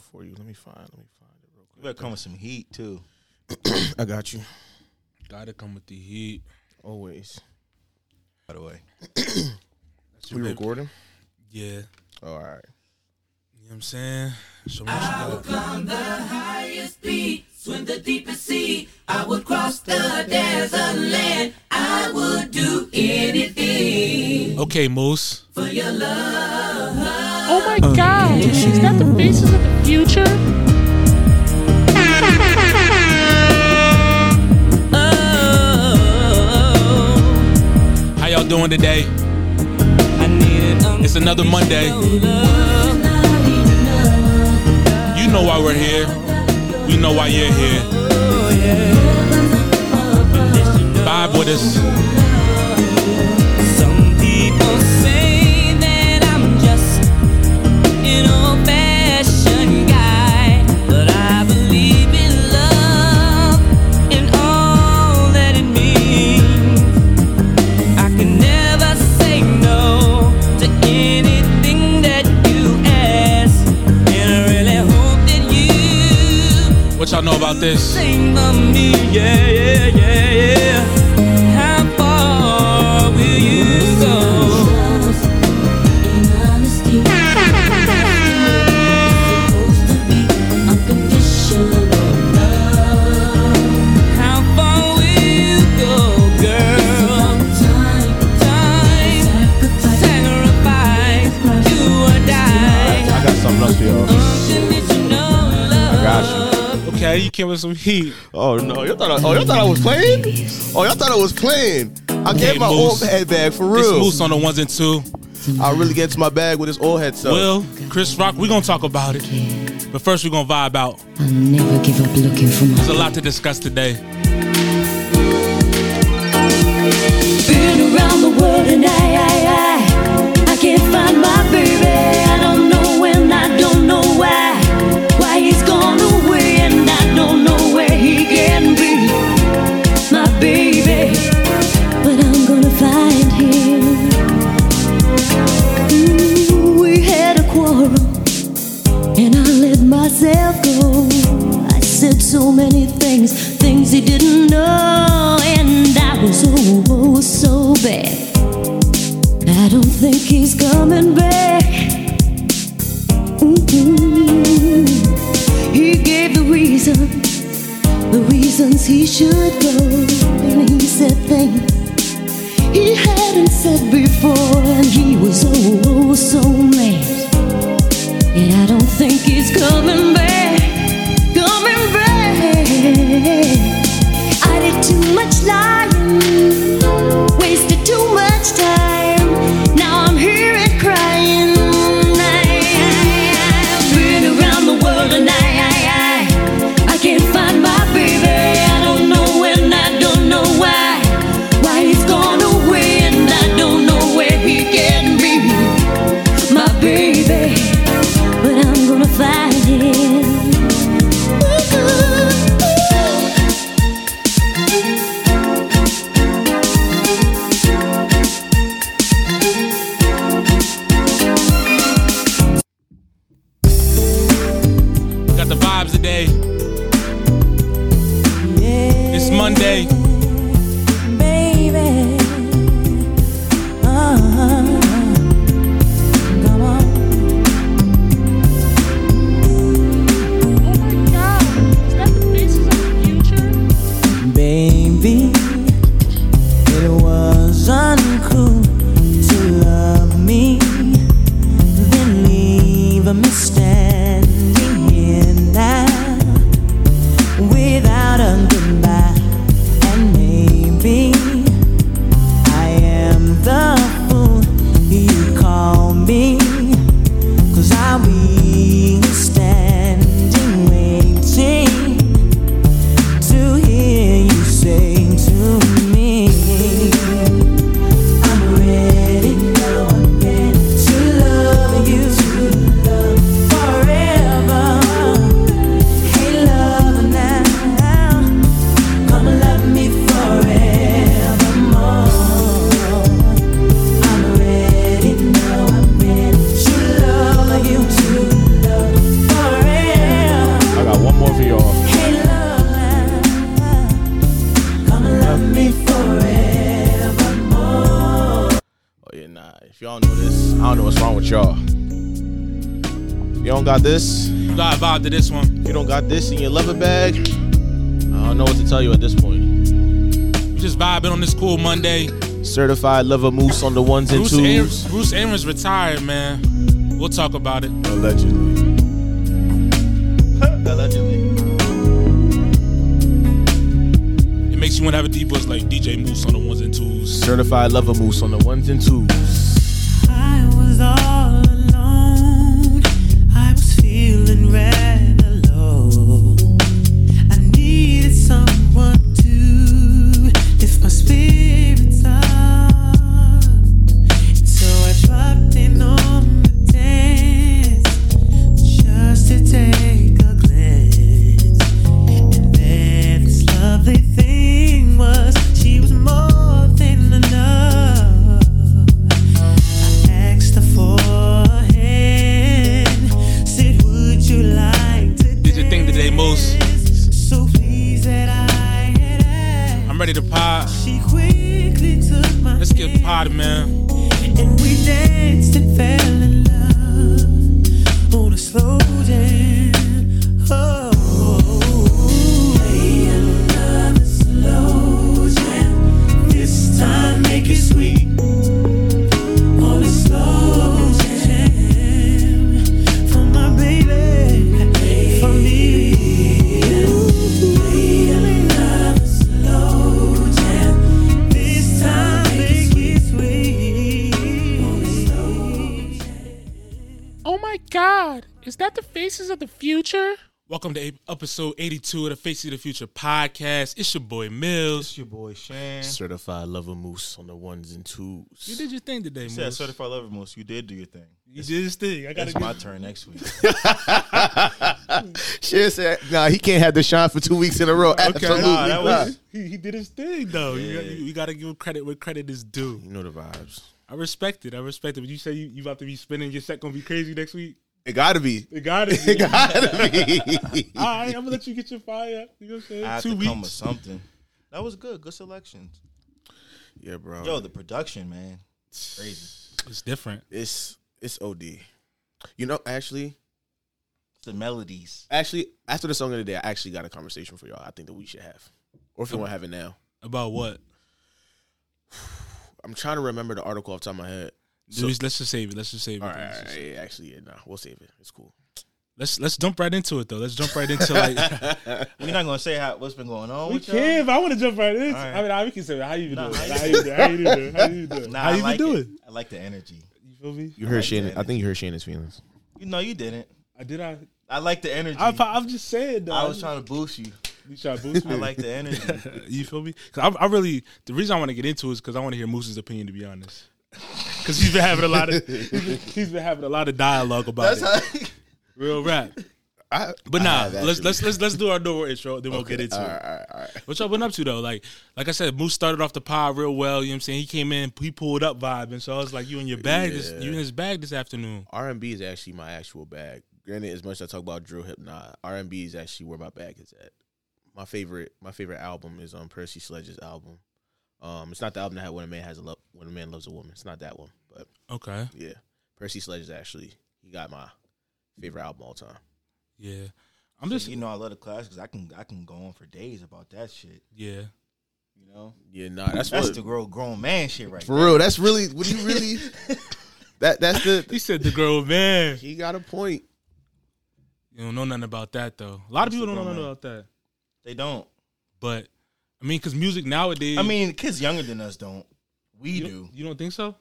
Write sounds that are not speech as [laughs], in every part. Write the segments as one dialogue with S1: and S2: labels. S1: for you. Let me find. Let me find it real
S2: You
S1: quick.
S2: better come with some heat too.
S1: I got you.
S3: Gotta come with the heat.
S1: Always.
S2: By the way,
S3: That's
S1: We
S3: your baby.
S1: recording?
S3: Yeah. You know
S1: Oh, all right.
S3: what I'm saying? Show me what you got.
S4: highest peak, swim the deepest sea. I would cross the desert land. I would do anything
S3: Okay, Moose.
S4: for your love.
S5: Oh my god, is that the faces of the future?
S4: Oh,
S3: How y'all doing today?
S4: I need an
S3: It's another Monday.
S4: love.
S3: You know why we're here. We know why you're here. Vibe with us.
S4: Some people say that I'm just an old-fashioned guy, but I believe in love and all that it means. I can never say no to anything that you ask, and I really hope that you
S3: What y'all know about this?
S4: Sing for me, yeah, yeah, yeah, yeah. How far will you go? How far will you go, girl? Time, sacrifice, do or die.
S2: I got something else for y'all.
S4: Unconditional love.
S3: Okay, you came with some heat.
S2: Oh no, you thought I, oh you thought I was playing? Oh y'all thought I was playing. I
S3: Hey,
S2: gave my
S3: Moose.
S2: old head bag for
S3: This
S2: real.
S3: Moose on the ones and two.
S2: I really get to my bag with this old head stuff.
S3: Will, Chris Rock, we gonna talk about it. But first, we gonna vibe out.
S6: I'll never give up looking for my
S3: There's a lot to discuss today.
S7: Been around the world and I, I, I, I can't find my baby. I don't know when, I don't know why. Why he's gone away and I don't know where he can be. My baby, but I'm gonna find him. Ooh, we had a quarrel and I let myself go. I said so many things, things he didn't know, and I was oh, oh so bad. I don't think he's coming back. Mm-mm. Mm-hmm. He gave the reason, the reasons he should go, and he said things he hadn't said before, and he was oh, oh so mad. And I don't think he's coming back. Coming back. I did too much lying. Wasted too much time. Now I'm here and crying. I, I, I've been around the world and I, I, I, I can't find my baby. I don't know when, I don't know why. Why he's gone away and I don't know where he can be. My baby but I'm gonna find him.
S3: Got the vibes today. It's Monday.
S7: Baby, uh-huh. come on.
S5: Oh my god, is that the faces of the future?
S4: Baby, it was uncool to love me, then leave me standing here now without a goodbye and
S2: Oh, don't got this, if
S3: You gotta vibe to this one.
S2: you don't got this in your leather bag, I don't know what to tell you at this point.
S3: We just vibing on this cool Monday.
S2: Certified lover moose on the ones and
S3: Bruce,
S2: twos.
S3: Aaron, Bruce Aaron's retired, man. We'll talk about it.
S2: Allegedly. [laughs] Allegedly.
S3: It makes you want to have a deep voice like DJ Moose on the ones and twos.
S2: Certified lover moose on the ones and twos.
S4: I was all alone. I was feeling rather low. I needed someone to lift my spirits up. So I dropped in on the dance just to take a glance. And then this lovely thing was she was more than enough. Asked her for a hand. Said, would you like to
S3: Did your thing today, Moose.
S4: dance? So pleased that I had asked.
S3: I'm ready to pod.
S4: She quickly took my
S3: Let's get
S4: hand.
S3: potted, man.
S4: And we danced and fell in love on a slow jam. Oh, lay another slow jam. This time make it sweet on a slow jam for my baby, for me. Lay another slow jam. This time make it sweet on a slow
S8: Oh my god, is that the faces of the future?
S3: Welcome to a- episode 82 of the Face of the Future podcast. It's your boy Mills.
S9: your boy Shan.
S2: Certified lover moose on the ones and twos.
S3: You did your thing today,
S9: Yeah,
S3: Moose.
S9: certified lover moose. You did do your thing.
S3: You did this thing. I gotta
S9: It's
S3: get
S9: my turn next
S3: [laughs]
S9: week.
S10: Shan said, "Nah, he can't have the shine for two weeks in a row. Absolutely
S9: Nah,
S10: not.
S9: that was-
S3: He, he did his thing though. You, gotta, you gotta give him credit where credit is due.
S2: You know the vibes.
S3: I respect it. I respect it. But you say you, you about to be spinning your set gonna be crazy next week.
S10: It gotta
S2: [laughs]
S10: be.
S3: It got [laughs] it. All
S10: Gotta [laughs] be.
S3: right, I'm gonna let you get your fire. You know what I'm saying?
S9: I had
S3: Two
S9: to
S3: weeks.
S9: come with something. That was good. Good selections.
S2: Yeah, bro.
S9: Yo, the production, man. Crazy.
S3: It's different.
S2: it's it's OD. You know, actually,
S9: The melodies.
S2: actually, after the song of the day, I actually got a conversation for y'all. I think that we should have, or if you want to have it now.
S3: About what?
S2: I'm trying to remember the article off the top of my head. So-
S3: Dude, let's just save it. Let's just save it.
S2: All right,
S3: Let's
S2: all
S3: just-
S2: right, yeah, actually, yeah, nah, we'll save it. It's cool.
S3: Let's let's jump right into it though. Let's jump right into like
S9: [laughs]
S3: [laughs]
S9: We're not gonna say how what's been going on.
S3: we
S9: with
S3: can. But I want to jump right into. it.
S9: right.
S3: I mean, I, we can say how you even
S9: Nah,
S3: do it.
S9: how
S3: How you do it? How you do it? How you do it?
S9: Y'all. [laughs] Nah,
S3: how
S9: I
S3: you
S9: like
S3: do
S9: it.
S3: it?
S9: I like the energy.
S3: You feel me?
S2: You heard
S9: like
S2: Shannon.
S9: that.
S2: I think you heard Shannon's feelings.
S9: You know you didn't.
S3: I did. I.
S9: I like the energy.
S3: I
S9: I,
S3: I'm just saying though.
S9: was trying to boost you.
S3: You try to boost me.
S9: I like the energy.
S3: [laughs] you feel me? 'Cause I, I really the reason I want to get into it is because I want to hear Moose's opinion. To be honest, because he's been having a lot of [laughs] he's been, he's been having a lot of dialogue about
S9: That's
S3: it.
S9: how
S3: Real rap.
S2: [laughs] I,
S3: But nah,
S2: have,
S3: let's let's
S2: actually.
S3: let's let's do our door intro. Then we'll get into it. What y'all been up to though? Like like I said, Moose started off the pod real well. You know what I'm saying? He came in, he pulled up vibe, and so I was like, you in your bag? This, you in his bag this afternoon?
S2: R&B is actually my actual bag. Granted, as much as I talk about drill hip, nah, R&B is actually where my bag is at. My favorite, my favorite album is um Percy Sledge's album. Um, it's not the album that had when a man has a love, when a man loves a woman. It's not that one, but
S3: Okay,
S2: yeah, Percy Sledge is actually he got my favorite album all time.
S3: yeah. I'm
S9: you,
S3: just
S9: you know I love the class because I can I can go on for days about that shit.
S3: yeah.
S9: You know?
S2: Yeah, nah, that's,
S9: That's
S2: what
S9: the grown grown man shit right
S10: For real, that's really. What do you really? that that's the.
S3: He said the girl man.
S2: he got a point.
S3: You don't know nothing about that though. A lot of
S9: That's
S3: people
S9: the
S3: don't know
S9: grown
S3: nothing
S9: man.
S3: about that.
S9: They don't.
S3: But I mean, because music nowadays.
S9: I mean, kids younger than us don't. We
S3: you,
S9: do.
S3: don't- you don't think so?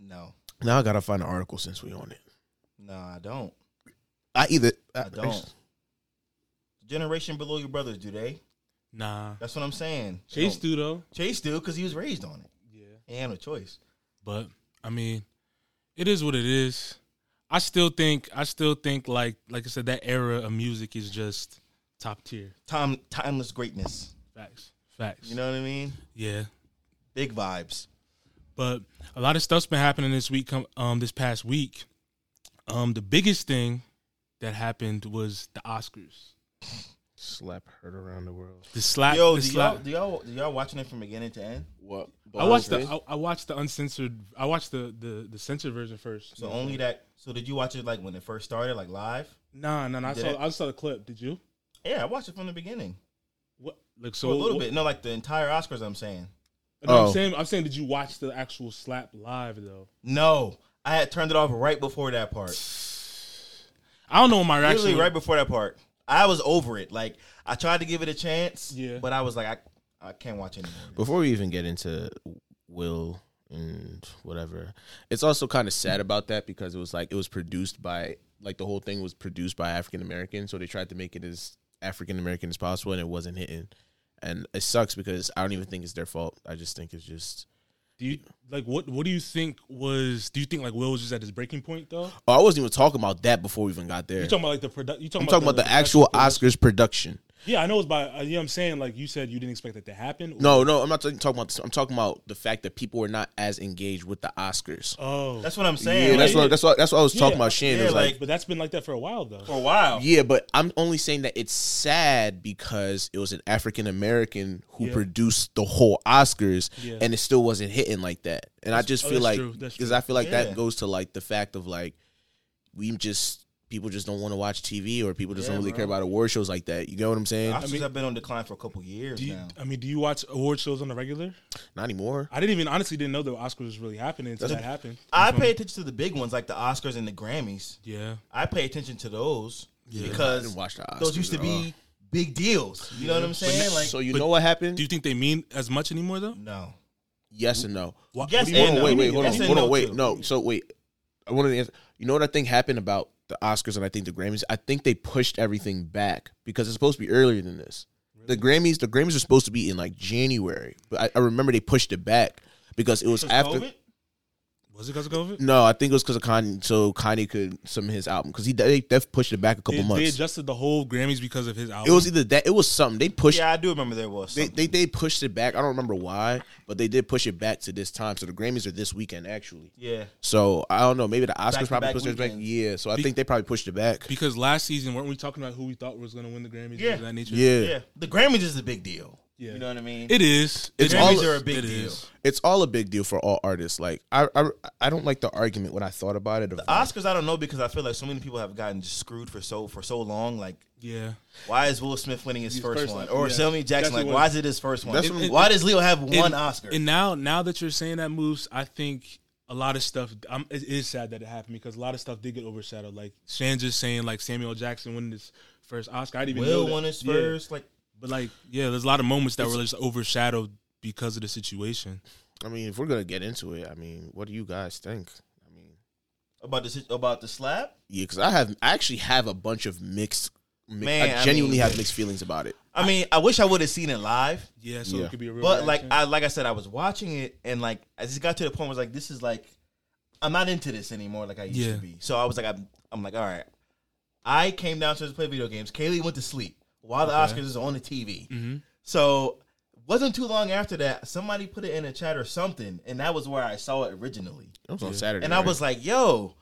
S9: No,
S2: Now I gotta find an article since we on it.
S9: no, I don't.
S10: I either.
S9: I don't. Generation below your brothers, do they?
S3: Nah.
S9: That's what I'm saying. They
S3: Chase
S9: don't-
S3: do though.
S9: Chase do because he was raised on it.
S3: Yeah.
S9: He had no choice.
S3: But I mean, it is what it is. I still think I still think like like I said, that era of music is just top tier.
S9: Time, timeless greatness.
S3: Facts. Facts.
S9: You know what I mean?
S3: Yeah.
S9: Big vibes.
S3: But a lot of stuff's been happening this week com- um this past week. Um the biggest thing that happened was the Oscars.
S2: Slap heard around the world.
S3: The slap.
S9: Yo,
S3: the
S9: do
S3: slap.
S9: y'all, do y'all do y'all watching it from beginning to end?
S2: What?
S3: I watched the I, I watched the uncensored. I watched the the the censored version first.
S9: So only that. So did you watch it like when it first started, like live?
S3: Nah, nah, nah. I
S9: Did
S3: saw
S9: it?
S3: I saw the clip. Did you?
S9: Yeah, I watched it from the beginning.
S3: What? Like
S9: So
S3: so
S9: Oh, a little
S3: what-
S9: bit. No, like the entire Oscars. I'm saying.
S3: No, I'm
S9: Oh.
S3: saying I'm saying. Did you watch the actual slap live though?
S9: No, I had turned it off right before that part.
S3: I don't know what my reaction
S9: Literally
S3: was.
S9: right before that part. I was over it. Like I tried to give it a chance. Yeah. But I was like, I, I can't watch anymore.
S2: Before we even get into Will and whatever, it's also kind of sad about that because it was like it was produced by like the whole thing was produced by African Americans, so they tried to make it as African American as possible, and it wasn't hitting. And it sucks because I don't even think it's their fault. I just think it's just.
S3: Do you like what? What do you think was? Do you think like Will was just at his breaking point though?
S2: Oh, I wasn't even talking about that before we even got there.
S3: You talking about like the product? You talking
S2: I'm talking about the, actual Oscars production.
S3: Yeah, I know it's by. Uh, you know what I'm saying? Like you said, you didn't expect it to happen.
S2: No, no, I'm not talking talking about. This. I'm talking about the fact that people were not as engaged with the Oscars.
S3: Oh,
S9: That's what I'm saying.
S2: Yeah, that's
S9: Like-
S2: what that's what that's what I was talking
S3: Yeah,
S2: about. Shannon
S3: yeah,
S2: was like,
S3: like, but that's been like that for a while though.
S9: For a while.
S2: Yeah, but I'm only saying that it's sad because it was an African American who
S3: Yeah.
S2: produced the whole Oscars
S3: Yeah.
S2: and it still wasn't hitting like that. And I
S3: That's-
S2: just
S3: oh,
S2: feel
S3: that's
S2: like
S3: true, that's
S2: because
S3: true.
S2: I feel like
S3: Yeah.
S2: that goes to like the fact of like we just people just don't want to watch TV or people just
S9: Yeah,
S2: don't really
S9: bro.
S2: care about award shows like that. You get what I'm saying?
S9: Oscars have been on decline for a couple years
S3: Do you,
S9: now.
S3: I mean, do you watch award shows on the regular?
S2: Not anymore.
S3: I didn't even honestly didn't know the Oscars was really happening until
S9: That's-
S3: that happened.
S9: I pay attention to the big ones like the Oscars and the Grammys.
S3: Yeah.
S9: I pay attention to those
S2: Yeah.
S9: because
S2: I didn't watch the
S9: those
S2: Oscars Oh.
S9: used to
S2: at
S9: be big deals. You know what I'm saying? Like
S3: But
S2: what happened?
S3: Do you think they mean as much anymore though?
S9: No.
S2: Yes and no.
S3: Wha-
S9: Yes
S2: hold on,
S9: and no.
S2: wait, wait, hold
S9: Yes
S2: on,
S9: and
S2: hold on,
S9: no,
S2: wait.
S9: too.
S2: No, so wait. I wanted to answer. You know what I think happened about the Oscars and I think the Grammys? I think they pushed everything back because it's supposed to be earlier than this. The Grammys, the Grammys are supposed to be in like January, but I, I remember they pushed it back because it was after.
S9: COVID?
S3: Was it because of COVID?
S2: No, I think it was because of Kanye, so Kanye could submit his album because he they, they pushed it back a couple
S3: They, they
S2: months.
S3: adjusted the whole Grammys because of his album.
S2: It was either that. It was something they pushed.
S9: Yeah, I do remember there was.
S2: They, they they pushed it back. I don't remember why, but they did push it back to this time. So the Grammys are this weekend actually.
S9: Yeah.
S2: So I don't know. Maybe the Oscars probably
S9: Back-to-back
S2: pushed it back.
S9: weekends.
S2: Yeah. So I think they probably pushed it back.
S3: because last season weren't we talking about who we thought was going to win the Grammys? and
S9: Yeah.
S3: things of that nature.
S2: Yeah.
S9: The Grammys is a big deal. You know what I mean?
S3: It is.
S9: The
S2: It's
S9: Grammys
S2: all-
S9: are a big
S2: it
S9: deal.
S2: is. It's all a big deal for all artists. Like I I, I don't like the argument when I thought about it. Of
S9: The Oscars, I don't know because I feel like so many people have gotten just screwed for so for so long. Like,
S3: yeah,
S9: why is Will Smith winning his, first,
S3: first
S9: one,
S3: one,
S9: or
S3: yeah.
S9: Samuel Jackson?
S3: That's
S9: Like,
S3: the
S9: why
S3: one.
S9: is it his first one?
S2: That's what-
S9: why does Leo have one
S3: and-
S9: Oscar?
S3: And now, now that you're saying that moves, I think a lot of stuff. I'm, it is sad that it happened because a lot of stuff did get overshadowed. Like Shan just saying, like Samuel Jackson winning his first Oscar. I didn't even know
S9: Will
S3: that.
S9: won his
S3: Yeah.
S9: first. Like,
S3: But like, yeah, there's a lot of moments that were just overshadowed because of the situation.
S2: I mean, if we're gonna get into it, I mean, what do you guys think?
S9: about the sit- about the slap.
S2: Yeah, because I have I actually have a bunch of mixed. mi-
S9: Man,
S2: I
S9: I
S2: genuinely
S9: mean-
S2: have mixed feelings about it.
S9: I mean, I wish I would have seen it live.
S3: Yeah, so
S2: Yeah.
S3: it could be a real.
S9: But like
S3: reaction.
S9: I like I said, I was watching it and like I just got to the point where I was like, this is like I'm not into this anymore like I used
S3: Yeah.
S9: to be. So I was like, I'm I'm like, all right. I came downstairs to play video games. Kaylee went to sleep while the
S3: Okay.
S9: Oscars is on the TV.
S3: Mhm.
S9: So wasn't too long after that, somebody put it in a chat or something, and that was where I saw it originally.
S2: It was on Saturday,
S9: And I
S2: right?
S9: was like, yo,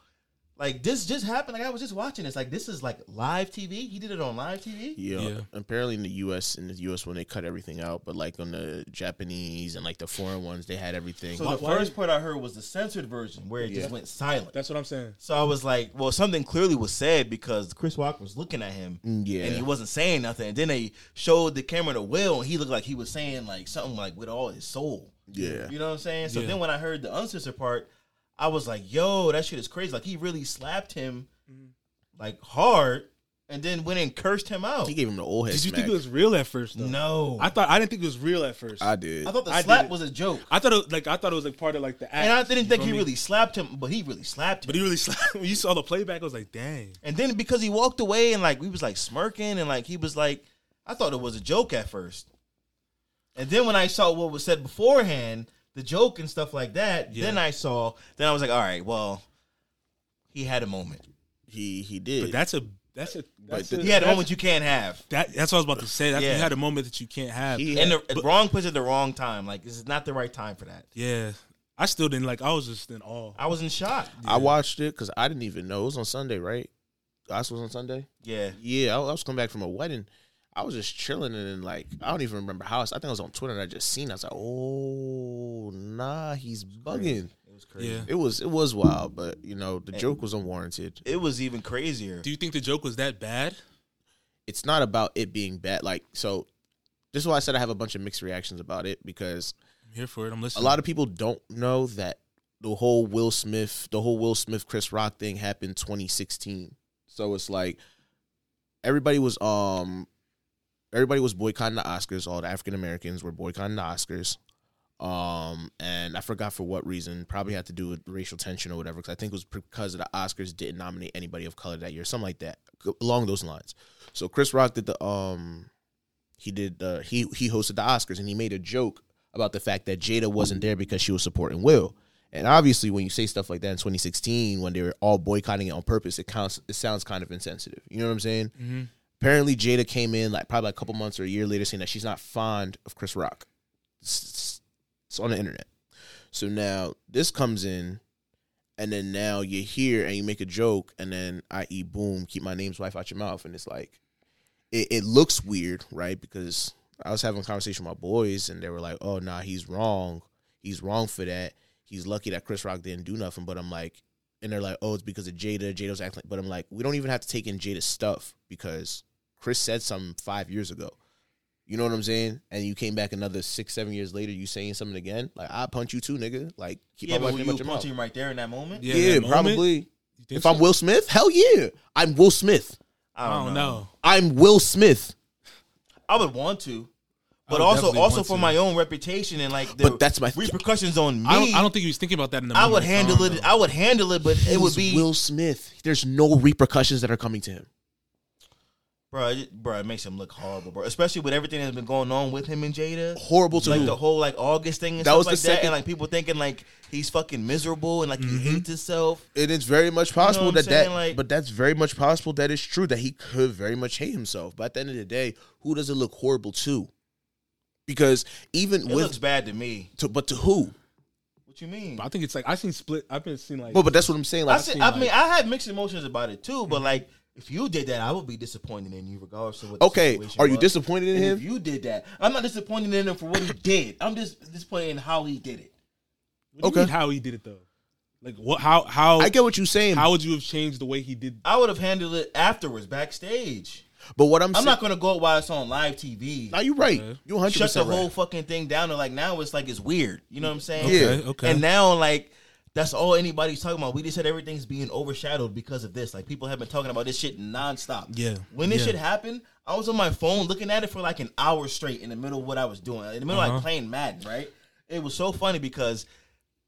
S9: like this just happened. Like I was just watching this. Like this is like live TV. He did it on live TV.
S2: Yeah.
S3: Yeah.
S2: Apparently in the US in the US when they cut everything out, but like on the Japanese and like the foreign ones, they had everything.
S9: So the first part I heard was the censored version where it
S2: Yeah.
S9: just went silent.
S3: that's what I'm saying.
S9: So I was like, well, something clearly was said because Chris Rock was looking at him,
S2: Mm, yeah.
S9: and he wasn't saying nothing. And then they showed the camera to Will, and he looked like he was saying like something like with all his soul.
S2: Yeah.
S9: you know what I'm saying. So
S3: Yeah.
S9: then when I heard the uncensored part, I was like, yo, that shit is crazy. Like he really slapped him like hard, and then went and cursed him out.
S2: he gave him the old head.
S3: Did you
S2: smack.
S3: think it was real at first? Though?
S9: no,
S3: I thought I didn't think it was real at first.
S2: I did.
S9: I thought the
S3: I
S9: slap
S3: did.
S9: was a joke,
S3: I thought it, like I thought it was like part of like the act.
S9: and I didn't
S3: You
S9: think
S3: feel
S9: he
S3: me?
S9: really slapped him, but he really slapped him.
S3: But he really [laughs] slapped. When you saw the playback, I was like, dang.
S9: And then because he walked away and like we was like smirking and like he was like, I thought it was a joke at first. And then when I saw what was said beforehand, the joke and stuff like that,
S3: Yeah.
S9: then I saw, then I was like, all right, well, he had a moment.
S2: he he did.
S3: But that's a that's a that's
S2: the-
S3: a,
S9: He had a
S3: that's-
S9: moment you can't have.
S3: That that's what I was about to say. That's,
S9: Yeah.
S3: You had a moment that you can't have.
S2: He
S9: In the wrong place at the wrong time. Like this is not the right time for that.
S3: yeah, I still didn't like. I was just in awe.
S9: I was in shock.
S2: I watched it because I didn't even know it was on Sunday, right? Oscar was on Sunday.
S9: Yeah.
S2: Yeah, I, I was coming back from a wedding. I was just chilling and then, like I don't even remember how. I think I was on Twitter and I just seen. it. I was like, oh nah, he's bugging.
S9: It was crazy.
S2: It was it was wild, but you know the joke was unwarranted.
S9: It was even crazier.
S3: Do you think the joke was that bad?
S2: it's not about it being bad. Like so, this is why I said I have a bunch of mixed reactions about it because
S3: I'm here for it. I'm
S2: a
S3: listening.
S2: lot of people don't know that the whole Will Smith, the whole Will Smith Chris Rock thing happened 2016. So it's like everybody was um everybody was boycotting the Oscars. All the African Americans were boycotting the Oscars. Um, and I forgot for what reason. Probably had to do with racial tension or whatever. Because I think it was because of the Oscars didn't nominate anybody of color that year, something like that, along those lines. So Chris Rock did the um, he did uh, he he hosted the Oscars and he made a joke about the fact that Jada wasn't there because she was supporting Will. And obviously, when you say stuff like that in 2016, when they were all boycotting it on purpose, it counts. It sounds kind of insensitive. You know what I'm saying?
S3: Mhm.
S2: Apparently, Jada came in like probably a couple months or a year later, saying that she's not fond of Chris Rock. It's- It's, it's on the internet. So now this comes in, and then now you're here and you make a joke, and then i.e. boom, keep my name's wife out your mouth, and it's like, it, it looks weird, right? Because I was having a conversation with my boys, and they were like, "Oh, nah, he's wrong. He's wrong for that. He's lucky that Chris Rock didn't do nothing." But I'm like, and they're like, "Oh, it's because of Jada. Jada's acting." But I'm like, we don't even have to take in Jada's stuff because Chris said something five years ago. You know what I'm saying? And you came back another six, seven years later, you saying something again? Like I punch you too, nigga. Like keep
S9: yeah,
S2: my
S9: but
S2: wife name out
S9: were you
S2: your mouth.
S9: punching him right there in that moment?
S3: Yeah,
S2: yeah,
S3: that moment?
S2: probably.
S3: You think
S2: If I'm
S3: so?
S2: Will Smith, hell yeah, I'm Will Smith.
S9: I
S3: I
S9: don't,
S3: don't
S9: know.
S3: know.
S2: I'm Will Smith.
S9: I would want to, but
S3: would
S9: also
S3: definitely
S9: also
S3: want
S9: for
S3: to.
S9: my own reputation and like the
S2: But that's my-
S9: repercussions on me.
S3: I don't, I don't think he was thinking about that in the
S9: I
S3: moment.
S9: would
S3: so
S9: handle
S3: don't
S9: it.
S3: know.
S9: I would handle it, but it would be,
S2: Will Smith. There's no repercussions that are coming to him.
S9: bro, it, bro. It makes him look horrible, bro. Especially with everything that's been going on with him and Jada.
S2: Horrible to
S9: like
S2: who?
S9: the whole like August thing and
S2: That
S9: stuff
S2: was the
S9: like that,
S2: second- Mm-hmm.
S9: and like people thinking like he's fucking miserable and like he hates himself.
S2: it is very much possible
S9: what I'm
S2: that that,
S9: saying? Like-
S2: but that's very much possible that it's true that he could very much hate himself. But at the end of the day, who does it look horrible to? Because even
S9: It
S2: with,
S9: looks bad to me.
S2: to, but to who?
S9: What you mean?
S3: But I think it's like I seen split. I've been seeing like
S2: Well, but that's what I'm saying.
S9: I,
S2: Like, Mm.
S9: said, I mean, I had mixed emotions about it too, but like, if you did that, I would be disappointed in you, regardless of what. the
S2: okay,
S9: situation
S2: are you
S9: was.
S2: disappointed in
S9: And If
S2: him?
S9: you did that, I'm not disappointed in him for what he did. I'm just disappointed in how he did it.
S3: What do you
S2: okay.
S3: mean how he did it though. Like what? How how
S2: I get what you're saying,
S3: how would you have changed the way he did?
S9: I would have handled it afterwards, backstage.
S2: but what I'm,
S9: I'm
S2: saying,
S9: not gonna go while it's on live TV.
S2: Now you're right.
S3: Okay.
S2: You're 100
S9: Shut the
S2: percent right.
S9: whole fucking thing down. And like now, it's like it's weird. You know what I'm saying?
S2: Yeah.
S3: Okay, okay.
S9: And now, like, that's all anybody's talking about. We just said everything's being overshadowed because of this. Like, people have been talking about this shit nonstop.
S3: Yeah,
S9: When this
S3: yeah.
S9: shit happened, I was on my phone looking at it for like an hour straight in the middle of what I was doing. In the middle,
S3: Uh-huh.
S9: like playing Madden, right? It was so funny because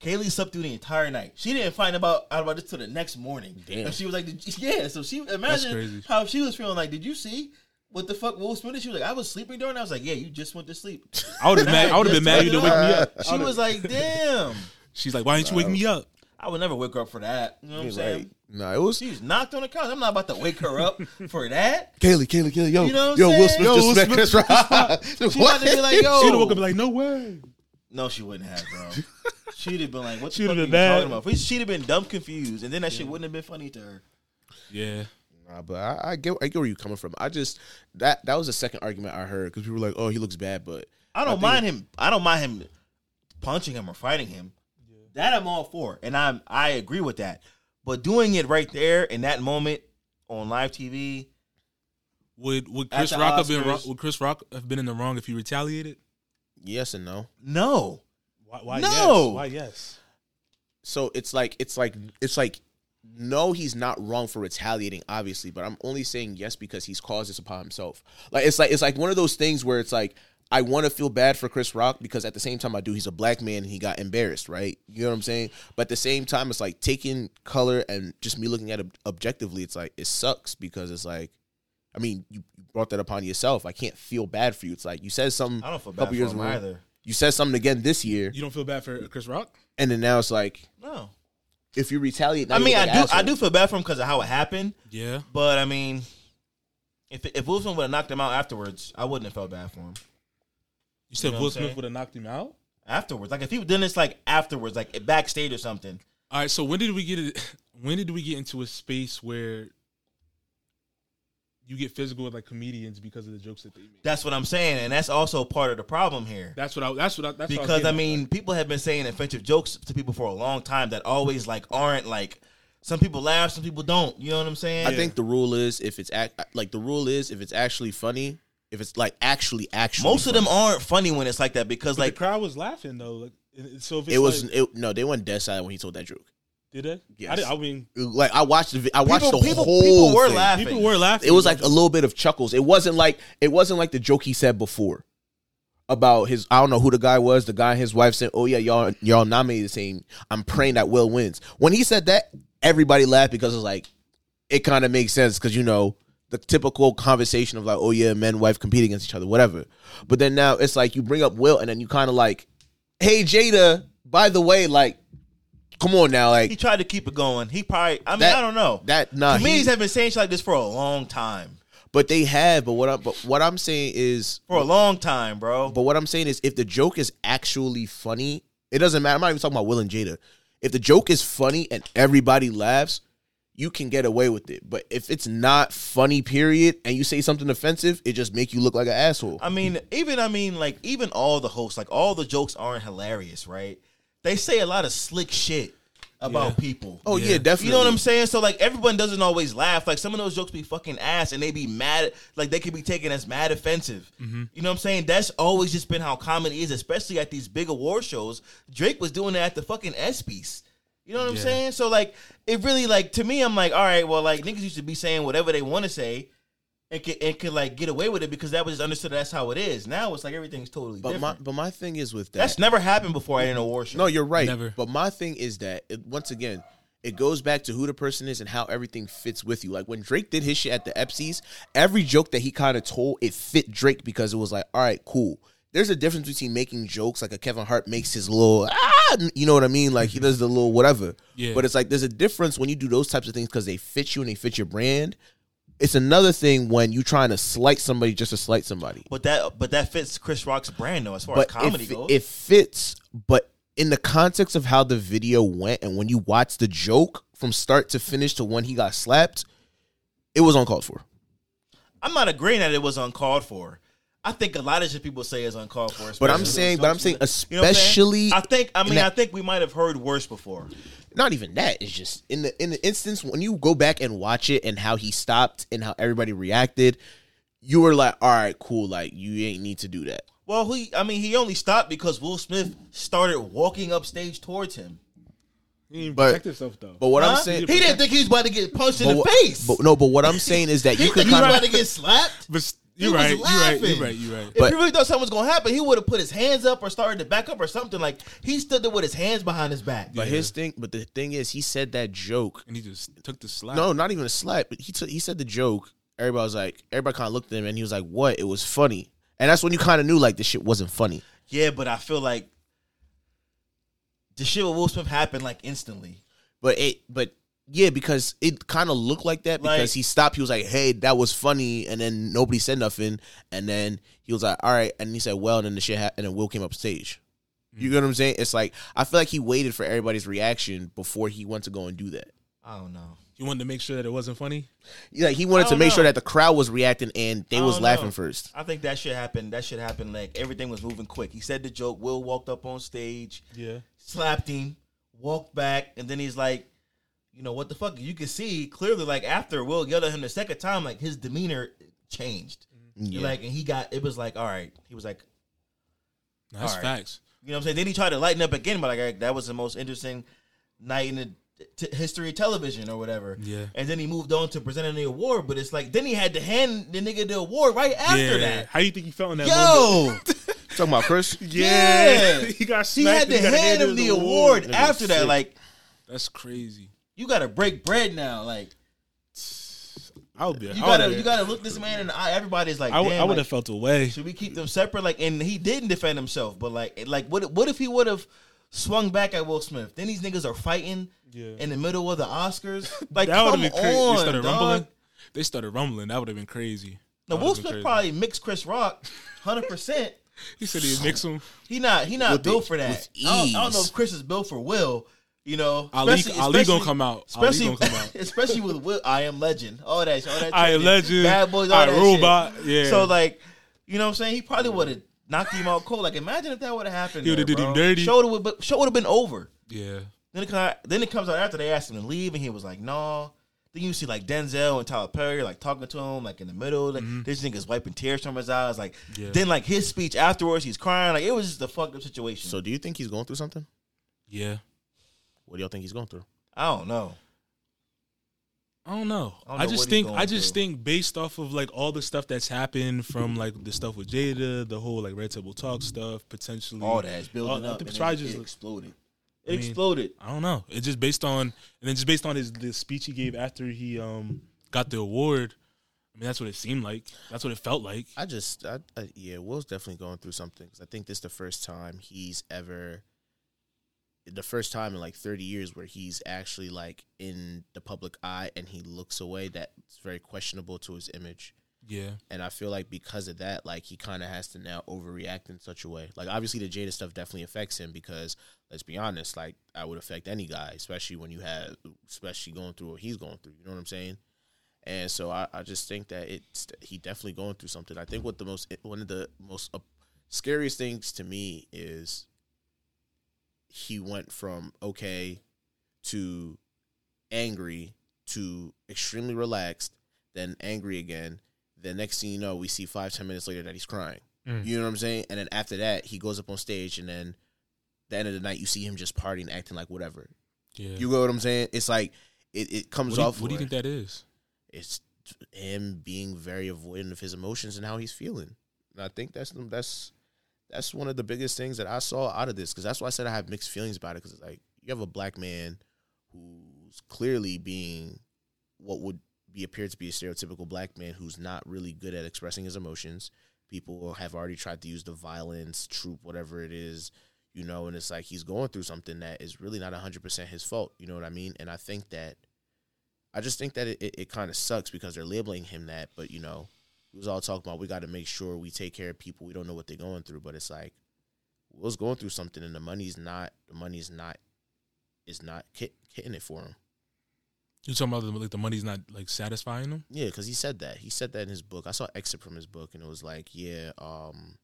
S9: Kaylee slept through the entire night. She didn't find about out about this till the next morning.
S2: Damn.
S9: And she was like, did you- yeah. So she imagine
S3: crazy.
S9: how she was feeling. Like, did you see? What the fuck, Will Smith? did?" She was like, I was sleeping during. I was like, Yeah, you just went to sleep.
S3: I would have [laughs] mad. I would have been mad. You to
S9: Just
S3: wake me
S9: [laughs]
S3: up.
S9: She was like, damn.
S3: She's like, why didn't you wake me up?
S9: I would never wake her up for that. You know what I'm
S2: You're
S9: saying?
S2: right. No, it was
S9: She's knocked on the couch. I'm not about to wake her up for that.
S2: Kaylee, Kaylee, Kaylee. Yo,
S9: You know what
S2: yo,
S9: I'm
S2: Will
S9: saying?
S2: Smith
S9: Yo,
S2: just
S9: Will
S2: smacked
S9: Smith
S2: Chris Rock. [laughs]
S9: [laughs] She about to be like, yo.
S3: She'd have woke up like, no way.
S9: No, she wouldn't have,
S3: [laughs]
S9: bro. She'd have been like, what the
S3: She'd
S9: fuck
S3: have
S9: are you
S3: been mad.
S9: talking about? She'd have been dumb confused. And then that shit wouldn't have been funny to her.
S3: Yeah.
S2: Nah, but I, I get I get where you're coming from. I just that that was the second argument I heard because people were like, "Oh, he looks bad," but
S9: I don't mind him. I don't mind him punching him or fighting him. That I'm all for, and I'm I agree with that. But doing it right there in that moment on live TV,
S3: Would would
S9: At
S3: Chris
S9: the
S3: Rock have been
S9: Oscars.
S3: wrong, would Chris Rock have been in the wrong if he retaliated?
S2: yes and no.
S9: no,
S3: Why, why
S9: No.
S3: Yes? Why yes?
S2: So it's like it's like it's like no, he's not wrong for retaliating, obviously, but I'm only saying yes because he's caused this upon himself. Like it's like it's like one of those things where it's like I want to feel bad for Chris Rock because at the same time I do. He's a black man and he got embarrassed, right? You know what I'm saying? But at the same time, it's like taking color and just me looking at it objectively. It's like it sucks because it's like. I mean, you you brought that upon yourself. I can't feel bad for you. It's like you said something
S9: I don't feel
S2: a
S9: bad
S2: couple
S9: for
S2: years
S9: him
S2: ago.
S9: either.
S2: You said something again this year,
S3: You don't feel bad for Chris Rock?
S2: and then now it's like
S9: No,
S2: if you retaliate. now
S9: I
S2: you
S9: mean
S2: look
S9: I
S2: like
S9: do
S2: an asshole.
S9: I do feel bad for him because of how it happened.
S3: Yeah.
S9: But I mean, if if Wilson would have knocked him out afterwards, I wouldn't have felt bad for him.
S3: You said
S9: know what
S3: Will
S9: I'm
S3: Smith
S9: saying?
S3: would have knocked him out?
S9: Afterwards, like if he done this like afterwards, like backstage or something.
S3: All [laughs] right, so when did we get it when did we get into a space where you get physical with like comedians because of the jokes that they make.
S9: That's what I'm saying, and that's also part of the problem here.
S3: That's what I. That's what I. That's what was
S9: because I
S3: getting at.
S9: mean, people have been saying offensive jokes to people for a long time that always like aren't like. Some people laugh, some people don't. You know what I'm saying?
S2: I think the rule is if it's act, like the rule is if it's actually funny, if it's like actually actually.
S9: most of them aren't funny when it's like that because
S3: But
S9: like
S3: the crowd was laughing though. Like, and- and so if it's
S2: It was
S3: like,
S2: it, no, they went dead silent when he told that joke.
S3: did it? I,
S2: Yes.
S3: did, I mean,
S2: Like I watched the vi- I watched
S9: People-
S2: the
S9: people-
S2: whole
S9: people were
S2: thing.
S9: laughing.
S3: people were laughing.
S2: It was like a little bit of chuckles. It wasn't like it wasn't like the joke he said before about his I don't know who the guy was. The guy and his wife said, "Oh yeah, y'all y'all nominated the same. I'm praying that Will wins." When he said that, everybody laughed because it's like it kind of makes sense because you know the typical conversation of like, "Oh yeah, men wife compete against each other, whatever." But then now it's like you bring up Will and then you kind of like, "Hey Jada, by the way, like, come on now,
S9: he
S2: like
S9: tried to keep it going. He probably. I mean,
S2: That-
S9: I don't know.
S2: that nah." he-
S9: Comedians have been saying shit like this for a long time.
S2: but they have. But what I but what I'm saying is
S9: For a long time, bro.
S2: But what I'm saying is, if the joke is actually funny, it doesn't matter. I'm not even talking about Will and Jada. If the joke is funny and everybody laughs, you can get away with it. But if it's not funny, period, and you say something offensive, it just make you look like an asshole.
S9: I mean, even I mean, like even all the hosts, like all the jokes aren't hilarious, right? They say a lot of slick shit about people.
S2: oh yeah, definitely.
S9: You know what I'm saying? So like everyone doesn't always laugh. Like some of those jokes be fucking ass and they be mad like they could be taken as mad offensive.
S2: Mm-hmm.
S9: You know what I'm saying? That's always just been how comedy is, especially at these big award shows. Drake was doing that at the fucking ESPYs. You know what I'm saying? So like it really like to me I'm like, all right, well like niggas used to be saying whatever they want to say and could and could like get away with it because that was just understood that's how it is. Now it's like everything's totally
S2: But my
S9: different.
S2: but my thing is with that.
S9: that's never happened before at an award show.
S2: No, you're right.
S3: Never.
S2: But my thing is that it, once again, it goes back to who the person is and how everything fits with you. Like when Drake did his shit at the Epsies, every joke that he kind of told it fit Drake because it was like, all right, cool. There's a difference between making jokes like a Kevin Hart makes his little, ah, you know what I mean? Like he does the little whatever.
S3: Mm-hmm. Yeah.
S2: But it's like there's a difference when you do those types of things because they fit you and they fit your brand. It's another thing when you trying to slight somebody just to slight somebody
S9: But that but that fits Chris Rock's brand though as far as comedy
S2: it, fi-
S9: goes.
S2: it fits, but in the context of how the video went and when you watch the joke from start to finish to when he got slapped, it was uncalled for.
S9: I'm not agreeing that it was uncalled for. I think a lot of shit people say is uncalled for.
S2: But I'm
S9: especially
S2: saying-
S9: those
S2: but I'm
S9: jokes
S2: saying
S9: with- you know what I'm saying?
S2: especially
S9: I think. I
S2: in
S9: mean,
S2: that-
S9: I think we might have heard worse before.
S2: Not even that. It's just in the in the instance when you go back and watch it and how he stopped and how everybody reacted, you were like, all right, cool, like you ain't need to do that.
S9: Well, he. I mean, he only stopped because Will Smith started walking up stage towards him.
S3: he didn't
S2: but-
S3: protect himself though.
S2: But what
S9: Huh?
S2: I'm saying
S9: he didn't think he was about to get punched in
S2: but
S9: the
S2: what-
S9: face.
S2: But no, but what I'm saying is that
S9: [laughs] he
S2: you
S9: think
S2: could
S9: he was
S2: kind
S9: about
S2: of
S9: to
S2: [laughs]
S9: get slapped.
S3: But s- you're
S9: was
S3: right, you're right.
S9: laughing.
S3: You're right. You're right.
S9: if
S2: But-
S9: he really thought something was gonna happen, he would have put his hands up or started to back up or something. Like he stood there with his hands behind his back.
S2: But his thing, but the thing is, he said that joke
S3: And he just took the slap.
S2: No, not even a slap. But he took he said the joke. Everybody was like, everybody kind of looked at him, and he was like, "What? It was funny." And that's when you kind of knew like this shit wasn't funny.
S9: yeah, but I feel like the shit with Will Smith happened like instantly.
S2: But it, but yeah, because it kind of looked like that because
S9: Like-
S2: he stopped. He was like, "Hey, that was funny," and then nobody said nothing. And then he was like, "All right," and he said, "Well," and then the shit, ha- and then Will came up stage. You get what I'm saying? It's like I feel like he waited for everybody's reaction before he went to go and do that.
S9: I don't know.
S3: You wanted to make sure that it wasn't funny.
S2: Like he wanted
S9: I
S2: to
S9: don't
S2: make sure
S9: know.
S2: that the crowd was reacting and they
S9: I
S2: was
S9: don't
S2: laughing
S9: know.
S2: first.
S9: I think that shit happened. That shit happened like everything was moving quick. He said the joke. Will walked up on stage,
S3: Yeah.
S9: slapped him, walked back, and then he's like, you know what the fuck? You can see clearly like after Will yelled at him the second time, like his demeanor changed.
S2: Yeah.
S9: Like and he got it was like all right. He was like
S3: That's
S9: All right.
S3: facts.
S9: you know what I'm saying. Then he tried to lighten up again, but like I- that was the most interesting night in the t- history of television or whatever.
S3: Yeah.
S9: And then he moved on to presenting the award, but it's like then he had to hand the nigga the award right
S3: yeah.
S9: after that.
S3: How do you think he felt in that moment?
S9: Yo.
S2: Talking about
S9: [laughs]
S2: Chris.
S3: [laughs] Yeah.
S9: Yeah.
S3: he got
S9: He
S3: smacked.
S9: had
S3: and
S9: to
S3: got
S9: hand him the award
S2: Nigga,
S9: after that.
S2: sick.
S9: Like,
S3: That's crazy.
S9: you gotta break bread now. Like,
S3: I would be.
S9: you gotta you gotta look this man in the eye. Everybody's like,
S3: I would
S9: "Oh, damn,
S3: have
S9: like,
S3: felt away.
S9: should we keep them separate? Like, and he didn't defend himself, but like, it- like what what if he would have swung back at Will Smith? Then these niggas are fighting
S3: Yeah.
S9: in the middle of
S3: [laughs]
S9: the Oscars. Like,
S3: that would
S9: come
S3: have been
S9: on,
S3: crazy. They started
S9: dog.
S3: rumbling. They started rumbling. That would have been crazy. That
S9: Now Will
S3: would've been
S9: Smith
S3: crazy.
S9: probably mixed Chris Rock, hundred percent.
S3: He said he'd mix them. [sighs]
S9: He not he not
S2: With the-
S9: built for that.
S2: with
S9: I, don't, I don't know
S2: ease.
S9: if Chris is built for Will, You know,
S3: Ali-
S9: especially-
S3: Ali gonna
S9: especially-
S3: come out. Ali
S9: Especially,
S3: gonna come out.
S9: [laughs] especially with Will, I Am Legend, all that, all that.
S3: I Am
S9: shit.
S3: Legend,
S9: Bad Boys, all
S3: I
S9: that
S3: Robot,
S9: shit.
S3: yeah.
S9: So like, you know what I'm saying? He probably would have knocked him out cold. Like, imagine if that would have happened.
S3: He would've
S9: there,
S3: did him
S9: bro.
S3: dirty.
S9: Show would, but show would have been over.
S3: Yeah.
S9: Then it, kinda- then it comes out after they asked him to leave, and he was like, "No." Then you see like Denzel and Tyler Perry like talking to him like in the middle. Like this nigga's wiping tears from his eyes. Like
S3: Mm-hmm. Yeah.
S9: then like his speech afterwards, he's crying. Like it was just a fucked up situation.
S2: So do you think he's going through something?
S3: Yeah.
S2: What do y'all think he's going through?
S9: I don't know.
S3: I don't know.
S9: I
S3: I,
S9: don't know what
S3: just
S9: he's
S3: think
S9: going
S3: I just
S9: through.
S3: think based off of like all the stuff that's happened from like the stuff with Jada, the whole like Red Table Talk stuff, potentially
S9: All that is building
S3: all-
S9: up.
S3: It's
S9: and
S3: probably
S9: it,
S3: uh, just
S9: it exploded.
S3: I
S9: It
S3: mean-
S9: exploded.
S3: I don't know. It's just based on and then just based on his the speech he gave after he um got the award. I mean that's what it seemed like. That's what it felt like.
S2: I just, I, I, yeah, Will's definitely going through something 'cause I think this is the first time he's ever, the first time in like 30 years where he's actually like in the public eye and he looks away. That's very questionable to his image.
S3: Yeah.
S2: And I feel like because of that, like he kind of has to now overreact in such a way. Like obviously the Jada stuff definitely affects him because let's be honest, like I would affect any guy, especially when you have, especially going through what he's going through. You know what I'm saying? And so I, I just think that it's he definitely going through something. I think what the most one of the most uh, scariest things to me is he went from okay to angry to extremely relaxed, then angry again. The next thing you know, we see five ten minutes later that he's crying.
S3: Mm.
S2: You know what I'm saying? And then after that, he goes up on stage, and then the end of the night, you see him just partying, acting like whatever.
S3: Yeah.
S2: You know what I'm saying? It's like it, it comes
S3: what do you,
S2: off.
S3: what do you
S2: where-
S3: think that is?
S2: it's him being very avoidant of his emotions and how he's feeling. And I think that's that's that's one of the biggest things that I saw out of this because that's why I said I have mixed feelings about it because it's like you have a black man who's clearly being what would be appeared to be a stereotypical black man who's not really good at expressing his emotions. People have already tried to use the violence, troop, whatever it is, you know, and it's like he's going through something that is really not 100% his fault. You know what I mean? And I think that I just think that it, it, it kind of sucks because they're labeling him that, but you know, we was all talking about we got to make sure we take care of people. We don't know what they're going through, but it's like Will's going through something, and the money's not the money's not is not ki- hitting it for him.
S3: You talking about like the money's not like satisfying him?
S2: Yeah, because he said that. He said that in his book. I saw an excerpt from his book, and it was like, yeah, um,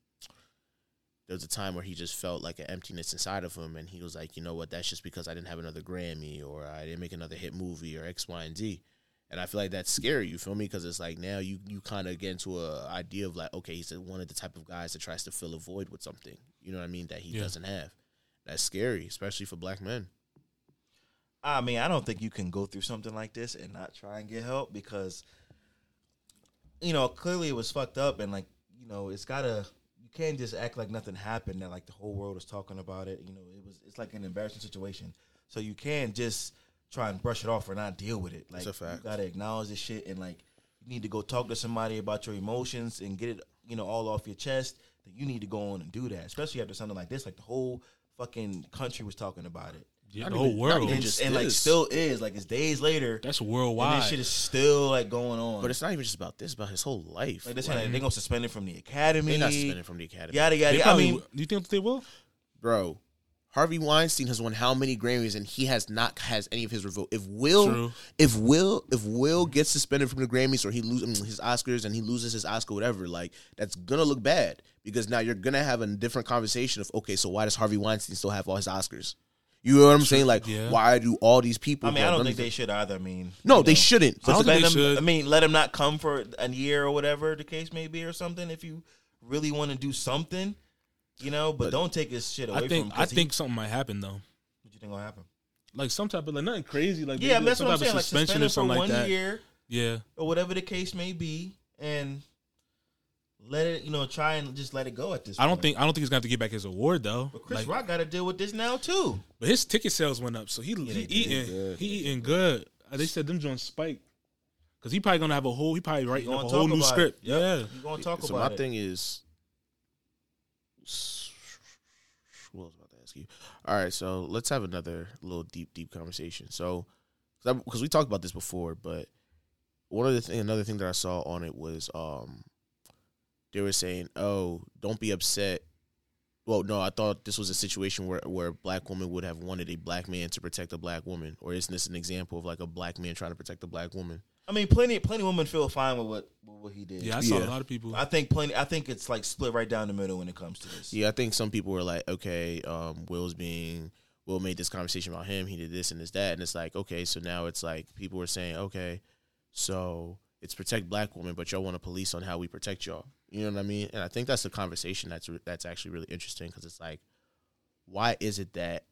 S2: there was a time where he just felt like an emptiness inside of him, and he was like, you know what, that's just because I didn't have another Grammy or I didn't make another hit movie or X, Y, and Z. And I feel like that's scary. You feel me? Because it's like now you you kind of get into a idea of like, okay, he's one of the type of guys that tries to fill a void with something. You know what I mean? That he
S3: Yeah.
S2: doesn't have. That's scary, especially for black men.
S9: I mean, I don't think you can go through something like this and not try and get help because, you know, clearly it was fucked up and like, you know, it's gotta. You can't just act like nothing happened. That like the whole world is talking about it. You know, it was. It's like an embarrassing situation. So you can't just try and brush it off or not deal with it.
S2: It's
S9: Like
S2: a fact.
S9: you gotta acknowledge this shit and like you need to go talk to somebody about your emotions and get it, you know, all off your chest. Then you need to go on and do that, especially after something like this. Like the whole fucking country was talking about it
S3: Yeah,
S2: Not
S3: the whole
S2: even- not
S3: world.
S2: even
S9: and,
S2: just
S9: and, like
S2: is.
S9: still is like it's days later
S3: That's
S9: and
S3: worldwide.
S9: this shit is still like going on
S2: But it's not even just about this; about his whole life.
S9: like this they gonna suspend him from the academy
S2: they're not suspended from the academy.
S9: yada yada
S3: They
S9: yada. i
S3: probably-
S9: mean
S3: do you think they will?
S2: bro. Harvey Weinstein has won how many Grammys and he has not has any of his revoked. If Will,
S3: True.
S2: if Will, if Will gets suspended from the Grammys or he loses his Oscars and he loses his Oscar, whatever, like that's gonna look bad because now you're gonna have a different conversation of okay, so why does Harvey Weinstein still have all his Oscars? You know what I'm saying? Like,
S3: Yeah.
S2: why do all these people?
S9: i mean i
S2: who
S9: don't
S2: have
S9: think
S2: done
S9: they should either i mean
S2: these- No,
S9: you
S2: they
S9: know.
S2: shouldn't. That's
S3: I
S9: just
S3: don't
S2: the-
S9: let
S3: think
S9: them
S3: they should.
S9: i mean let him not come for a year or whatever the case may be or something if you really want to do something you know but, don't take his shit away
S3: I
S9: from him
S3: think I
S9: 'cause he-
S3: think something might happen though.
S9: what you think gonna happen
S3: Like some type of like nothing crazy like
S9: yeah I mean, that's
S3: some
S9: what i'm
S3: type of
S9: saying like suspended for one year
S3: Yeah.
S9: or whatever the case may be and let it you know try and just let it go at this
S3: I don't
S9: point.
S3: think I don't think he's gonna have to get back his award though.
S9: But Chris
S3: Like,
S9: Rock got to deal with this now too.
S3: But his ticket sales went up, so he, he
S9: they
S3: eating. He eating good. Uh, They said them joints spike because he probably gonna have a whole. He probably writing up
S9: gonna
S3: a whole
S9: talk
S3: new
S9: about
S3: script.
S9: it. Yep.
S3: Yeah,
S9: You gonna talk
S2: so
S9: about
S2: my
S9: it?
S2: thing is, what was I about to ask you? All right, so let's have another little deep, deep conversation. So, because we talked about this before, but one of the thing, another thing that I saw on it was, um, they were saying, "Oh, don't be upset." well, no, I thought this was a situation where where a black woman would have wanted a black man to protect a black woman, or isn't this an example of like a black man trying to protect a black woman?
S9: I mean, plenty, plenty of women feel fine with what with what he did.
S3: Yeah, I saw a lot of people.
S9: I think plenty. I think it's like split right down the middle when it comes to this.
S2: Yeah, I think some people were like, okay, um, Will's being Will made this conversation about him. He did this and this that, and it's like, okay, so now it's like people were saying, okay, so it's protect black women, but y'all want to police on how we protect y'all. You know what I mean? And I think that's a conversation that's re- that's actually really interesting because it's like, why is it that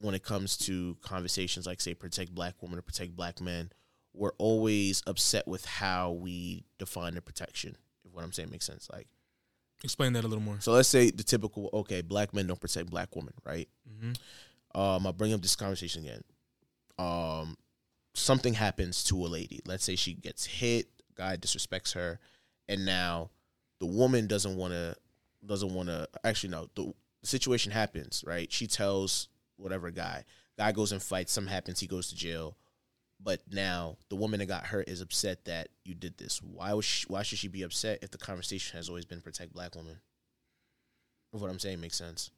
S2: when it comes to conversations like say protect black women or protect black men, we're always upset with how we define the protection. If what I'm saying makes sense, like
S3: Explain that a little more.
S2: so let's say the typical okay, black men don't protect black women, right? Um, I'll bring up this conversation again. Um, something happens to a lady. Let's say she gets hit, guy disrespects her, and now the woman doesn't want to doesn't want to actually no the, the situation happens right she tells whatever guy guy goes and fights something happens he goes to jail but now the woman that got hurt is upset that you did this why was she, why should she be upset if the conversation has always been protect black women if what i'm saying makes sense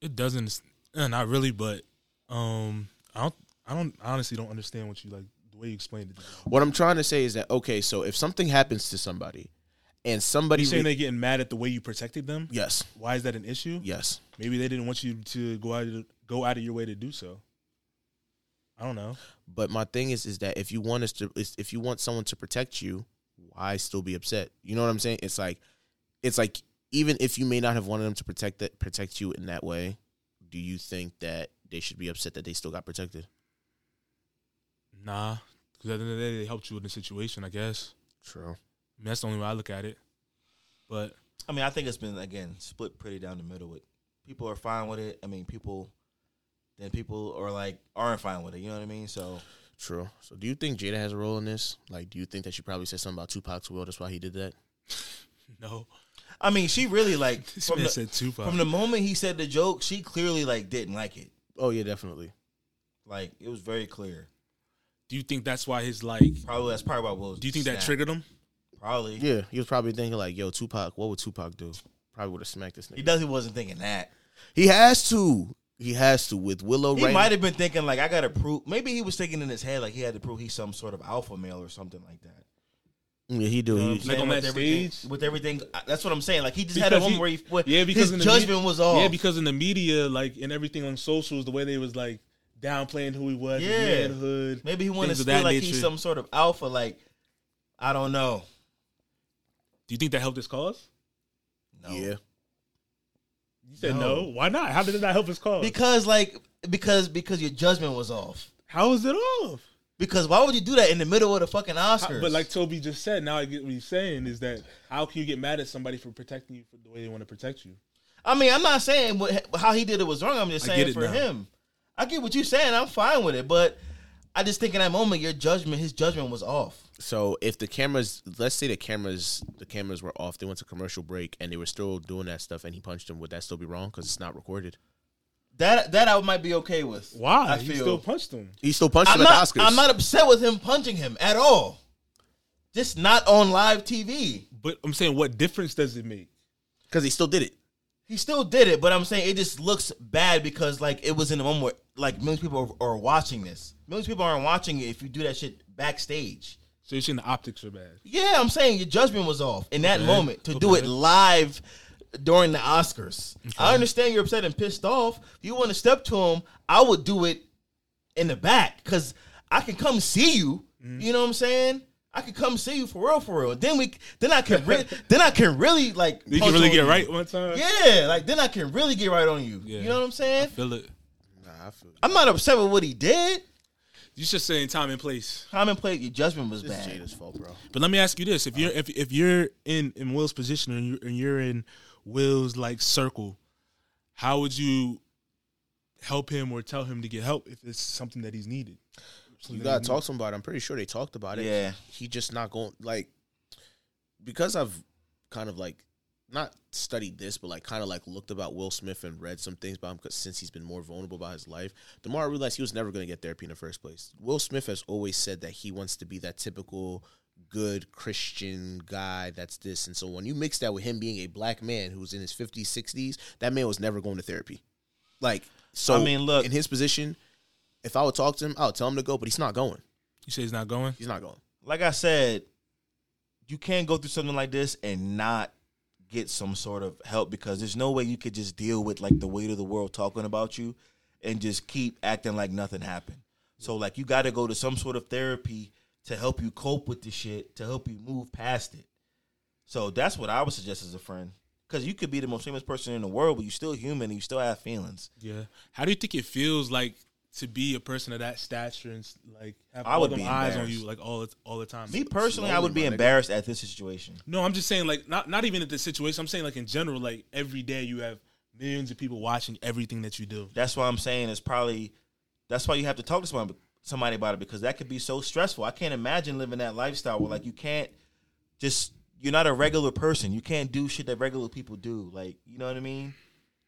S3: It doesn't. eh, Not really, but um, I don't. I don't. I honestly don't understand what you like the way you explained it.
S2: what i'm trying to say is that okay so if something happens to somebody and somebody
S3: You saying
S2: re-
S3: they getting mad at the way you protected them?
S2: yes
S3: Why is that an issue?
S2: yes
S3: Maybe they didn't want you to go out of, go out of your way to do so. I don't know.
S2: But my thing is, is that if you want us to, is- if you want someone to protect you, why still be upset? You know what I'm saying? It's like, it's like even if you may not have wanted them to protect that protect you in that way, do you think that they should be upset that they still got protected?
S3: Nah, because at the end of the day, they helped you in the situation. I guess.
S2: True.
S3: I mean, that's the only way I look at it. But
S9: I mean, I think it's been again split pretty down the middle. With people are fine with it. I mean, people then people are like aren't fine with it. You know what I mean? So
S2: True. So do you think Jada has a role in this? Like, do you think that she probably said something about Tupac's will? That's why he did that.
S3: no, [laughs]
S9: I mean, she really like
S3: this
S9: from
S3: man
S9: the,
S3: said Tupac.
S9: from the moment he said the joke, she clearly like didn't like it.
S2: Oh yeah, definitely.
S9: Like it was very clear.
S3: do you think that's why his like? Do
S9: Probably that's probably why Will.
S3: you think that
S9: snapped.
S3: triggered him?
S9: Probably.
S2: Yeah, he was probably thinking like, "Yo, Tupac, what would Tupac do? Probably would have smacked this
S9: He
S2: nigga."
S9: doesn't wasn't thinking that.
S2: He has to. He has to with Willow.
S9: He
S2: right
S9: might have been thinking like I gotta prove. Maybe he was thinking in his head like he had to prove he's some sort of alpha male or something like that.
S2: Yeah, he do.
S9: You know
S2: He-
S9: what I'm
S3: Like
S9: saying?
S3: on
S9: with
S3: that
S9: everything-
S3: stage?
S9: with everything. That's what I'm saying. Like he just had a moment where he, where
S3: yeah, because in
S9: his
S3: the media-
S9: judgment was off.
S3: Yeah, because in the media, like and everything on socials, the way they was like downplaying who he was, his
S9: Yeah.
S3: manhood.
S9: Maybe he wanted
S3: things
S9: to
S3: of
S9: feel
S3: that
S9: like
S3: nature.
S9: he's some sort of alpha. Like I don't know.
S3: Do you think that helped his cause?
S9: No.
S2: Yeah.
S3: You said no. Why not? How did it not help his cause?
S9: Because like because because your judgment was off.
S3: How is it off?
S9: Because why would you do that in the middle of the fucking
S3: How-
S9: Oscars?
S3: but like Toby just said, now I get what he's saying is that how can you get mad at somebody for protecting you for the way they want to protect you?
S9: I mean, I'm not saying what how he did it was wrong. I'm just
S3: I get
S9: saying
S3: it
S9: for
S3: now.
S9: him. I get what you're saying. I'm fine with it, but I just think in that moment, your judgment, his judgment was off.
S2: So if the cameras, let's say the cameras, the cameras were off, they went to commercial break, and they were still doing that stuff, and he punched him. Would that still be wrong? Because it's not recorded.
S9: That that I might be okay with. I
S3: he still
S9: feel.
S3: punched him.
S2: He still punched
S9: I'm
S2: him
S9: not.
S2: at the Oscars.
S9: I'm not upset with him punching him at all. Just not on live TV.
S3: But I'm saying, what difference does it make?
S2: because he still did it.
S9: He still did it, but I'm saying it just looks bad because like it was in a moment where like millions of people are, are watching this. Millions of people aren't watching it if you do that shit backstage.
S3: So you're saying the optics are bad.
S9: Yeah, I'm saying your judgment was off in that moment to do it
S3: Okay.
S9: live during the Oscars. I understand you're upset and pissed off. If you want to step to him, I would do it in the back because I can come see you.
S3: Mm-hmm.
S9: You know what I'm saying? I can come see you for real, for real. Then we, then I can,
S3: [laughs]
S9: re- then I can really like.
S3: You can
S9: punch
S3: really
S9: on
S3: get right one time.
S9: Yeah, like then I can really get right on you. You
S3: Yeah.
S9: know what I'm saying?
S3: Feel it.
S2: Nah, I feel you.
S9: I'm not upset with what he did.
S3: You're just saying time and place.
S9: Common play, your judgment was
S2: This is
S9: bad.
S2: Jada's fault, bro.
S3: But let me ask you this: if you're if if you're in in Will's position and you're, and you're in Will's like circle, how would you help him or tell him to get help if it's something that he's needed?
S2: You gotta talk to him about. it. I'm pretty sure they talked about it.
S9: Yeah.
S2: he just not going like because I've kind of like not studied this, but like kind of like looked about Will Smith and read some things about him because since he's been more vulnerable about his life, the more I realized he was never going to get therapy in the first place. Will Smith has always said that he wants to be that typical good Christian guy that's this. And so when you mix that with him being a black man who's in his 50s, 60s, that man was never going to therapy. Like, so
S9: I mean, look-
S2: in his position, if I would talk to him, I would tell him to go, but he's not going.
S3: You say he's not going?
S2: He's not going.
S9: Like I said, you can't go through something like this and not get some sort of help because there's no way you could just deal with like the weight of the world talking about you and just keep acting like nothing happened. So like you got to go to some sort of therapy to help you cope with the shit, to help you move past it. So that's what I would suggest as a friend. Because you could be the most famous person in the world, but you're still human and you still have feelings.
S3: Yeah. How do you think it feels like to be a person of that stature and s- like have
S9: I
S3: all
S9: would
S3: them
S9: be
S3: eyes on
S9: embarrassed.
S3: you like all the- all the time?
S9: Me personally, I
S2: Slowly,
S9: would be
S2: my nigga.
S9: embarrassed at this situation.
S3: No, I'm just saying like not not even at this situation. I'm saying like in general, like every day you have millions of people watching everything that you do.
S9: That's why I'm saying it's probably that's why you have to talk to somebody, somebody about it because that could be so stressful. I can't imagine living that lifestyle where like you can't just you're not a regular person. You can't do shit that regular people do. Like you know what I mean?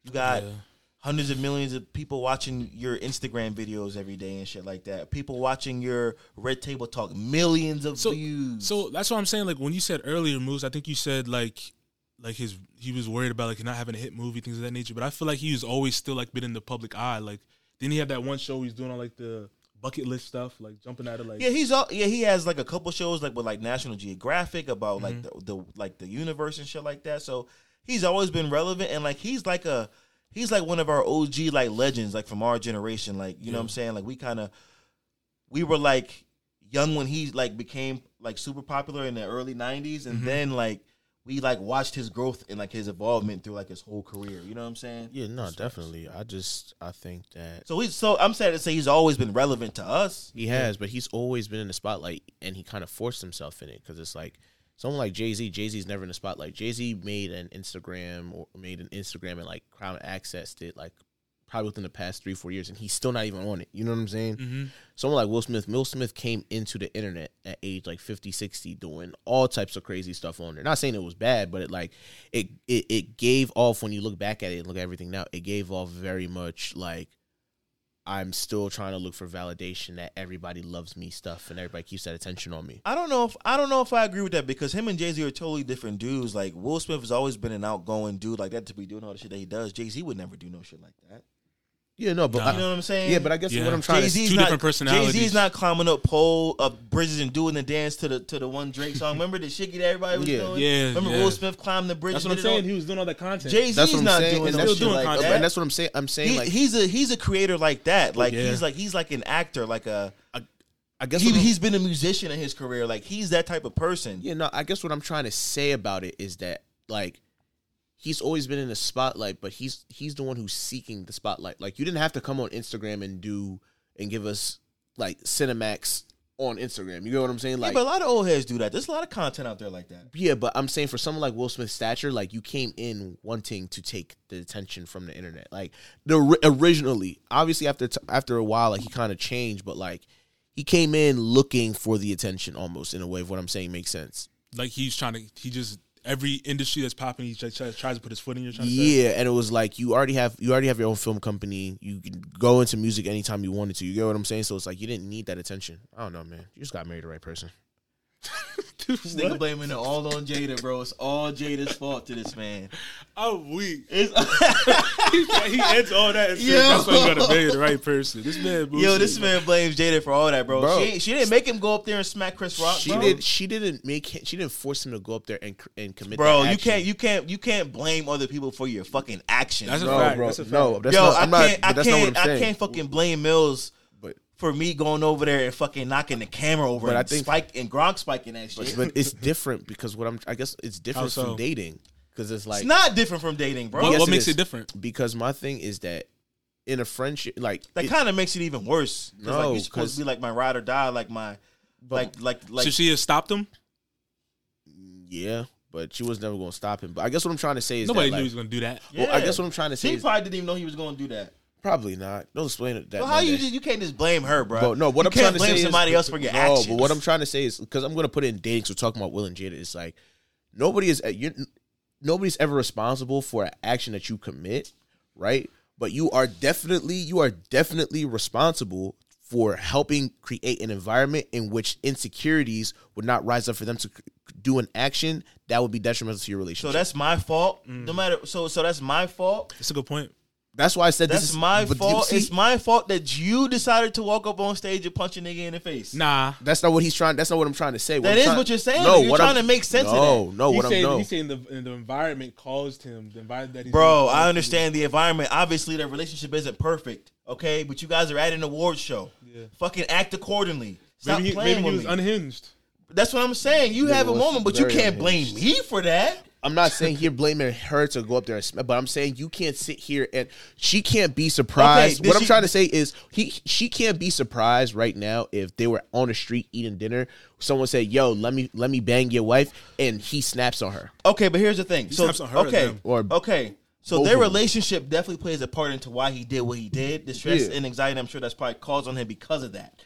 S9: You got
S3: Yeah.
S9: hundreds of millions of people watching your Instagram videos every day and shit like that. People watching your Red Table Talk, millions of
S3: So
S9: views.
S3: so that's what I'm saying. Like when you said earlier moves, I think you said like like his he was worried about like not having a hit movie things of that nature. But I feel like he was always still like been in the public eye. Like didn't he have that one show he's doing all like the bucket list stuff, like jumping out of like
S9: Yeah, he's all yeah. He has like a couple shows like with like National Geographic about like the, the like the universe and shit like that. So he's always been relevant and like he's like a he's like one of our OG like legends like from our generation. Like you know what I'm saying? Like we kind of we were like young when he like became like super popular in the early '90s, and then like we like watched his growth and like his involvement through like his whole career. You know what I'm saying?
S2: Yeah, no, definitely. I just, I think that
S9: So he's so I'm sad to say he's always been relevant to us.
S2: He has, but he's always been in the spotlight, and he kind of forced himself in it because it's like someone like Jay Z. Jay Z's never in the spotlight. Jay Z made an Instagram or made an Instagram and like crowd accessed it like probably within the past three four years, and he's still not even on it. You know what I'm saying?
S3: Mm-hmm.
S2: Someone like Will Smith. Will Smith came into the internet at age like 50, 60, doing all types of crazy stuff on there. Not saying it was bad, but it like it it, it gave off when you look back at it and look at everything now. It gave off very much like I'm still trying to look for validation that everybody loves me stuff and everybody keeps that attention on me.
S9: I don't know if I don't know if I agree with that because him and Jay Z are totally different dudes. Like Will Smith has always been an outgoing dude like that to be doing all the shit that he does. Jay Z would never do no shit like that.
S2: Yeah, no, but
S3: Nah.
S2: I,
S9: You know what I'm saying?
S2: Uh-huh. Yeah, but I guess
S3: Yeah.
S2: what I'm trying
S3: Jay-Z-
S2: to
S3: two different personalities.
S9: Jay Z's not climbing up pole up bridges and doing the dance to the to the one Drake song. Remember the shit that everybody was
S2: Yeah.
S9: doing?
S3: Yeah,
S9: Remember
S3: yeah.
S9: Will Smith climbed the bridge?
S3: That's what I'm saying. He was doing all that content.
S9: Jay
S2: that's what
S9: Z's
S2: I'm
S9: not
S2: saying,
S9: doing
S2: and
S9: no
S2: that's,
S9: shit
S3: doing
S9: like
S3: content.
S9: that.
S2: and that's what I'm saying. I'm saying
S9: He-
S2: like Oh,
S9: he's a he's a creator like that. Like
S3: Yeah.
S9: he's like he's like an actor, like a
S2: I guess
S9: he,
S2: what I'm-
S9: he's been a musician in his career. Like he's that type of person.
S2: Yeah, no, I guess what I'm trying to say about it is that like he's always been in the spotlight, but he's he's the one who's seeking the spotlight. Like you didn't have to come on Instagram and do and give us like Cinemax on Instagram. You get what I'm saying?
S9: Yeah,
S2: Like
S9: but a lot of old heads do that. There's a lot of content out there like that.
S2: Yeah, but I'm saying for someone like Will Smith's stature, like you came in wanting to take the attention from the internet. Like the ri- originally, obviously after t- after a while, like he kind of changed, but like he came in looking for the attention almost in a way. If what I'm saying makes sense.
S3: like he's trying to he just every industry that's popping he just tries, tries to put his foot in your trying to say.
S2: Yeah, and it was like you already have you already have your own film company. You can go into music anytime you wanted to. You get what I'm saying? So it's like you didn't need that attention. I don't know, man. You just got married to the right person.
S9: This nigga blaming it all on Jada, bro. It's all Jada's fault to this man.
S3: I'm weak.
S9: It's
S3: [laughs] he ends all that and says,
S9: Yo.
S3: that's why you gotta marry the right person. This man
S9: Yo,
S3: bullshit,
S9: this
S3: bro.
S9: man blames Jada for all that, bro.
S2: Bro.
S9: She, she didn't make him go up there and smack Chris Rock.
S2: She
S9: Uh, bro.
S2: did. She didn't make. Him, she didn't force him to go up there and cr- and commit. that
S9: Bro, you
S2: action.
S9: can't you can't you can't blame other people for your fucking actions.
S3: That's a
S9: bro.
S2: No,
S3: fact.
S2: bro.
S3: That's a fact.
S2: No, that's
S9: Yo,
S2: not.
S9: I
S2: I'm not.
S9: can't
S2: but
S9: I
S2: that's not
S9: can't
S2: what I'm
S9: I
S2: saying.
S9: can't fucking blame Mills
S2: But
S9: for me going over there and fucking knocking the camera over
S2: But
S9: and
S2: I think-
S9: spike and Gronk spiking that shit.
S2: but it's different because what I'm. I guess it's different
S3: so?
S2: from dating because it's like
S9: it's not different from dating, bro.
S3: What,
S2: Yes,
S3: what
S2: it
S3: makes
S2: is.
S3: it different?
S2: because my thing is that in a friendship like
S9: That
S2: it-
S9: kind of makes it even worse. 'Cause, like,
S2: No,
S9: you're supposed
S2: 'cause-
S9: to be like my ride or die, like my, like like like.
S3: so she has stopped him.
S2: yeah, but she was never going to stop him. But I guess what I'm trying to say is
S3: Nobody
S2: that,
S3: knew
S2: like,
S3: he was gonna do that.
S2: well, I guess what I'm trying to say
S9: She
S2: is
S9: probably didn't even know he was going to do that.
S2: probably not. Don't explain it. That
S9: But how you
S2: Monday.
S9: just, you can't just blame her, bro.
S2: But no, what
S9: you
S2: I'm
S9: can't
S2: trying to
S9: blame
S2: say
S9: somebody
S2: is,
S9: else for your
S2: no,
S9: actions.
S2: But what I'm trying to say is because I'm going to put it in dating. So talking about Will and Jada, it's like nobody is you nobody's ever responsible for an action that you commit, right? But you are definitely you are definitely responsible for helping create an environment in which insecurities would not rise up for them to c- do an action that would be detrimental to your relationship.
S9: So that's my fault.
S2: Mm.
S9: No matter. So so that's my fault.
S3: That's a good point.
S2: That's why I said this
S9: That's
S2: is
S9: my
S2: but you
S9: fault.
S2: see,
S9: it's my fault that you decided to walk up on stage and punch a nigga in the face.
S3: Nah.
S2: That's not what he's trying. That's not what I'm trying to say.
S9: That
S2: I'm
S9: is
S2: trying-
S9: what you're saying, though. You're trying to make sense of
S2: No,
S9: that.
S2: no.
S3: he's
S2: What I'm
S3: saying,
S2: no.
S3: he's saying the, the environment caused him. The environment that he's
S9: Bro,
S3: in.
S9: I understand the environment. Obviously, the relationship isn't perfect, okay? But you guys are at an award show. Fucking act accordingly. Stop
S3: Maybe, he,
S9: playing
S3: maybe he
S9: with
S3: was
S9: me.
S3: unhinged.
S9: That's what I'm saying. You have a
S2: was
S9: moment, but you
S2: very
S9: can't blame
S2: unhinged.
S9: me for that.
S2: I'm not saying you're blaming her to go up there and sm- but I'm saying you can't sit here and she can't be surprised.
S9: Okay, did
S2: what I'm
S9: she-
S2: trying to say is he she can't be surprised right now if they were on the street eating dinner, someone said, "Yo, let me let me bang your wife," and he snaps on her.
S9: Okay, but here's the thing. So
S3: snaps on her,
S9: okay,
S3: then.
S2: Or-
S9: okay. So
S2: Both
S9: their
S2: of them.
S9: relationship definitely plays a part into why he did what he did. The stress
S2: Yeah.
S9: and anxiety, I'm sure that's probably caused on him because of that.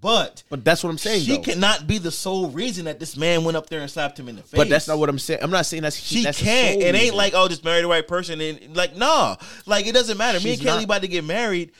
S9: But
S2: But that's what I'm saying.
S9: she
S2: though.
S9: cannot be the sole reason that this man went up there and slapped him in the face.
S2: But that's not what I'm saying. I'm not saying that's
S9: She
S2: that's the
S9: can't.
S2: sole
S9: It ain't
S2: reason.
S9: like oh, just marry the right person and like nah. Like it doesn't matter. Me
S2: She's
S9: and Kelly
S2: not-
S9: about to get married.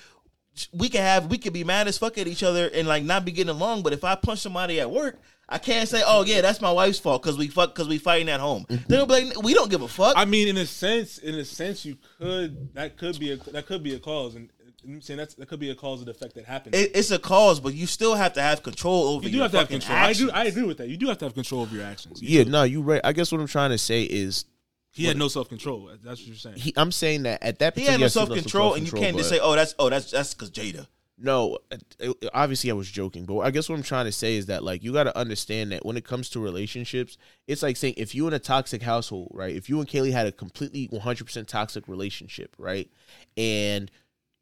S9: We can have we could be mad as fuck at each other and like not be getting along. But if I punch somebody at work, I can't say oh yeah that's my wife's fault because we fuck because we fighting at home.
S2: Mm-hmm.
S9: They'll be like we don't give a fuck.
S3: I mean, in a sense, in a sense, you could that could be a that could be a cause, and I'm saying that's that could be a cause of the effect that happened.
S9: It- it's a cause, but you still have to have control over.
S3: you do
S9: your
S3: have to have
S9: fucking
S3: control.
S9: actions.
S3: I do. I agree with that. You do have to have control over your actions. You
S2: Yeah,
S3: do.
S2: no, you right. I guess what I'm trying to say is
S3: he had no self control. That's what you're saying.
S2: he, I'm saying that at that
S9: He
S2: particular
S9: had no self control, and you can't just
S2: but-
S9: say oh that's oh that's that's because Jada.
S2: No, uh, uh, obviously I was joking, but I guess what I'm trying to say is that like you got to understand that when it comes to relationships, it's like saying if you in a toxic household, right? If you and Kaylee had a completely 100% toxic relationship, right? And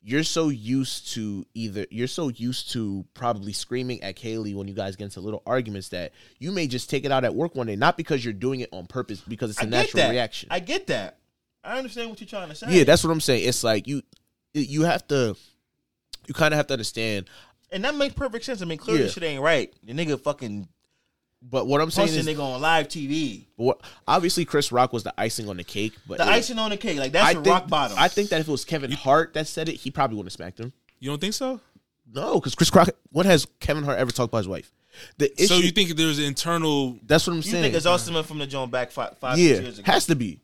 S2: you're so used to either you're so used to probably screaming at Kaylee when you guys get into little arguments that you may just take it out at work one day, not because you're doing it on purpose, because it's a
S9: I get
S2: natural
S9: that.
S2: reaction.
S9: I get that. I understand what you're trying to say.
S2: yeah, that's what I'm saying. It's like you you have to you kind of have to understand
S9: and that makes perfect sense. I mean, clearly
S2: Yeah.
S9: shit ain't right. The nigga fucking
S2: but what I'm saying
S9: punching
S2: is
S9: nigga on live TV.
S2: But what, obviously, Chris Rock was the icing on the cake. But
S9: The
S2: it-
S9: icing on the cake, like that's
S2: I
S9: a
S2: think,
S9: rock bottom.
S2: I think that if it was Kevin Hart that said it, he probably wouldn't have smacked him.
S3: You don't think so?
S2: No, because Chris Rock. What has Kevin Hart ever talked about his wife? The issue.
S3: so you think there's internal?
S2: that's what I'm
S9: you
S2: saying?
S9: think it's Austin from the Joan back five, five six
S2: yeah,
S9: years ago.
S2: has to be.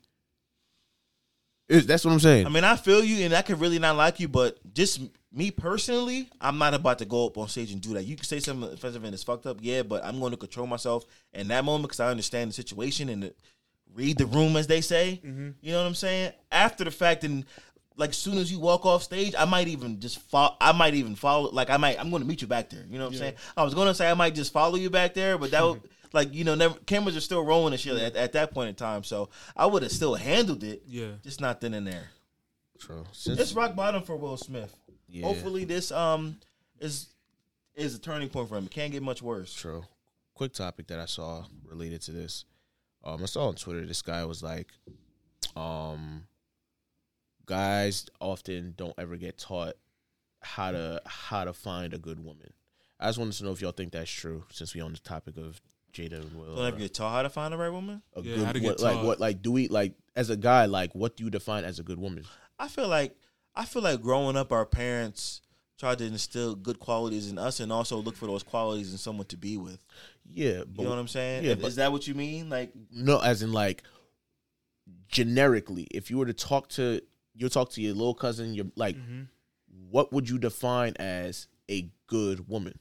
S2: It- that's what I'm saying.
S9: I mean, I feel you, and I could really not like you, but just me personally, I'm not about to go up on stage and do that. You can say something offensive and it's fucked up, yeah, but I'm going to control myself in that moment because I understand the situation and the, read the room, as they say. You know what I'm saying? After the fact, and like soon as you walk off stage, I might even just follow. I might even follow. Like I might, I'm going to meet you back there. You know what I'm saying? I was going to say I might just follow you back there, but that would. Like you know, never, cameras are still rolling and shit at, at that point in time. So I would have still handled it,
S3: Yeah.
S9: just not then and there.
S2: True. Since-
S9: It's rock bottom for Will Smith. Hopefully this um is is a turning point for him. It can't get much worse.
S2: True. Quick topic that I saw related to this. Um, I saw on Twitter this guy was like, um, guys often don't ever get taught how to how to find a good woman. I just wanted to know if y'all think that's true, since we on the topic of Jada and Will.
S9: Don't ever get taught how to find the right woman.
S2: a
S3: Yeah,
S2: good
S3: how to get
S2: wo- like
S3: taught.
S2: what like do we like as a guy like what do you define as a good woman?
S9: I feel like I feel like growing up, our parents tried to instill good qualities in us, and also look for those qualities in someone to be with.
S2: Yeah,
S9: You know what I'm saying?
S2: Yeah,
S9: Is-
S2: but-
S9: is that what you mean? Like,
S2: No, as in like generically, if you were to talk to you talk to your little cousin, your like,
S3: Mm-hmm.
S2: what would you define as a good woman?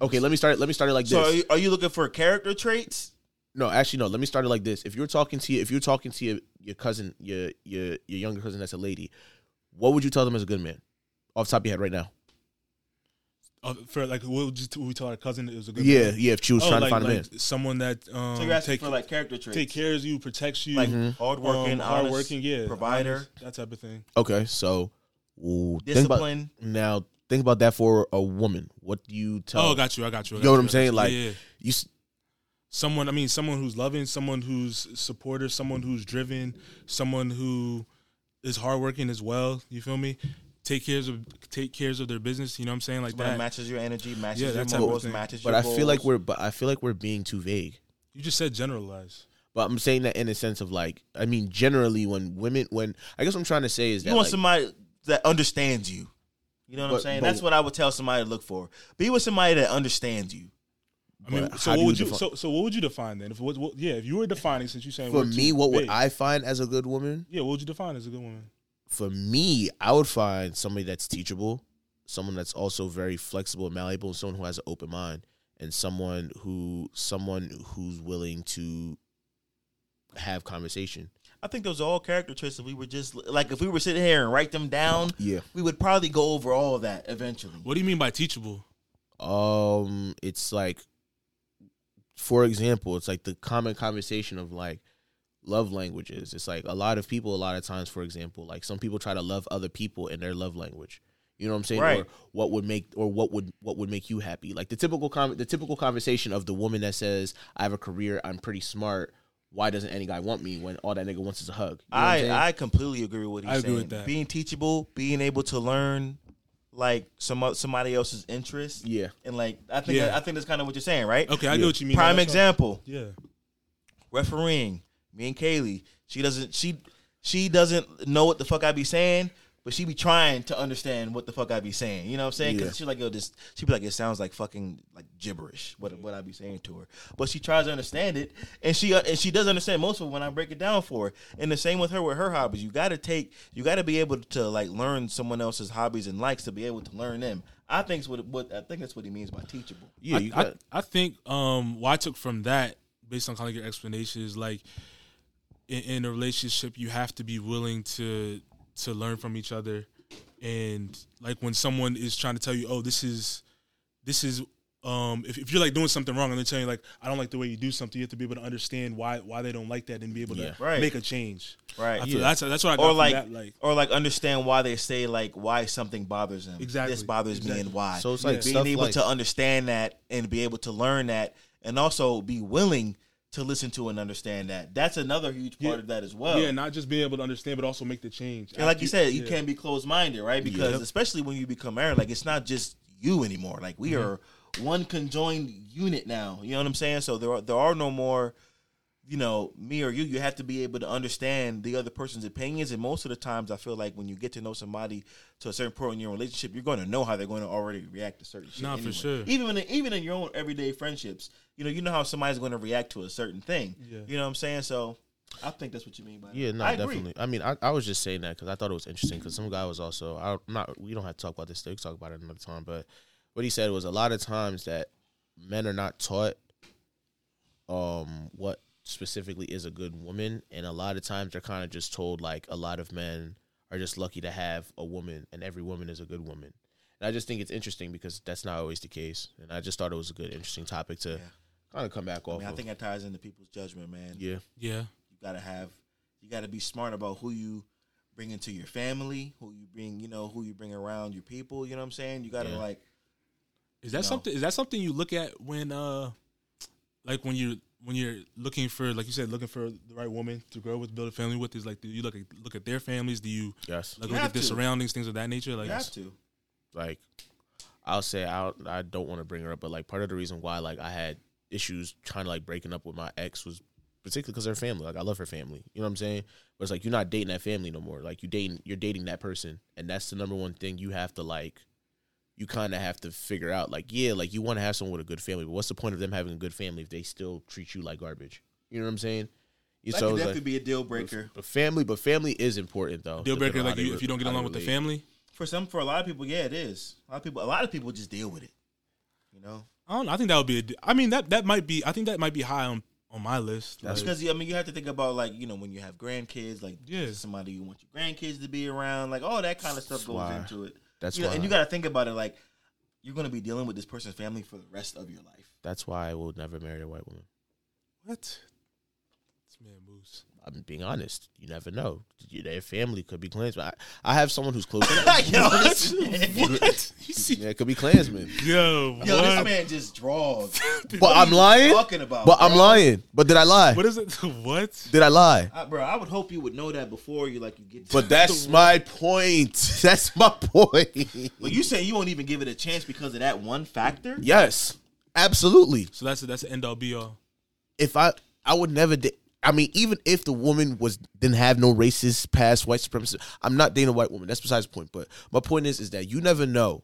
S2: Okay, let me start. it- Let me start it like
S9: so are
S2: this.
S9: you, are you looking for character traits?
S2: no, actually, no. Let me start it like this. If you're talking to if you're talking to your, your cousin, your your your younger cousin that's a lady, what would you tell them as a good man? Off the top of your head, right now.
S3: Uh, for like, what would you- we tell our cousin it was a good
S2: Yeah,
S3: man?
S2: yeah. If she was
S3: Oh,
S2: trying
S3: like-
S2: to find a man,
S3: like someone that um
S9: So you're asking
S3: take,
S9: for like character traits,
S3: take care of you, protects you,
S9: like
S3: um,
S2: Mm-hmm.
S9: hardworking, honest,
S3: hardworking, yeah,
S9: provider.
S3: honest, that type of thing.
S2: Okay, so ooh,
S9: Discipline.
S2: Think about, now think about that for a woman. What do you tell?
S3: Oh, I got you, I got you. I
S2: You
S3: got
S2: know what I'm
S3: I got
S2: saying?
S3: you.
S2: Like
S3: Yeah, yeah.
S2: you, s-
S3: someone. I mean, someone who's loving, someone who's supporter, someone who's driven, someone who is hardworking as well. You feel me? Take cares of take cares of their business. You know what I'm saying? Like
S9: Someone that
S3: that.
S9: matches your energy, matches
S3: Yeah,
S9: your
S3: that type of
S9: morals,
S3: thing.
S9: matches
S2: but
S9: your
S2: I feel like
S9: goals.
S2: we're but I feel like we're being too vague.
S3: You just said generalize.
S2: But I'm saying that in a sense of like, I mean, generally when women, when I guess what I'm trying to say is
S9: you
S2: that
S9: want
S2: like,
S9: somebody that understands you. You know what I'm
S2: But-
S9: saying?
S2: but-
S9: That's what I would tell somebody to look for. Be with somebody that understands you.
S3: I mean,
S2: But
S3: so
S2: how
S3: what
S2: do
S3: would you
S2: you defi-
S3: so, so what would you define then? If what, what yeah, if you were defining since you saying
S2: For
S3: we're too
S2: me, what would
S3: big,
S2: I find as a good woman?
S3: Yeah, what would you define as a good woman?
S2: For me, I would find somebody that's teachable, someone that's also very flexible and malleable, and someone who has an open mind, and someone who someone who's willing to have conversation.
S9: I think those are all character traits. If we were just like, if we were sitting here and write them down,
S2: Yeah.
S9: we would probably go over all of that eventually.
S3: What do you mean by teachable?
S2: Um, it's like, for example, it's like the common conversation of like love languages. It's like a lot of people, a lot of times, for example, like some people try to love other people in their love language. You know what I'm saying?
S9: Right.
S2: Or what would make or what would what would make you happy? Like the typical com- the typical conversation of the woman that says, "I have a career, I'm pretty smart. Why doesn't any guy want me?" When all that nigga wants is a hug. You know what I'm saying?
S9: I I completely agree with what he's
S3: I
S9: saying.
S3: agree with that.
S9: Being teachable, being able to learn like some uh, somebody else's interests.
S2: yeah.
S9: And like I think
S3: Yeah.
S9: I think that's kind of what you're saying, right?
S3: Okay, I know what you mean.
S9: Prime
S3: That's not-
S9: example,
S3: Yeah.
S9: refereeing. Me and Kaylee, she doesn't she she doesn't know what the fuck I be saying, but she be trying to understand what the fuck I be saying. You know what I'm saying? Because
S2: Yeah.
S9: she like yo, this she be like it sounds like fucking like gibberish what what I be saying to her, but she tries to understand it, and she uh, and she does understand most of it when I break it down for her. And the same with her with her hobbies. You got to take you got to be able to like learn someone else's hobbies and likes to be able to learn them. I think what what I think that's what he means by teachable.
S2: Yeah,
S3: I,
S2: you
S3: I,
S2: got-
S3: I think um, what I took from that, based on kind of your explanation, is like in, in a relationship, you have to be willing to to learn from each other, and like when someone is trying to tell you, oh, this is this is. Um, if, if you're like doing something wrong and they're telling you like I don't like the way you do something, you have to be able to understand why why they don't like that and be able to
S2: Yeah.
S9: Right.
S3: make a change.
S9: Right.
S3: I feel
S2: Yeah.
S3: that's that's what I got
S9: or
S3: from
S9: like,
S3: that. Like
S9: or like understand why they say like why something bothers them.
S3: Exactly.
S9: this bothers me
S3: Exactly.
S9: and why.
S2: So it's like
S9: being
S2: stuff
S9: able
S2: like-
S9: to understand that and be able to learn that, and also be willing to listen to and understand that. That's another huge part
S3: Yeah.
S9: of that as well.
S3: yeah, not just being able to understand, but also make the change.
S9: and like
S3: After
S9: you said, you
S3: yeah.
S9: can't be closed minded, right? Because
S3: Yep.
S9: especially when you become married, like it's not just you anymore. Like
S3: Mm-hmm.
S9: we are one conjoined unit now. You know what I'm saying? So there are, there are no more you know, me or you, you have to be able to understand the other person's opinions. And most of the times, I feel like when you get to know somebody to a certain point in your relationship, you're going to know how they're going to already react to certain shit.
S3: Nah, for sure.
S9: Even in, even in your own everyday friendships, you know, you know how somebody's going to react to a certain thing.
S3: Yeah.
S9: You know what I'm saying? So I think that's what you mean by that.
S2: Yeah, no,
S9: I agree.
S2: definitely. I mean, I, I was just saying that because I thought it was interesting because some guy was also. I, am not. We don't have to talk about this. Today. We can talk about it another time. But what he said was a lot of times that men are not taught um what specifically is a good woman, and a lot of times they're kind of just told like a lot of men are just lucky to have a woman, and every woman is a good woman. And I just think it's interesting because that's not always the case. And I just thought it was a good, interesting topic to kind of come back
S9: I
S2: off.
S9: mean, I
S2: of.
S9: think that ties into people's judgment, man.
S2: yeah,
S3: yeah.
S9: you gotta have you gotta be smart about who you bring into your family who you bring you know who you bring around your people you know what i'm saying you gotta
S2: Yeah.
S9: like
S3: Is that
S9: No.
S3: something? Is that something you look at when, uh, like when you're when you're looking for, like you said, looking for the right woman to grow with, build a family with? Is like, do you look at look at their families? Do you
S2: yes.
S3: like
S9: You
S3: look
S9: have
S3: at their
S9: to.
S3: surroundings, things of that nature?
S9: you
S2: Oh,
S3: Like,
S9: have to
S2: like I'll say I I don't want to bring her up, but like part of the reason why like I had issues trying to like breaking up with my ex was particularly because her family. Like I love her family, you know what I'm saying? But it's like you're not dating that family no more. Like you dating you're dating that person, and that's the number one thing you have to like. You kind of have to figure out like yeah, like you want to have someone with a good family, but what's the point of them having a good family if they still treat you like garbage? You know what I'm saying? You
S9: that
S2: so
S9: could
S2: it's,
S9: definitely
S2: like,
S9: be a deal breaker
S2: but family, but family is important though.
S3: deal breaker,
S2: depending on
S3: like
S2: how
S3: you,
S2: they
S3: if you don't get
S2: how they
S3: along with the
S2: relate.
S3: family.
S9: for some for a lot of people yeah it is a lot of people a lot of people just deal with it you know
S3: I don't. know. I think that would be. A, d- I mean that that might be. I think that might be high on on my list.
S2: That's
S3: like,
S9: because i mean you have to think about like you know when you have grandkids like
S3: Yeah.
S9: somebody you want your grandkids to be around like all that kind of stuff
S2: That's
S9: goes
S2: why-
S9: into it
S2: that's
S9: you know,
S2: why-
S9: and you got to think about it like you're going to be dealing with this person's family for the rest of your life
S2: That's why I will never marry a white woman.
S3: what this man moves.
S2: I'm being honest. You never know. You- Their family could be Klansmen. I, I have someone who's close. to
S9: Yo, this man-
S2: [laughs] Yeah, it could be Klansmen.
S3: Yo,
S9: [laughs] Yo, this
S3: what?
S9: man just draws.
S2: [laughs] But I'm lying.
S9: talking about,
S2: But I'm
S9: bro?
S2: lying. But did I lie?
S3: what is it? [laughs] what?
S2: Did I lie?
S9: I, bro, I would hope you would know that before you like you get. To
S2: But
S3: [laughs]
S2: that's my point. [laughs] That's my point.
S9: [laughs] But you saying you won't even give it a chance because of that one factor?
S2: yes, absolutely.
S3: So that's that's the end all be all.
S2: If I, I would never. Da- I mean, even if the woman was didn't have no racist past, white supremacist, I'm not dating a white woman. That's besides the point. But my point is, is that you never know.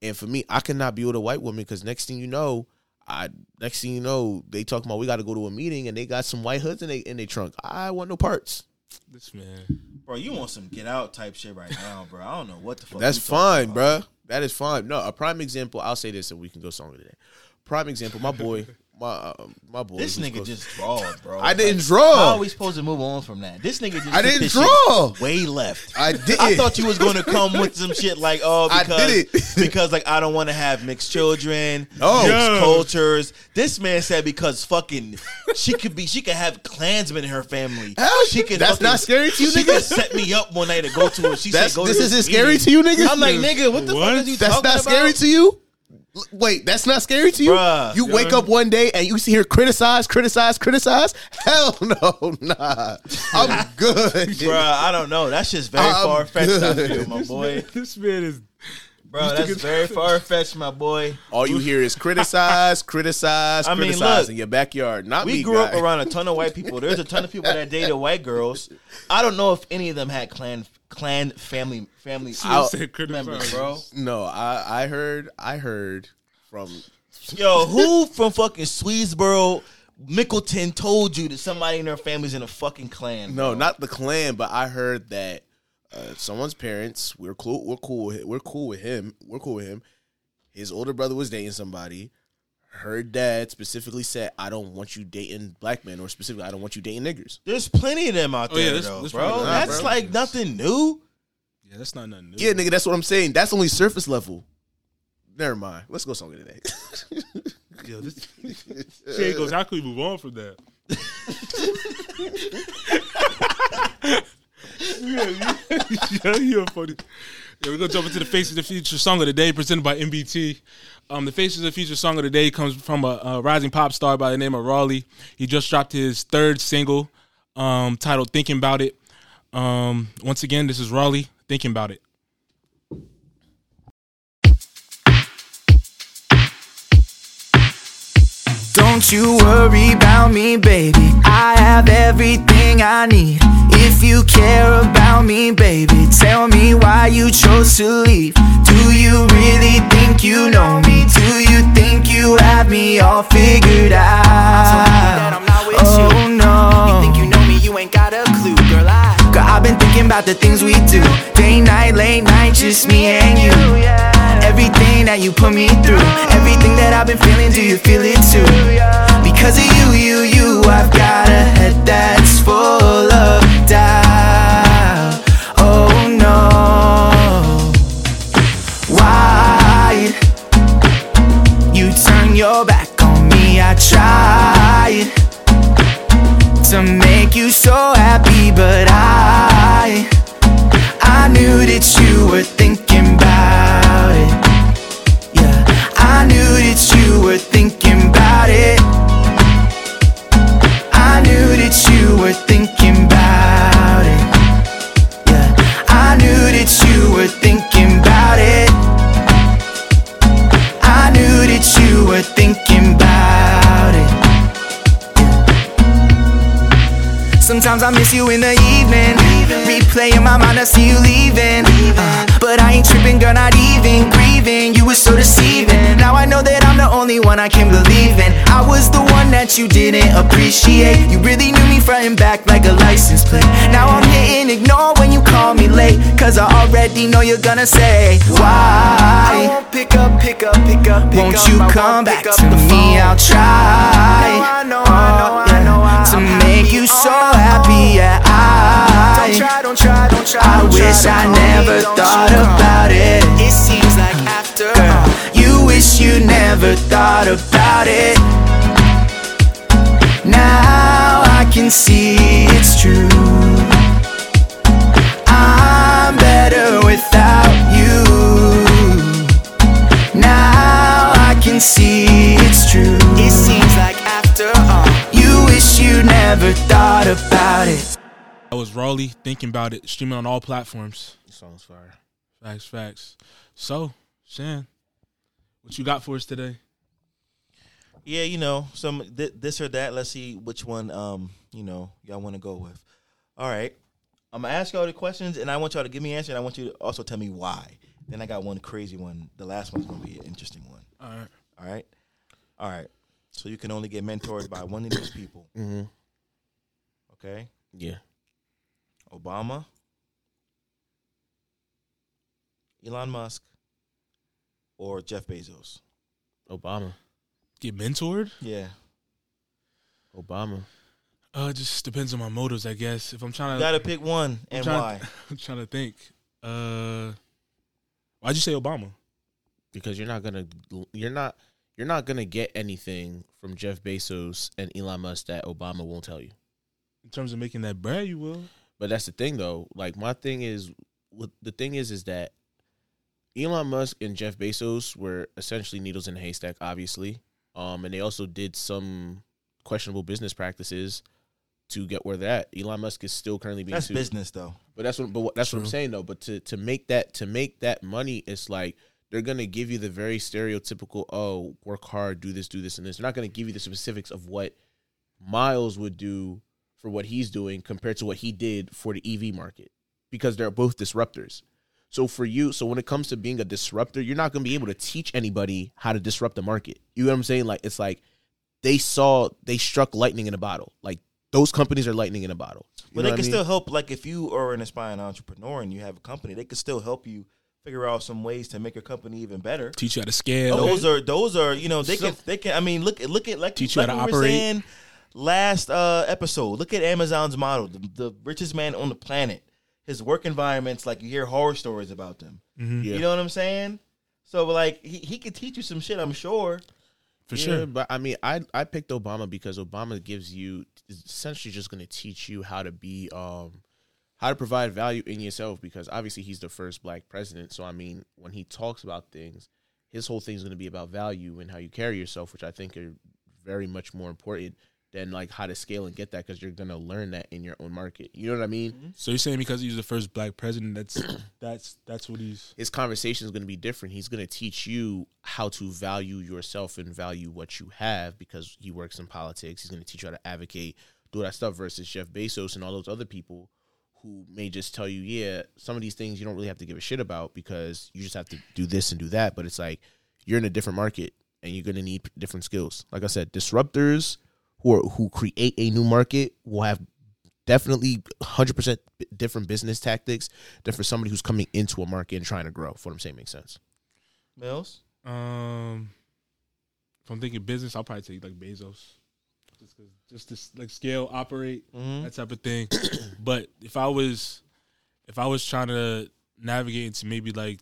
S2: And for me, I cannot be with a white woman because next thing you know, I next thing you know, they talking about we got to go to a meeting and they got some white hoods in they in their trunk. I want no parts.
S3: This man.
S9: Bro, you want some get out type shit right now, bro. I don't know what the fuck.
S2: That's
S9: you talking
S2: fine,
S9: about.
S2: bruh. That is fine. No, a prime example. I'll say this, and we can go song of the day. Prime example. My boy, my uh, my boy.
S9: This
S2: who's
S9: nigga
S2: close-
S9: just
S2: [laughs]
S9: drawed, bro.
S2: I didn't
S9: Like,
S2: draw.
S9: How are we supposed to move on from that? This nigga just
S2: I
S9: took
S2: didn't
S9: this shit
S2: draw.
S9: way left.
S2: I didn't.
S9: I thought you was going to come with some shit like, oh,
S2: [laughs] I
S9: because,
S2: did it.
S9: because like I don't want to have mixed children,
S2: No.
S9: mixed
S2: Yeah.
S9: cultures. This man said because fucking she could be, she could have clansmen in her family.
S2: Hell,
S9: she could.
S2: that's not scary to you,
S9: she
S2: nigga?
S9: could set me up one night to go to. her. She
S2: That's,
S9: said, go
S2: this
S9: to
S2: isn't scary to you, nigga.
S9: I'm like, nigga, what the
S3: What?
S9: fuck is you
S2: That's
S9: talking
S2: not
S9: about?
S2: scary to you? L- Wait, that's not scary to you?
S9: Bruh.
S2: you wake up one day and you see her criticize, criticize, criticize? Hell [laughs] no, nah. I'm good.
S9: Bruh, I don't know. That's just very
S2: I'm
S9: far fetched. I
S2: good.
S9: feel, my boy.
S3: This man is.
S9: Bro, that's
S3: [laughs]
S9: very far fetched, my boy.
S2: All you hear is
S9: [laughs]
S2: criticize, criticize,
S9: I mean,
S2: criticize
S9: look,
S2: in your backyard. Not
S9: We
S2: me,
S9: grew up
S2: guy.
S9: around a ton of white people. There's a ton of people that dated white girls. I don't know if any of them had clan clan family family
S2: I'll-
S3: said criticize.
S9: members, bro.
S2: No, I, I heard, I heard from
S9: Yo, who from fucking Swedesboro, Mickleton told you that somebody in their family's in a fucking clan?
S2: no, not the clan, but I heard that uh, someone's parents. We're cool. We're cool. With, we're cool with him. We're cool with him. His older brother was dating somebody. Her dad specifically said, "I don't want you dating black men, or specifically, I don't want you dating niggers."
S9: There's plenty of them out
S3: Oh,
S9: there,
S3: yeah, there's-
S9: though,
S3: there's
S9: bro.
S3: plenty of them.
S9: that's
S3: Nah, bro.
S9: like nothing new.
S3: Yeah, that's not nothing new.
S2: Yeah, nigga, that's what I'm saying. That's only surface level. Never mind. Let's go song of the day. [laughs]
S3: Yo, [laughs] this Jay goes, how can we move on from that? [laughs] yeah, you- you're funny. Yeah, we're gonna jump into the Faces of the Future song of the day, presented by MBT. Um, the Faces of the Future song of the day comes from a, a rising pop star by the name of Raleigh. He just dropped his third single, um, titled "Thinking About It." Um, once again, this is Raleigh thinking about it.
S4: Don't you worry about me, baby. I have everything I need. If you care about me, baby, tell me why you chose to leave. Do you really think you know me? Do you think you have me all figured out? Oh no. You think you know me, you ain't got a clue, girl. I Girl, I've been thinking about the things we do. Day, night, late night, just me and you. Everything that you put me through. Everything that I've been feeling, do you feel it too? Because of you, you, you, I've got a head that's full of doubt. Oh no. Why? You turn your back on me, I tried to make you so happy, but I, I knew that you were thinking about it. Yeah, I knew that you were thinking about it. I knew that you were thinking about it. Yeah, I knew that you were thinking about it. I knew that you were thinking about it. Sometimes I miss you in the evening. Replay in my mind, I see you leaving. Uh, but I ain't tripping, girl, not even grieving. You were so deceiving. Now I know that I'm the only one I can believe in. I was the one that you didn't appreciate. You really knew me front and back like a license plate. Now I'm hitting ignore when you call me late. Cause I already know you're gonna say, Why? I won't pick up, pick up, pick up, pick won't you come back to me? I'll try. Oh, I know, I know, I know, to make you so happy, yeah. I don't try, don't try, don't try. I wish I never thought about it. It seems like after Girl, you wish you never thought about it. Now I can see it's true. I'm better without you. Now I can see it's true. It seems like after all, you wish you never thought about it.
S3: That was Raleigh thinking about it, streaming on all platforms.
S2: This song's fire.
S3: Facts, facts. So, Shan, what you got for us today?
S9: Yeah, you know, some th- this or that. Let's see which one, um, you know, y'all want to go with. All right, I'm gonna ask y'all the questions, and I want y'all to give me an answer, and I want you to also tell me why. Then I got one crazy one. The last one's gonna be an interesting one.
S3: All right.
S9: All right, all right. So you can only get mentored by one of these people.
S2: Mm-hmm.
S9: Okay,
S2: Yeah.
S9: Obama, Elon Musk, or Jeff Bezos.
S2: Obama.
S3: Get mentored?
S9: Yeah.
S2: Obama.
S3: Uh, it just depends on my motives, I guess. If I'm trying to,
S9: You gotta pick one
S3: I'm
S9: and
S3: trying-
S9: why.
S3: [laughs] I'm trying to think. Uh, why'd you say Obama?
S2: because you're not gonna you're not you're not gonna get anything from Jeff Bezos and Elon Musk that Obama won't tell you.
S3: In terms of making that bread, you will.
S2: But that's the thing though. Like my thing is what the thing is is that Elon Musk and Jeff Bezos were essentially needles in a haystack, obviously. Um, and they also did some questionable business practices to get where they're at. Elon Musk is still currently being
S9: That's
S2: sued.
S9: business, though.
S2: But that's what but what, that's what I'm
S9: True.
S2: saying though. But to to make that to make that money, it's like they're gonna give you the very stereotypical oh work hard, do this, do this, and this. They're not gonna give you the specifics of what Miles would do for what he's doing compared to what he did for the EV market because they're both disruptors. So for you, so when it comes to being a disruptor, you're not going to be able to teach anybody how to disrupt the market. You know what I'm saying? Like it's like they saw they struck lightning in a bottle. Like those companies are lightning in a bottle. You
S9: But
S2: know
S9: they
S2: what
S9: can
S2: I mean?
S9: still help. Like if you are an aspiring entrepreneur and you have a company, they can still help you figure out some ways to make your company even better.
S3: Teach you how to scale.
S9: Those are those are you know they
S3: So-
S9: can they can. I mean look at look at like
S3: Teach you
S9: like
S3: how to
S9: we
S3: operate.
S9: Were saying last uh, episode, look at Amazon's model. The, the richest man on the planet. His work environments, like you hear horror stories about them.
S3: Mhm.
S2: Yeah.
S9: You know what I'm saying? So like he, he could teach you some shit. I'm sure.
S3: For
S2: Yeah,
S3: sure.
S2: But I mean, I I picked Obama because Obama gives you is essentially just going to teach you how to be um how to provide value in yourself because obviously he's the first black president. So I mean, when he talks about things, his whole thing's going to be about value and how you carry yourself, which I think are very much more important than like how to scale and get that because you're going to learn that in your own market. You know what I mean?
S3: So you're saying because he's the first black president, that's [clears throat] that's that's what he's.
S2: his conversation is going to be different. He's going to teach you how to value yourself and value what you have because he works in politics. He's going to teach you how to advocate, do all that stuff versus Jeff Bezos and all those other people who may just tell you, yeah, some of these things you don't really have to give a shit about because you just have to do this and do that. But it's like you're in a different market and you're going to need different skills. Like I said, disruptors who are, who create a new market will have definitely 100% b- different business tactics than for somebody who's coming into a market and trying to grow. If what I'm saying makes sense.
S9: Mills.
S3: Um, if I'm thinking business, I'll probably take like Bezos, just 'cause- just this like scale, operate
S9: Mm-hmm.
S3: that type of thing. [coughs] but if I was, if I was trying to navigate into maybe like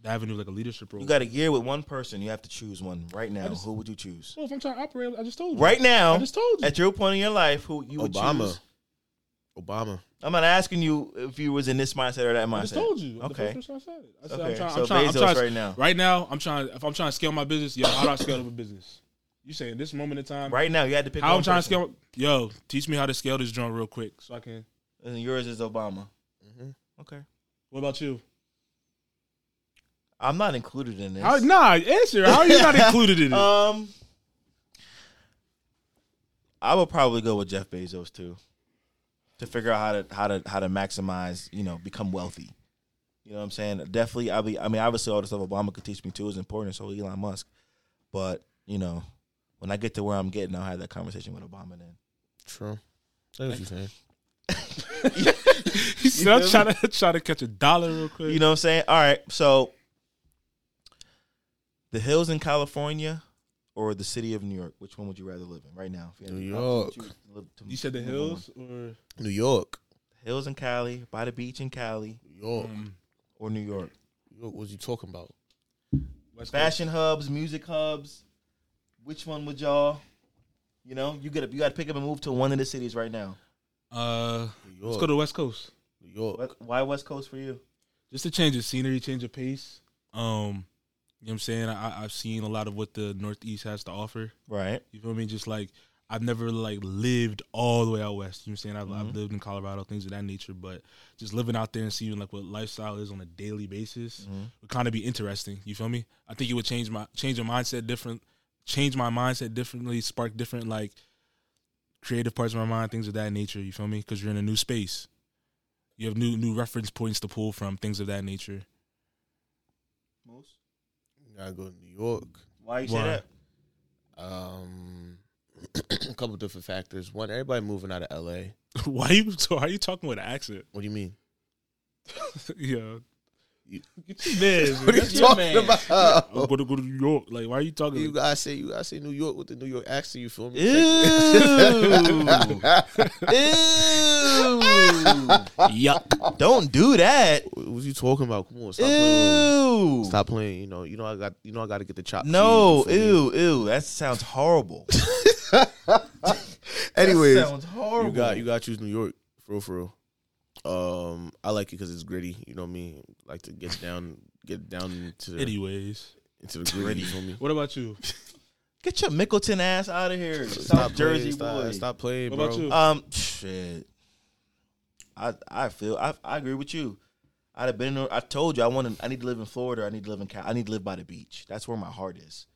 S3: the avenue of, like a leadership role,
S9: You got a year with one person. You have to choose one right now.
S3: just-
S9: Who would you choose?
S3: Well, if I'm trying to operate, I just told you
S9: Right now,
S3: I just told you.
S9: at your point in your life, who you would
S2: Obama.
S9: choose?
S2: Obama.
S9: I'm not asking you if you was in this mindset or that mindset.
S3: I just told you. I'm the
S9: Okay.
S3: first person I said it. I said,
S9: Okay,
S3: I'm trying,
S9: so
S3: I'm trying, I'm
S9: Bezos
S3: trying,
S9: right now.
S3: Right now, I'm trying. If I'm trying to scale my business, yo, how do I scale up a business? You saying this moment in time?
S9: Right now, you had to pick
S3: How
S9: one
S3: I'm trying
S9: person.
S3: to scale? Yo, teach me how to scale this drone real quick so I can.
S9: And yours is Obama. Okay.
S3: What about you?
S9: I'm not included in this.
S3: How, nah, answer. How are you
S9: [laughs]
S3: not included in it? [laughs]
S9: Um, I would probably go with Jeff Bezos too, to figure out how to how to how to maximize, you know, become wealthy. You know what I'm saying? Definitely, I'll be. I mean, obviously, all the stuff Obama could teach me too is important. So Elon Musk, but you know, when I get to where I'm getting, I'll have that conversation with Obama. Then
S2: True. That's what you're saying.
S3: He's not trying to [laughs] try to catch a dollar real quick.
S9: You know what I'm saying? All right. So the hills in California or the city of New York, which one would you rather live in right now? If you had
S2: New
S9: the option
S2: York.
S9: to choose to live- to
S3: You said the
S9: live
S3: hills
S9: on.
S3: or
S2: New York.
S9: Hills in Cali, by the beach in Cali,
S2: New York.
S3: um,
S9: or New York.
S2: New York. What was you talking about?
S3: West
S9: Fashion hubs, music hubs. Which one would y'all? You know, you gotta you gotta pick up and move to one of the cities right now.
S3: Coast? Uh,
S2: New
S3: let's
S2: York.
S3: go to the West Coast.
S2: New York.
S9: What- Why West Coast for you?
S3: Just to change the scenery, change the pace. Um, you know what I'm saying? I, I've seen a lot of what the Northeast has to offer.
S9: Right.
S3: You feel me? Just like I've never like lived all the way out west. You know what I'm saying? I've, I've
S2: Mm-hmm.
S3: lived in Colorado, things of that nature, but just living out there and seeing like what lifestyle is on a
S2: Mm-hmm.
S3: daily basis would kind of be interesting. You feel me? I think it would change my change your mindset different, changed my mindset differently, sparked different like creative parts of my mind, things of that nature. You feel me? Because you're in a new space, you have new new reference points to pull from, things of that nature. [laughs]
S9: Most.
S2: gotta go to New York.
S9: Why you say Why? that?
S2: Um, [clears throat] a couple different factors. One, everybody moving out of L.A.
S3: Why you so? Why are you talking with an accent? [laughs]
S2: What do you mean?
S3: yeah.
S2: You-
S3: Man,
S2: [laughs] What are you
S3: that's your
S2: talking
S3: man.
S2: about?
S3: I'm gonna go to New York. Like, why are you
S2: [laughs]
S3: talking?
S2: You gotta say you gotta say New York with the New York accent. You feel me? [laughs]
S9: Yuck. [laughs] Don't do that.
S2: [laughs] What was you talking about? Come on, stop playing. with
S9: Ew.
S2: me. Stop playing. You know, you know, I got, you know, I got to get the chop.
S9: No,
S2: cheese, you feel me?
S9: ew, ew. That sounds horrible.
S2: Anyways,
S9: That sounds horrible.
S2: You got, you got to choose New York for real, for real. Um, I like it because it's gritty. You know what I mean? Like to get down, get down to the
S3: Anyways,
S2: into the gritty. You feel me?
S3: what about you?
S9: Get your Mickleton ass out of here, South
S2: Stop
S9: Jersey
S2: playing,
S9: boy.
S2: Stop, stop playing,
S3: What
S2: bro.
S3: about you?
S9: Um, shit. I I feel I I agree with you. I'd have been. in- I told you I want to. I need to live in Florida. I need to live in. Cal- I need to live by the beach. That's where my heart is.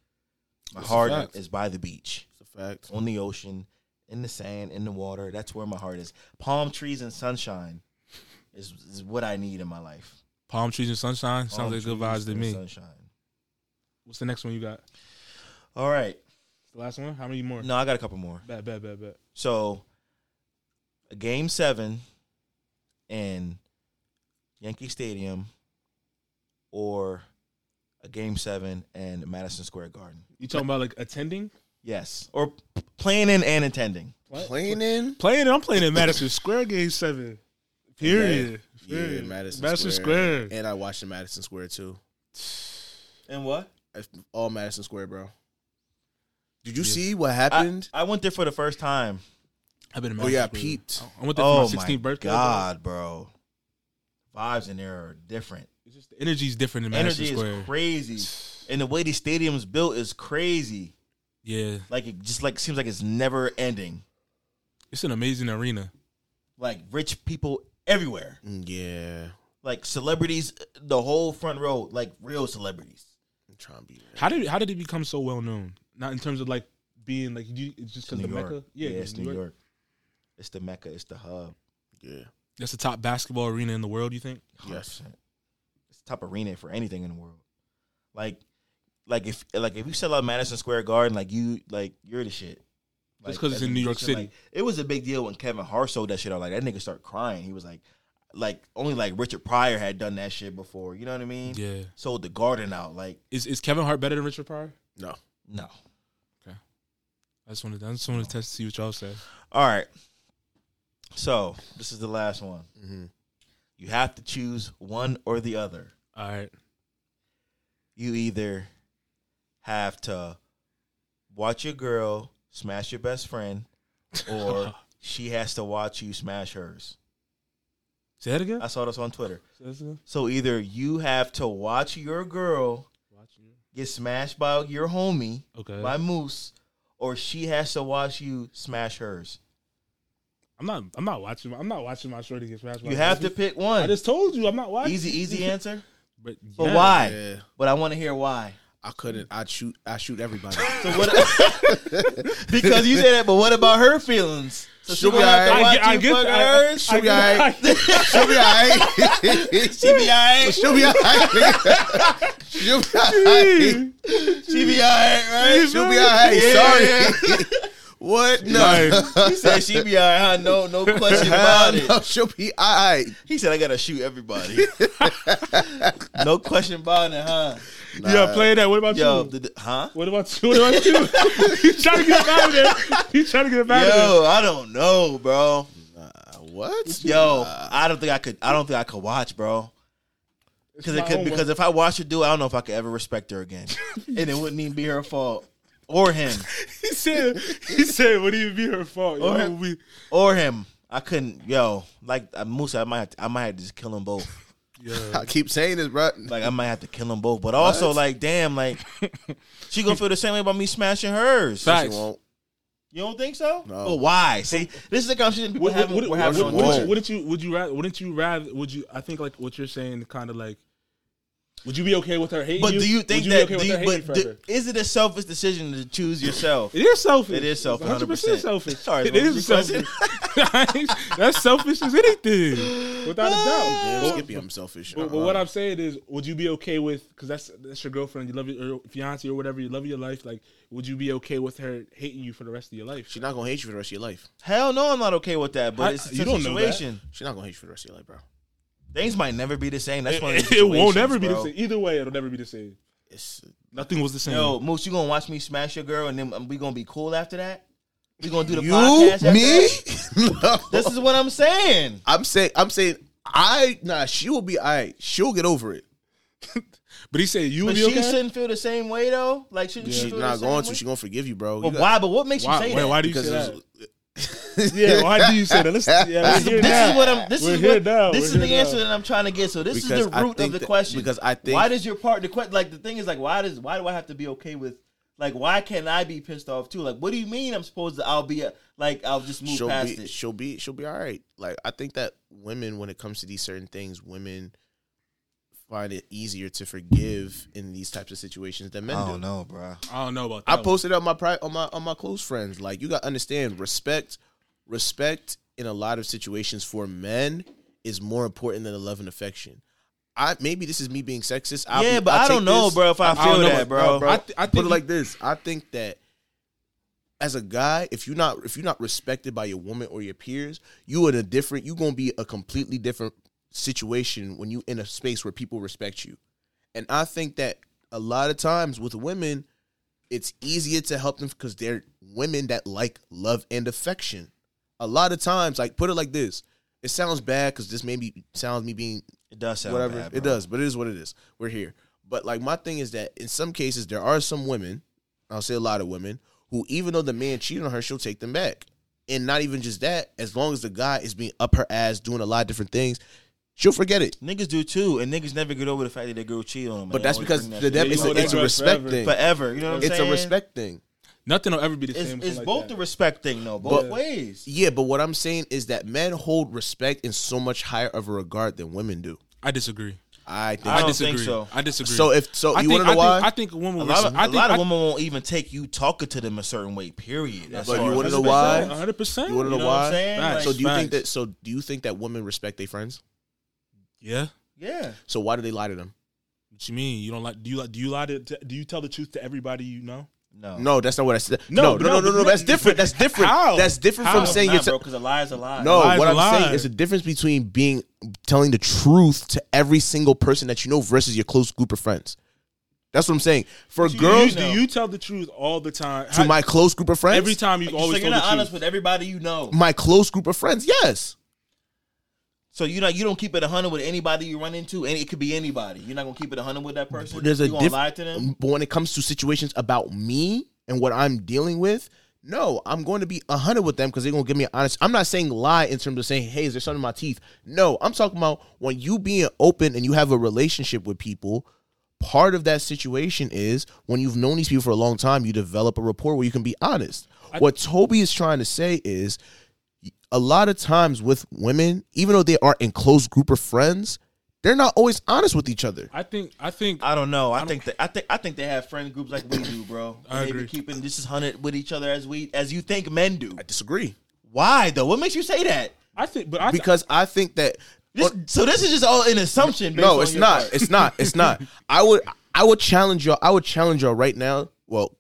S9: My
S2: That's a
S9: heart
S2: fact.
S9: is by the beach,
S2: It's a fact.
S9: on the ocean, in the sand, in the water. That's where my heart is. Palm trees and sunshine is is what I need in my life.
S3: Palm trees and sunshine
S9: Palm
S3: sounds like good
S9: trees
S3: vibes to
S9: and
S3: me.
S9: Sunshine.
S3: What's the next one you got?
S9: All right.
S3: The last one? How many more?
S9: No, I got a couple more.
S3: Bet, bet, bet, bet.
S9: So, a game seven in Yankee Stadium or a game seven in Madison Square Garden.
S3: You talking about like attending?
S9: Yes. Or playing in and attending.
S2: Playing in?
S3: Playing? I'm playing in Madison Square Game Seven. Period.
S2: Yeah,
S3: Period.
S2: Madison,
S3: Madison
S2: Square.
S3: Square.
S2: And I watched in Madison Square too.
S9: And what?
S2: It's All Madison Square, bro. Did you see what happened?
S9: I went there for the first time.
S3: I've been in
S2: Oh, yeah, I
S3: Square.
S2: peeped.
S3: I went there
S9: Oh,
S3: for my 16th
S9: my
S3: birthday. bro.
S9: God, bro. Vibes in there are different.
S3: It's just the energy's different in Madison
S9: Energy
S3: Square.
S9: is crazy. And the way these stadiums built is crazy.
S3: yeah,
S9: Like it just like seems like it's never ending.
S3: it's an amazing arena.
S9: Like rich people everywhere.
S2: Mm, yeah.
S9: like celebrities, the whole front row, like real celebrities.
S2: I'm trying to be there.
S3: How did how did it become so well known? Not in terms of like being like you, it's just
S9: New
S3: because the
S9: York.
S3: Mecca.
S9: Yeah,
S3: 'cause
S9: it's New York. It's the mecca. It's the hub.
S2: Yeah.
S3: That's the top basketball arena in the world. You think?
S2: Yes.
S9: 100%. it's the top arena for anything in the world. Like, like if like if you sell out Madison Square Garden, like you like you're the shit. Like,
S3: 'cause it's
S9: that's
S3: in New York
S9: shit, like-
S3: City.
S9: it was a big deal when Kevin Hart sold that shit out. Like that nigga started crying. He was like, like only like Richard Pryor had done that shit before. You know what I mean?
S3: Yeah.
S9: Sold the garden out. Like
S3: Is is Kevin Hart better than Richard Pryor?
S2: No.
S9: no.
S3: I just wanted I just wanted to test to see what y'all said.
S9: All right. So this is the last one.
S2: Mm-hmm.
S9: You have to choose one or the other.
S3: All right.
S9: You either have to watch your girl smash your best friend,
S3: [laughs]
S9: or she has to watch you smash hers.
S3: Say that again.
S9: I saw this on Twitter.
S3: Say this again.
S9: So either you have to watch your girl get smashed by your homie,
S3: Okay.
S9: by Moose, or she has to watch you smash hers.
S3: I'm not. I'm not watching. my- I'm not watching my shorty get smashed. by
S9: You
S3: a
S9: have
S3: pussy.
S9: to pick
S3: I
S9: one.
S3: just told you I'm not watching.
S9: Easy,
S3: [laughs]
S9: easy answer.
S3: But,
S9: But
S3: yeah.
S9: why?
S2: Yeah.
S9: But I want to hear why.
S2: I couldn't. I shoot. I shoot
S3: [laughs]
S2: everybody. [laughs]
S9: [laughs] Because you said that, but what about her feelings? So she
S2: She'll be
S9: gonna have to
S2: alright.
S3: I
S9: watch
S3: get, I
S9: you
S3: get
S9: fuck
S3: I- I-
S9: hers?
S2: She'll be
S3: I-
S2: alright.
S3: [laughs]
S2: She'll be alright. [laughs]
S9: She
S2: She'll be alright. nigga. She'll
S9: be alright.
S2: be alright.
S9: She be alright, right?
S2: She'll be alright. Sorry. What? No.
S9: [laughs] He said she be alright. Huh? No, no question about
S2: Hell no, [laughs]
S9: it.
S2: She'll be alright.
S9: He said I gotta
S3: [laughs]
S9: shoot everybody. no question about it, huh?
S3: Yeah, play that. What about
S9: Yo,
S3: you?
S9: the, huh?
S3: what about you? What about you? [laughs] He's trying to get up out of there. He's trying to get up out of there.
S9: Yo, I don't know, bro. [laughs]
S2: What?
S9: Yo,
S3: uh,
S9: I don't think I could. I don't think I could watch, bro. Because it
S3: my
S9: could.
S3: own
S9: Because if I watch her do, it, I don't know if I could ever respect
S3: [laughs]
S9: her again, and it wouldn't even be her fault or him.
S3: He said. He said, "Would even be her fault?" You
S9: Or-
S3: know, we-
S9: or him. I couldn't, yo. Like uh, Musa, I might, have to, I might have to just kill them both.
S2: I keep saying this, bro.
S9: Like I might have to kill them both. But also, like, damn,
S3: [laughs]
S9: like she gonna feel the same way about me smashing hers.
S2: She
S3: Facts.
S2: won't.
S9: You don't think so?
S2: No.
S9: But why? See, this is the conversation we're
S3: Would-
S9: having.
S3: would-
S9: we're
S3: would-
S9: having
S3: would-
S9: on
S3: wouldn't
S9: Twitter.
S3: you- Wouldn't you? Would you rather? Wouldn't you rather? Would you? I think like what you're saying, kind of like Would you be okay with her hating
S9: But
S3: you?
S9: do you think
S3: Would you
S9: that?
S3: Be okay with
S9: do
S3: her
S9: you,
S3: hating
S9: but
S3: forever?
S9: do, is it a selfish decision to choose yourself?
S3: It is selfish.
S9: It is selfish.
S3: It's
S9: 100
S3: 100%
S9: percent
S3: selfish.
S9: Sorry,
S3: it
S9: what was
S3: is
S9: your
S3: selfish.
S9: question?
S3: [laughs] That's selfish as anything, without a doubt.
S2: Damn,
S3: But-
S2: Skippy, I'm selfish. Uh-uh.
S3: But, but what I'm saying is, would you be okay with? Because that's that's your girlfriend, you love your or fiance or whatever, you love your life. Like, would you be okay with her hating you for the rest of your life?
S2: She's not gonna hate you for the rest of your life.
S9: Hell no, I'm not okay with that.
S2: I-
S9: But it's a
S2: you don't know that.
S9: situation.
S2: She's not gonna hate you for the rest of your life, bro.
S9: Things might never be the same. That's
S3: It,
S9: one
S3: [laughs] it,
S9: of the
S3: won't ever be the
S9: bro.
S3: same. Either way, it'll never be the same.
S2: It's
S3: nothing was the same.
S9: Yo, Moose, you gonna watch me smash your girl, and then um, we gonna be cool after that. We gonna do the
S2: You?
S9: podcast. After
S2: Me?
S9: That?
S2: [laughs] this
S9: is what I'm saying.
S2: I'm saying I'm saying I nah. She will be all right. She'll get over it.
S3: but he said you
S9: But she shouldn't feel the same way though. Like shouldn't she
S2: She's
S9: feel
S2: not
S9: the
S2: going
S9: same
S2: to.
S9: way?
S2: She's gonna forgive you, bro.
S9: But
S2: You got-
S9: why? But what makes you Why- say wait, that? why do you
S2: Because
S9: say
S2: it's-
S9: that?
S3: yeah, why do you say that? Let's,
S9: [laughs]
S3: yeah,
S9: this,
S3: we're here
S9: this
S3: now.
S9: is what I'm. This
S3: We're
S9: is
S3: here
S9: what,
S3: now.
S9: This
S3: We're
S9: is
S3: here
S9: the answer
S3: now.
S9: that I'm trying to get. So this
S2: Because
S9: is the
S2: I
S9: root of
S2: think
S9: the
S2: that-
S9: question.
S2: because I think-
S9: why does your part the question like the thing is like why does why do I have to be okay with like why can't I be pissed off too? Like what do you mean I'm supposed to? I'll be a, like I'll just move
S2: she'll
S9: past
S2: be,
S9: it.
S2: She'll be she'll be all right. Like I think that women, when it comes to these certain things, women find it easier to forgive in these types of situations than men
S9: I
S2: do.
S9: don't know, bro.
S3: I don't know about
S2: I posted on my pri- on my on my close friends. Like you got to understand respect. Respect in a lot of situations for men is more important than the love and affection. I maybe this is me being sexist. I,
S9: Yeah, but I don't
S2: take
S9: know, bro, if I feel
S2: don't know,
S9: that, bro.
S2: I, th- I put
S9: you-
S2: it like this. I think that as a guy, if you're not if you're not respected by your woman or your peers, you in a different you gonna be a completely different situation when you in a space where people respect you. And I think that a lot of times with women, it's easier to help them because they're women that like love and affection. A lot of times, like put it like this. It sounds bad because this maybe sounds me being
S9: it does sound
S2: whatever
S9: bad,
S2: it
S9: bro.
S2: does, but it is what it is. We're here. But like my thing is that in some cases there are some women, I'll say a lot of women, who even though the man cheated on her, she'll take them back. And not even just that, as long as the guy is being up her ass doing a lot of different things, she'll forget it.
S9: Niggas do too, and niggas never get over the fact that their girl cheated on them.
S2: But that's because the them, it's, a, it's a respect thing.
S9: Forever, you know what I'm
S2: it's
S9: saying?
S2: a respect thing.
S3: Nothing will ever be the
S9: It's,
S3: same.
S9: it's both the respect thing though, both
S2: But-
S9: ways.
S2: Yeah, but what I'm saying is that men hold respect in so much higher of a regard than women do.
S3: I disagree.
S2: I think
S9: I don't
S3: disagree.
S9: think so.
S3: I disagree.
S2: So if- so
S3: I
S2: you
S3: think-
S2: wanna know why?
S3: I think- I think a woman.
S9: A
S3: will
S9: lot
S3: res-
S9: of,
S3: I
S9: a
S3: think,
S9: lot of
S3: I-
S9: women won't even take you talking to them a certain way. Period. That's
S2: but
S9: all
S2: you
S9: it
S2: want to
S9: is.
S2: know why?
S3: hundred percent.
S2: You want to know,
S9: You know what
S2: why?
S9: I'm saying? Facts.
S2: so do you think
S9: Facts.
S2: that? So do you think that women respect their friends?
S3: Yeah.
S9: Yeah.
S2: So why do they lie to them?
S3: What you mean? You don't like? Do you like? Do you lie to? Do you tell the truth to everybody you know?
S9: No.
S2: No, that's not what I said. No, no,
S3: No,
S2: no, no,
S3: no,
S2: no.
S3: but-
S2: that's different.
S3: [laughs]
S2: That's different.
S3: How?
S2: That's different
S3: How?
S2: from saying
S9: Nah,
S2: you're.
S9: bro, because a lie is a lie.
S2: no,
S3: Lies
S2: what
S3: are
S2: I'm
S3: lies.
S2: saying is the difference between being telling the truth to every single person that you know versus your close group of friends. That's what I'm saying. For
S3: Do you-
S2: girls,
S3: do you tell the truth all the time?
S2: to my close group of friends,
S3: Every time you've
S9: so
S3: always
S9: you're
S3: told
S9: not
S3: the
S9: honest
S3: truth.
S9: with everybody you know.
S2: my close group of friends, yes.
S9: So you know you don't keep it hundred with anybody you run into, and it could be anybody. You're not gonna keep it hundred with that person.
S2: There's a
S9: you gonna
S2: diff- um,
S9: lie to them.
S2: But when it comes to situations about me and what I'm dealing with, no, I'm going to be hundred with them because they're gonna give me an honest. I'm not saying lie in terms of saying, "Hey, is there something in my teeth?" No, I'm talking about when you being open and you have a relationship with people. Part of that situation is when you've known these people for a long time, you develop a rapport where you can be honest. what Toby is trying to say is, a lot of times with women, even though they are in close group of friends, they're not always honest with each other.
S3: I think. I think.
S9: I don't know. I, think that I think I think they have friend groups like we do, bro.
S3: I
S9: And they
S3: agree.
S9: be keeping this is hundred with each other as we as you think men do.
S2: I disagree.
S9: Why though? What makes you say that?
S3: I think. But I.
S2: because I think that
S9: This, so this is just all an assumption. Based
S2: no,
S9: on
S2: it's
S9: your
S2: not.
S9: part.
S2: It's not. It's
S9: [laughs]
S2: not. I would I would challenge y'all. I would challenge y'all right now. Well,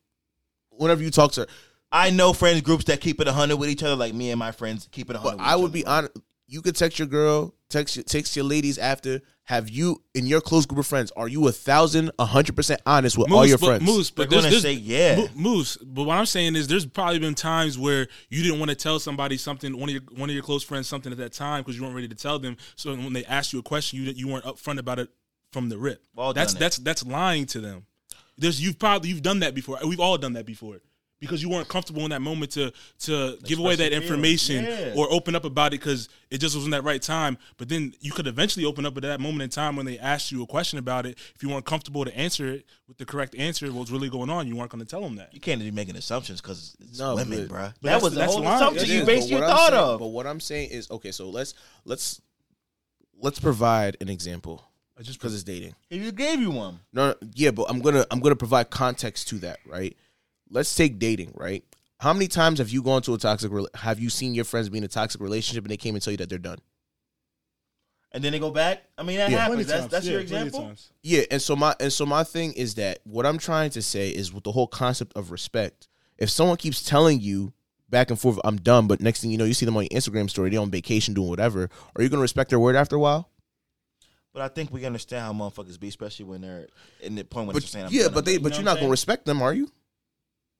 S2: whenever you talk to her,
S9: I know friends groups that keep it hundred with each other, like me and my friends keep it hundred.
S2: but I would be honest. You could text your girl, text your, text your ladies after. Have you in your close group of friends? Are you a thousand, a hundred percent honest with all
S3: Moose,
S2: your
S3: but-
S2: friends?
S3: Moose, but
S9: They're
S3: there's,
S9: gonna
S3: there's-
S9: say, yeah.
S3: Mo- Moose. But what I'm saying is, there's probably been times where you didn't want to tell somebody something, one of your one of your close friends something at that time because you weren't ready to tell them. So when they asked you a question, you didn't- you weren't upfront about it from the rip.
S9: all
S3: that's
S9: done eh? it.
S3: that's that's lying to them. There's you've probably you've done that before. We've all done that before because you weren't comfortable in that moment to to give away that
S9: your feelings.
S3: information
S9: Yeah.
S3: or open up about it because it just wasn't that right time. But then you could eventually open up at that moment in time when they asked you a question about it. If you weren't comfortable to answer it with the correct answer, what's really going on, you weren't going to tell them that.
S9: You can't be making assumptions because it's
S2: No,
S9: women,
S2: but-
S9: bro. That
S3: but that's-
S9: was the
S3: that's
S9: whole
S3: lying.
S9: assumption
S3: It
S9: you
S3: is,
S9: based
S2: but
S9: your
S2: what I'm
S9: thought
S2: saying-
S9: of.
S2: But what I'm saying is, okay, so let's let's let's provide an example. I just because it's dating.
S9: He just gave you one.
S2: No, no, yeah, but I'm gonna I'm gonna provide context to that, right? Let's take dating, right? How many times have you gone to a toxic? rela- Have you seen your friends be in a toxic relationship and they came and tell you that they're done?
S9: And then they go back. I mean, that
S2: Yeah.
S9: happens.
S2: Plenty
S9: That's,
S2: times.
S9: that's your
S2: Yeah, plenty
S9: example.
S2: Yeah, and so my and so my thing is that what I'm trying to say is with the whole concept of respect. If someone keeps telling you back and forth, I'm done, but next thing you know, you see them on your Instagram story, they're on vacation doing whatever. Are you gonna respect their word after a while?
S9: But I think we understand how motherfuckers be, especially when they're in the point when
S2: But,
S9: they're saying, I'm
S2: yeah,
S9: done, I'm
S2: but they
S9: done.
S2: but
S9: You know
S2: you're
S9: what
S2: not
S9: I'm
S2: gonna
S9: saying?
S2: respect them, are you?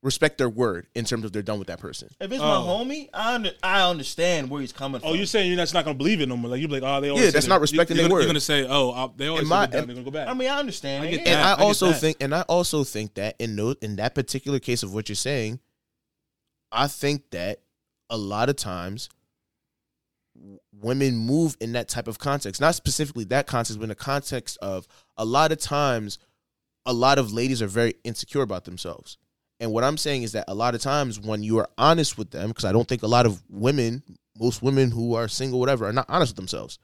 S2: Respect their word in terms of they're done with that person.
S9: If it's my homie, I under, I understand where he's coming from.
S3: Oh, you're saying you're just not gonna believe it no more? Like you're like, oh, they always
S2: Yeah,
S3: said
S2: that's
S3: it.
S2: not respecting
S3: you're,
S2: their
S3: gonna-
S2: word.
S3: You're gonna say, oh, I, they always
S2: And
S3: said
S2: my-
S3: they're done.
S2: and-
S3: They're gonna go back.
S9: I mean, I understand.
S3: get
S9: yeah.
S2: and I,
S3: I get
S2: also
S3: that.
S2: think, and I also think that in no, in that particular case of what you're saying, I think that a lot of times w- women move in that type of context, not specifically that context, but in the context of a lot of times, a lot of ladies are very insecure about themselves. And what I'm saying is that a lot of times when you are honest with them, because I don't think a lot of women, most women who are single, whatever, are not honest with themselves.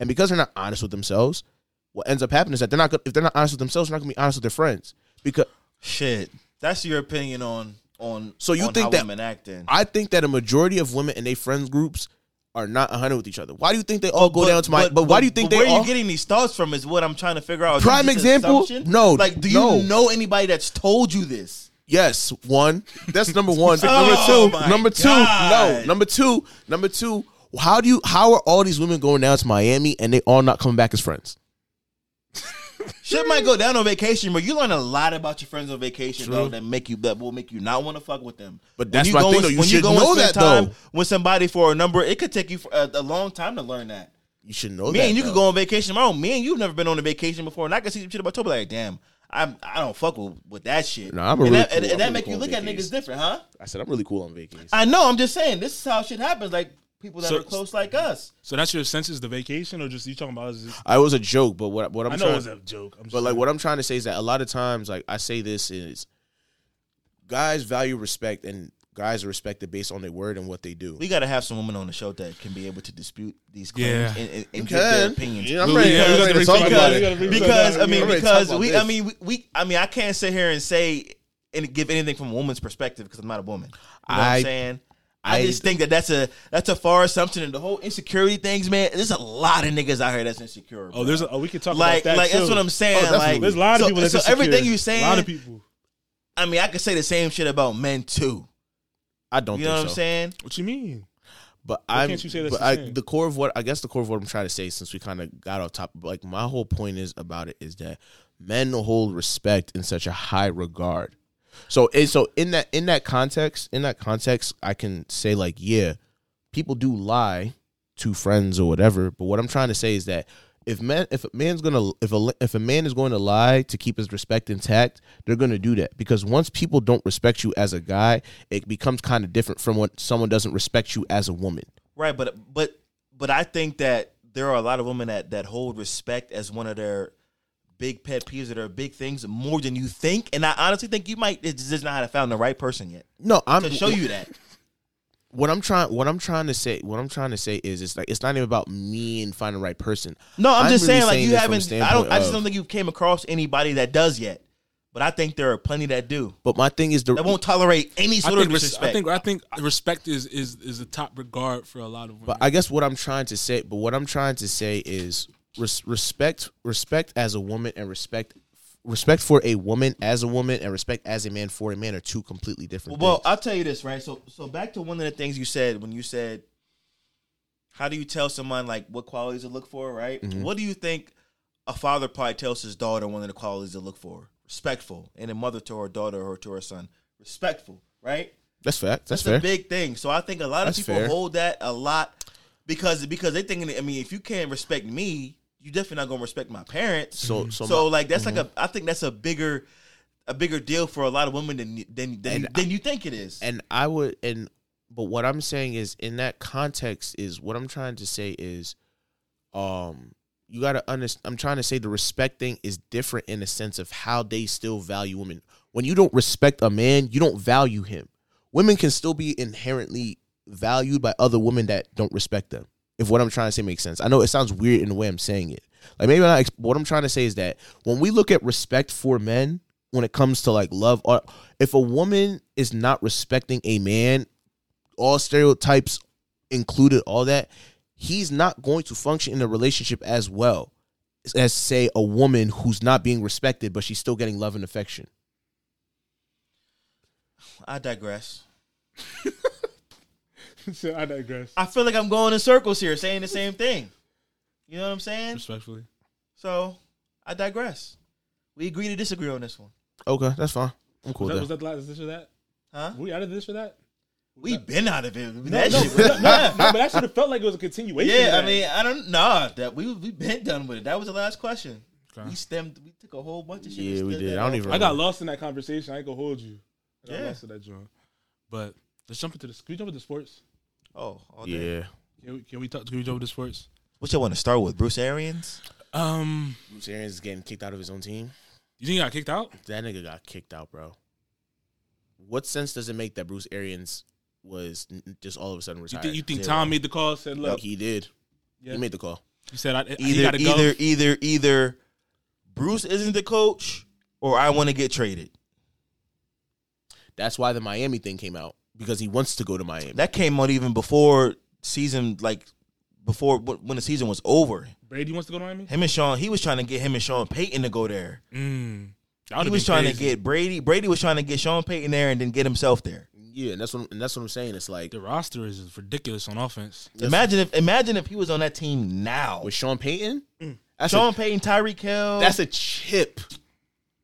S2: And because they're not honest with themselves, what ends up happening is that they're not gonna, if they're not honest with themselves, they're not gonna be honest with their friends. Because
S9: shit, that's your opinion on on.
S2: so you
S9: on how
S2: think that
S9: women act then.
S2: I think that a majority of women in their friends groups are not hundred with each other. Why do you think they all go down to my? But, why do you think
S9: but
S2: they
S9: where
S2: all?
S9: you getting these thoughts from? Is what I'm trying to figure out. Is
S2: Prime
S9: this just
S2: example?
S9: assumption?
S2: No,
S9: Like, do you
S2: no.
S9: know anybody that's told you this?
S2: yes, one. That's
S9: [laughs]
S2: number one.
S9: Oh
S2: number
S9: my
S2: two. Number two. No.
S9: God.
S2: Number two. Number two. How do you? How are all these women going down to Miami and they all not coming back as friends?
S9: Shit might go down on vacation, but you learn a lot about your friends on vacation
S2: True.
S9: though, that make you that will make you not want to fuck with them.
S2: But
S9: When
S2: that's
S9: you
S2: my
S9: go
S2: thing,
S9: and-
S2: though. You
S9: when
S2: should
S9: go and
S2: know that,
S9: spend time
S2: though.
S9: With somebody for a number, it could take you for a, a long time to learn that.
S2: You should know
S9: me
S2: that.
S9: and you
S2: though.
S9: could go on vacation tomorrow. Me and you've never been on a vacation before, and I can see some shit about Toby like, damn, I'm I don't fuck with, with that shit.
S2: Nah, I'm a
S9: and
S2: really
S9: that, and,
S2: cool-
S9: and
S2: I'm
S9: that
S2: really
S9: make
S2: cool
S9: you
S2: on
S9: look at
S2: vacations.
S9: niggas different, huh?
S2: I said I'm really cool on vacations.
S9: I know. I'm just saying, this is how shit happens. Like people that
S3: So-
S9: are close like us.
S3: So that's your sense is the vacation, or just you talking about is
S2: I was a joke, but what what I'm
S3: I know
S2: trying,
S3: it was a joke. I'm just
S2: but like
S3: saying.
S2: what I'm trying to say is that a lot of times, like I say this is, guys value respect and guys are respected based on their word and what they do.
S9: We got to have some women on the show that can be able to dispute these claims
S2: Yeah.
S9: and, and,
S2: You
S9: and give their
S2: can.
S9: opinions. [laughs]
S2: Yeah, I'm We- ready- yeah, I'm we ready gotta to bring talk somebody- about it. we gotta bring
S9: Because I
S2: somebody-
S9: mean,
S2: we gotta talk
S9: because
S2: about
S9: we, I
S2: this.
S9: mean, we, we, I mean, I can't sit here and say and give anything from a woman's perspective because I'm not a woman. You know what
S2: I-
S9: I'm saying? I,
S2: I-
S9: just think that that's a that's a far assumption, and the whole insecurity things, man. There's a lot of niggas out here that's insecure.
S3: Oh, there's a, oh, we could talk
S9: like,
S3: about that
S9: like
S3: too. Oh,
S9: that's what I'm saying. like,
S3: there's a lot of
S9: so-
S3: people. That's
S9: so
S3: insecure.
S9: everything you
S3: a lot
S9: saying,
S3: of people.
S9: I mean, I could say the same shit about men too.
S2: I don't.
S9: You
S2: think
S9: know what I'm
S2: so.
S9: saying?
S3: What you mean?
S2: But
S3: Why
S2: I
S3: can't you say that's
S2: but
S3: the
S2: I,
S3: same?
S2: the core of what I guess the core of what I'm trying to say since we kind of got off top like my whole point is about it is that men hold respect in such a high regard. So and so in that in that context, in that context, I can say like yeah, people do lie to friends or whatever, but what I'm trying to say is that if man if a man's going to if a if a man is going to lie to keep his respect intact, they're going to do that because once people don't respect you as a guy, it becomes kind of different from when someone doesn't respect you as a woman.
S9: Right, but but but I think that there are a lot of women that that hold respect as one of their big pet peeves or their big things more than you think. And I honestly think you might it's just not have found the right person yet
S2: No, I'm
S9: to show you that.
S2: What I'm trying what I'm trying to say what I'm trying to say is it's like it's not even about me and finding the right person.
S9: [laughs] No, I'm, just
S2: really
S9: saying like you
S2: this from a
S9: haven't. I don't.
S2: standpoint
S9: I just
S2: of-
S9: don't think you came across anybody that does yet. But I think there are plenty that do
S2: But my thing is the
S9: that won't tolerate any
S3: I
S9: sort of
S3: think, res-
S9: disrespect.
S3: I think I think respect is is is the top regard for a lot of women.
S2: But I guess what I'm trying to say, but what I'm trying to say is res- respect, respect as a woman, and respect, respect for a woman as a woman, and respect as a man for a man are two completely different.
S9: Well,
S2: things.
S9: I'll tell you this, right? So, so back to one of the things you said when you said, "How do you tell someone like what qualities to look for?" Right?
S2: Mhm.
S9: What do you think a father probably tells his daughter one of the qualities to look for? Respectful, and a mother to her daughter or to her son, respectful, right?
S2: that's fact. That's,
S9: That's,
S2: fair.
S9: a big thing. So I think a lot of
S2: That's
S9: people
S2: fair.
S9: hold that a lot because because they thinking. I mean, if you can't respect me, you definitely not gonna respect my parents.
S2: So- so my- Mm-hmm.
S9: like that's like a I think that's a bigger a bigger deal for a lot of women than than than,
S2: And
S9: than you think it is.
S2: and I would, and but what I'm saying is, in that context, is what I'm trying to say is, um, you gotta understand. I'm trying to say the respect thing is different in the sense of how they still value women. When you don't respect a man, you don't value him. Women can still be inherently valued by other women that don't respect them. If what I'm trying to say makes sense, I know it sounds weird in the way I'm saying it, Like maybe not. ex- What I'm trying to say is that when we look at respect for men, when it comes to like love, or if a woman is not respecting a man, all stereotypes included, all that, he's not going to function in a relationship as well as say a woman who's not being respected, but she's still getting love and affection.
S9: I digress.
S3: [laughs] So I digress.
S9: I feel like I'm going in circles here, saying the same thing. You know what I'm saying?
S3: Respectfully.
S9: So I digress. We agree to disagree on this one.
S2: Okay, that's fine. I'm cool.
S3: Was
S2: with
S3: that, was
S2: that.
S3: that the last? Is this or that?
S9: Huh?
S3: We out of this or that?
S9: We been out of it.
S3: No,
S9: that
S3: no,
S9: shit
S3: no,
S9: was
S3: no, no, but that should have felt like it was a continuation.
S9: Yeah,
S3: of
S9: I
S3: that.
S9: mean, I don't nah. That we we been done with it. That was the last question.
S3: Okay.
S9: We stemmed. We took a whole bunch of shit.
S2: Yeah, we
S9: stemmed
S2: did.
S9: that
S2: I don't
S9: off.
S2: even.
S3: I got
S2: remember.
S3: lost in that conversation. I ain't gonna hold you. I got
S9: Yeah.
S3: lost in that joint. But let's jump into the. Can we jump into sports?
S9: Oh, all day.
S2: Yeah.
S3: Can we, can we talk? Can we jump into sports?
S9: What y'all want to start with? Bruce Arians.
S3: Um,
S2: Bruce Arians is getting kicked out of his own team.
S3: you think he got kicked out?
S2: That nigga got kicked out, bro. What sense does it make that Bruce Arians was n- just all of a sudden
S3: You
S2: retired?
S3: think you think
S2: Zero.
S3: Tom made the call? Said
S2: No,
S3: look,
S2: he did.
S3: yeah.
S2: He made the call.
S3: He said I, I- he
S9: Either
S3: gotta go.
S9: either either either Bruce isn't the coach, or I want to get traded.
S2: That's why the Miami thing came out because he wants to go to Miami.
S9: That came out even before season, like before when the season was over.
S3: Brady wants to go to Miami.
S9: Him and Sean, he was trying to get him and Sean Payton to go there.
S3: Mm, that
S9: He
S3: would've
S9: was
S3: been
S9: trying to
S3: crazy.
S9: get Brady. Brady was trying to get Sean Payton there and then get himself there.
S2: Yeah, and that's what and that's what I'm saying. It's like
S3: the roster is ridiculous on offense.
S9: Imagine if imagine if he was on that team now.
S2: with Sean Payton. That's
S9: Sean
S2: a,
S9: Payton, Tyreek Hill.
S2: that's a chip.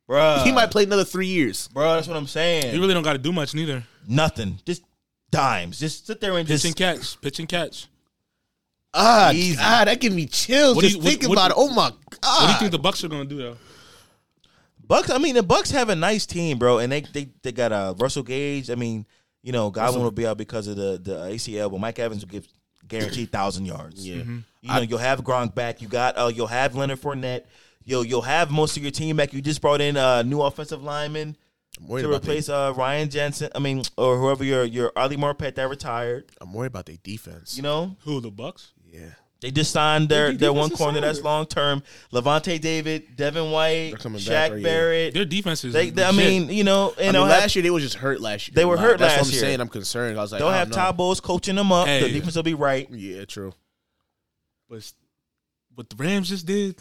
S9: bruh.
S2: he might play another three years.
S9: bro. That's what I'm saying.
S3: You really don't got to do much neither.
S9: Nothing. Just dimes. Just sit there and
S3: Pitch
S9: just
S3: and catch, pitch and catch.
S2: Ah,
S9: Easy.
S2: God, that give me chills
S3: What do
S2: just
S3: you- what-
S2: thinking
S3: what-
S2: about it. Oh my
S3: What do
S2: God,
S3: you think the Bucks are gonna do though?
S9: Bucks. I mean, the Bucks have a nice team, bro, and they they, they got uh, Russell Gage. I mean, you know, Godwin will be out because of the the ACL, but Mike Evans will give guaranteed thousand yards.
S2: Yeah. Mhm.
S9: you know, you'll have Gronk back. You got uh, you'll have Leonard Fournette. You'll you'll have most of your team back. You just brought in a new offensive lineman
S2: I'm worried
S9: to
S2: about they-
S9: replace uh, Ryan Jensen. I mean, or whoever your your Ali Marpet that retired.
S2: I'm worried about their defense.
S9: You know,
S3: Who the Bucks?
S2: yeah,
S9: They just signed their,
S3: They- they
S9: their
S3: just
S9: one
S3: signed
S9: corner that's
S3: it.
S9: long term. Levante David, Devin White,
S2: They're coming
S9: Shaq
S2: back, right? Yeah.
S9: Barrett.
S3: Their defense is.
S9: They, they- I
S3: legit.
S9: mean, you know, and
S2: I mean,
S9: don't
S2: last
S9: have,
S2: year they were just hurt. Last year
S9: They were hurt
S2: That's
S9: last
S2: what I'm
S9: year.
S2: saying. I'm concerned. I was like,
S9: don't
S2: I
S9: have
S2: know.
S9: Todd Bowles coaching them up.
S3: Hey.
S9: The defense will be right.
S2: Yeah, true.
S3: but what the Rams just did.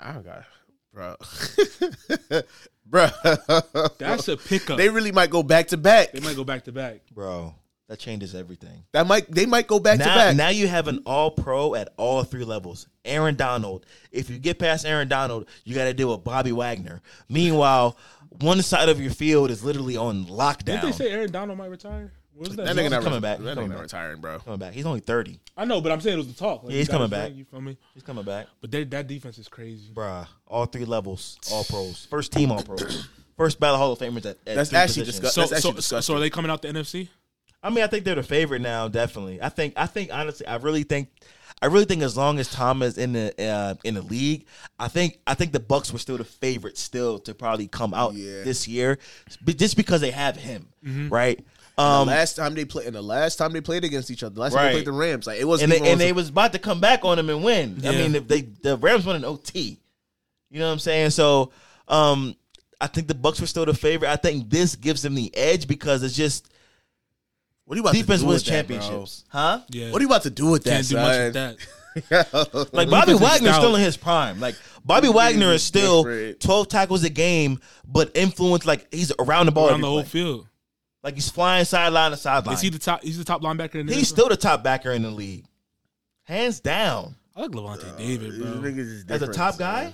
S2: I got, bro, [laughs] bro. [laughs]
S3: That's a pickup.
S2: They
S3: They,
S2: really might go back to back.
S3: might go back to back.
S9: Bro, that changes everything.
S2: That might they might go back to
S9: Now,
S2: back.
S9: now you have an all pro at all three levels. Aaron Donald. If you get past Aaron Donald, you got to deal with Bobby Wagner. Meanwhile, one side of your field is literally on lockdown.
S3: Didn't they say Aaron Donald might retire? What was that?
S2: That nigga not
S9: coming
S2: re-
S9: back.
S2: That
S9: Coming
S2: nigga not
S9: back.
S2: retiring, bro.
S9: coming back. He's only 30.
S3: I know, but I'm saying it was the talk. Like,
S9: Yeah, he's
S3: you gotta
S9: coming
S3: say,
S9: back.
S3: You feel me?
S9: He's coming back.
S3: But their, that defense is crazy.
S9: Bruh, all three levels, all pros, first team all pros, first battle Hall of Famers at, at
S2: That's
S9: three
S2: actually
S9: positions.
S2: disgust-
S3: So,
S2: That's actually
S3: so, so,
S2: disgusting.
S3: are they coming out the NFC?
S9: I mean, I think they're the favorite now. Definitely, I think. I think honestly, I really think, I really think as long as Tom is in the uh, in the league, I think I think the Bucks were still the favorite still to probably come out
S2: Yeah. Mm-hmm.
S9: this year, but just because they have him, right? Um,
S2: the last time they played, and the last time they played against each other, the last
S9: Right.
S2: time they played the Rams, like it wasn't.
S9: and they,
S2: even
S9: and
S2: on-
S9: they was about to come back on him and win. I
S3: Yeah.
S9: mean, if they the Rams won an OT, you know what I'm saying? So, um, I think the Bucks were still the favorite. I think this gives them the edge because it's just
S2: what are you about
S9: defense
S2: to do
S9: wins
S2: with that, bro?
S9: championships, huh?
S3: Yeah.
S2: What are you about to do with that?
S3: Can't do much with
S2: son?
S3: that.
S2: [laughs]
S9: Like Bobby
S3: Defense is
S9: Wagner's
S3: stout.
S9: still in his prime. Like Bobby Wagner is still
S2: different.
S9: 12 tackles a game, but influence like he's around the ball,
S3: Around
S9: every
S3: the whole
S9: play.
S3: field.
S9: like he's flying sideline to sideline.
S3: Is he the top? He's the top linebacker in the
S9: he's
S3: NFL?
S9: still the top backer in the league, hands down.
S3: I like Levante David,
S2: These
S3: bro.
S2: niggas is
S9: As a
S2: different,
S9: top
S2: son.
S9: guy,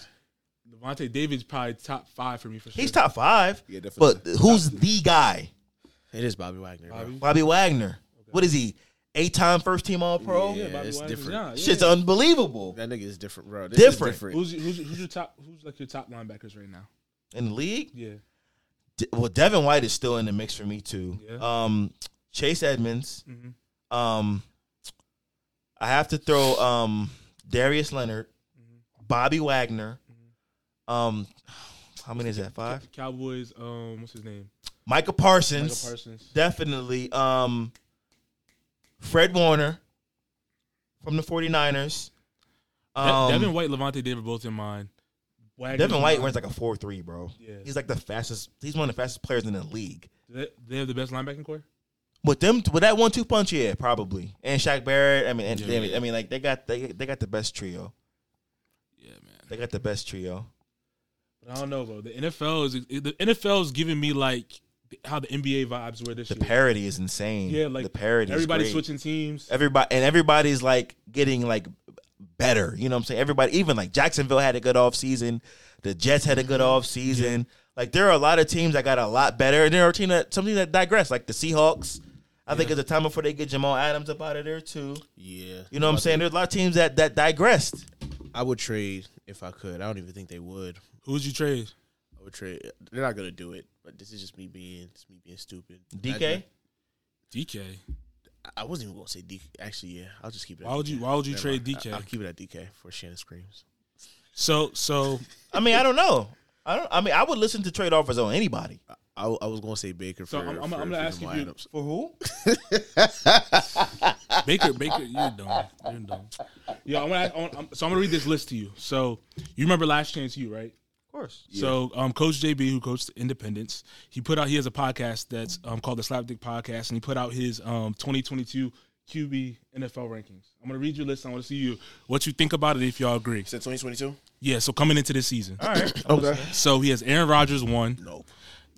S3: Levante David's probably top five for me for sure.
S9: he's top five.
S2: Yeah, definitely.
S9: But who's the guy?
S2: It is Bobby Wagner. bro.
S3: Bobby.
S9: Bobby Wagner. What is he? Eight time first team All Pro.
S2: Yeah,
S3: Bobby
S2: it's
S3: Wagner's-
S2: different.
S3: yeah, yeah.
S9: Shit's unbelievable
S2: That nigga is different, bro. This Is
S9: Different.
S2: different.
S3: Who's, who's who's your top? Who's like your top linebackers right now?
S9: in the league.
S3: Yeah,
S9: De- well, Devin White is still in the mix for me too.
S3: Yeah.
S9: Um, Chase Edmonds.
S3: Mhm.
S9: Um, I have to throw um, Darius Leonard,
S3: Mm-hmm.
S9: Bobby Wagner. Um, how many is that? Five.
S3: Cowboys. Um, what's his name?
S9: Micah
S3: Michael
S9: Parsons.
S3: Parsons.
S9: Definitely. Um, Fred Warner from the 49ers.
S3: De-
S9: Um,
S3: Devin White, Levante David, both in mine. Wagner's
S9: Devin
S3: in
S9: White
S3: mine.
S9: runs like a four three, bro.
S3: Yeah.
S9: He's like the fastest. He's one of the fastest players in the league.
S3: They, they have the best linebacking core.
S9: With them, with that one two punch, yeah, probably. And Shaq Barrett. I mean, and,
S3: Yeah.
S9: I mean, I mean, like they got they, they got the best trio.
S3: Yeah, man.
S9: They got the best trio.
S3: But I don't know, bro. The NFL is the NFL is giving me like how the NBA vibes were this
S9: The
S3: year.
S9: parody is insane.
S3: Yeah, like
S9: the parody. is
S3: Everybody's
S9: great.
S3: switching teams.
S9: Everybody and everybody's like getting like better. You know what I'm saying? Everybody, even like Jacksonville had a good off season. The Jets had a good
S3: Mm-hmm.
S9: off season. Like there are a lot of teams that got a lot better, and there are teams that something that digress, like the Seahawks. I think it's a time before they get Jamal Adams up out of there too.
S2: Yeah.
S9: You know what I'm saying? There's a lot of teams that that digressed.
S2: I would trade if I could. I don't even think they would.
S3: Who would you trade?
S2: I would trade. They're not gonna do it. But this is just me being, it's me being stupid.
S9: DK?
S3: DK.
S2: I- I wasn't even gonna say DK. Actually, yeah, I'll just keep it. at
S3: Why would you-
S2: DK.
S3: why would you
S2: Never
S3: trade
S2: mind.
S3: DK?
S2: I, will keep it at DK for Shannon screams.
S3: So so
S9: I mean, I don't know. I don't. I mean, I would listen to trade offers on anybody.
S2: I, I was gonna say Baker.
S3: So
S2: for,
S3: I'm- I'm-
S2: for,
S3: I'm gonna
S2: for
S3: ask
S2: Jamal
S3: if you-
S2: Adams.
S9: For who? [laughs]
S3: Baker Baker, you're dumb. You're dumb. Yeah, I'm gonna. I want- I'm, so I'm gonna read this list to you. So you remember Last Chance You, right?
S9: Of course.
S3: So um, Coach JB, who coached Independence, he put out he has a podcast that's um, called the Slapdick Podcast, and he put out his um, 2022 QB NFL rankings. I'm gonna read your list. I want to see you what you think about it if y'all agree.
S2: Is that 2022?
S3: Yeah. So coming into this season,
S9: All [laughs] right.
S3: so he has Aaron Rodgers one,
S2: Nope.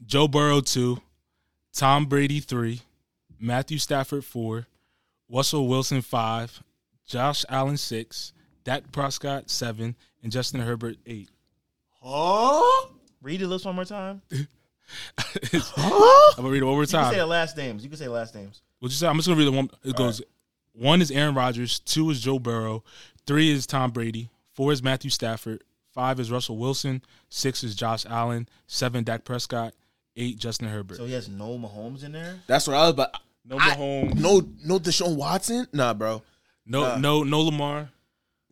S3: Joe Burrow two, Tom Brady three, Matthew Stafford four, Russell Wilson five, Josh Allen six, Dak Prescott seven, and Justin Herbert eight.
S9: Oh. Read the list one more time.
S3: I'm gonna read it one more
S9: You can say the
S3: time.
S9: last names. You can say the last names.
S3: What you say? I'm just gonna read the one. It goes: one is Aaron Rodgers, two is Joe Burrow, three is Tom Brady, four is Matthew Stafford, five is Russell Wilson, six is Josh Allen, seven Dak Prescott, eight Justin Herbert.
S9: So he has no Mahomes in there.
S2: That's what I was about.
S3: no Mahomes,
S2: No, no Deshaun Watson. Nah, bro.
S3: no,
S9: uh,
S2: nah.
S3: no, no Lamar.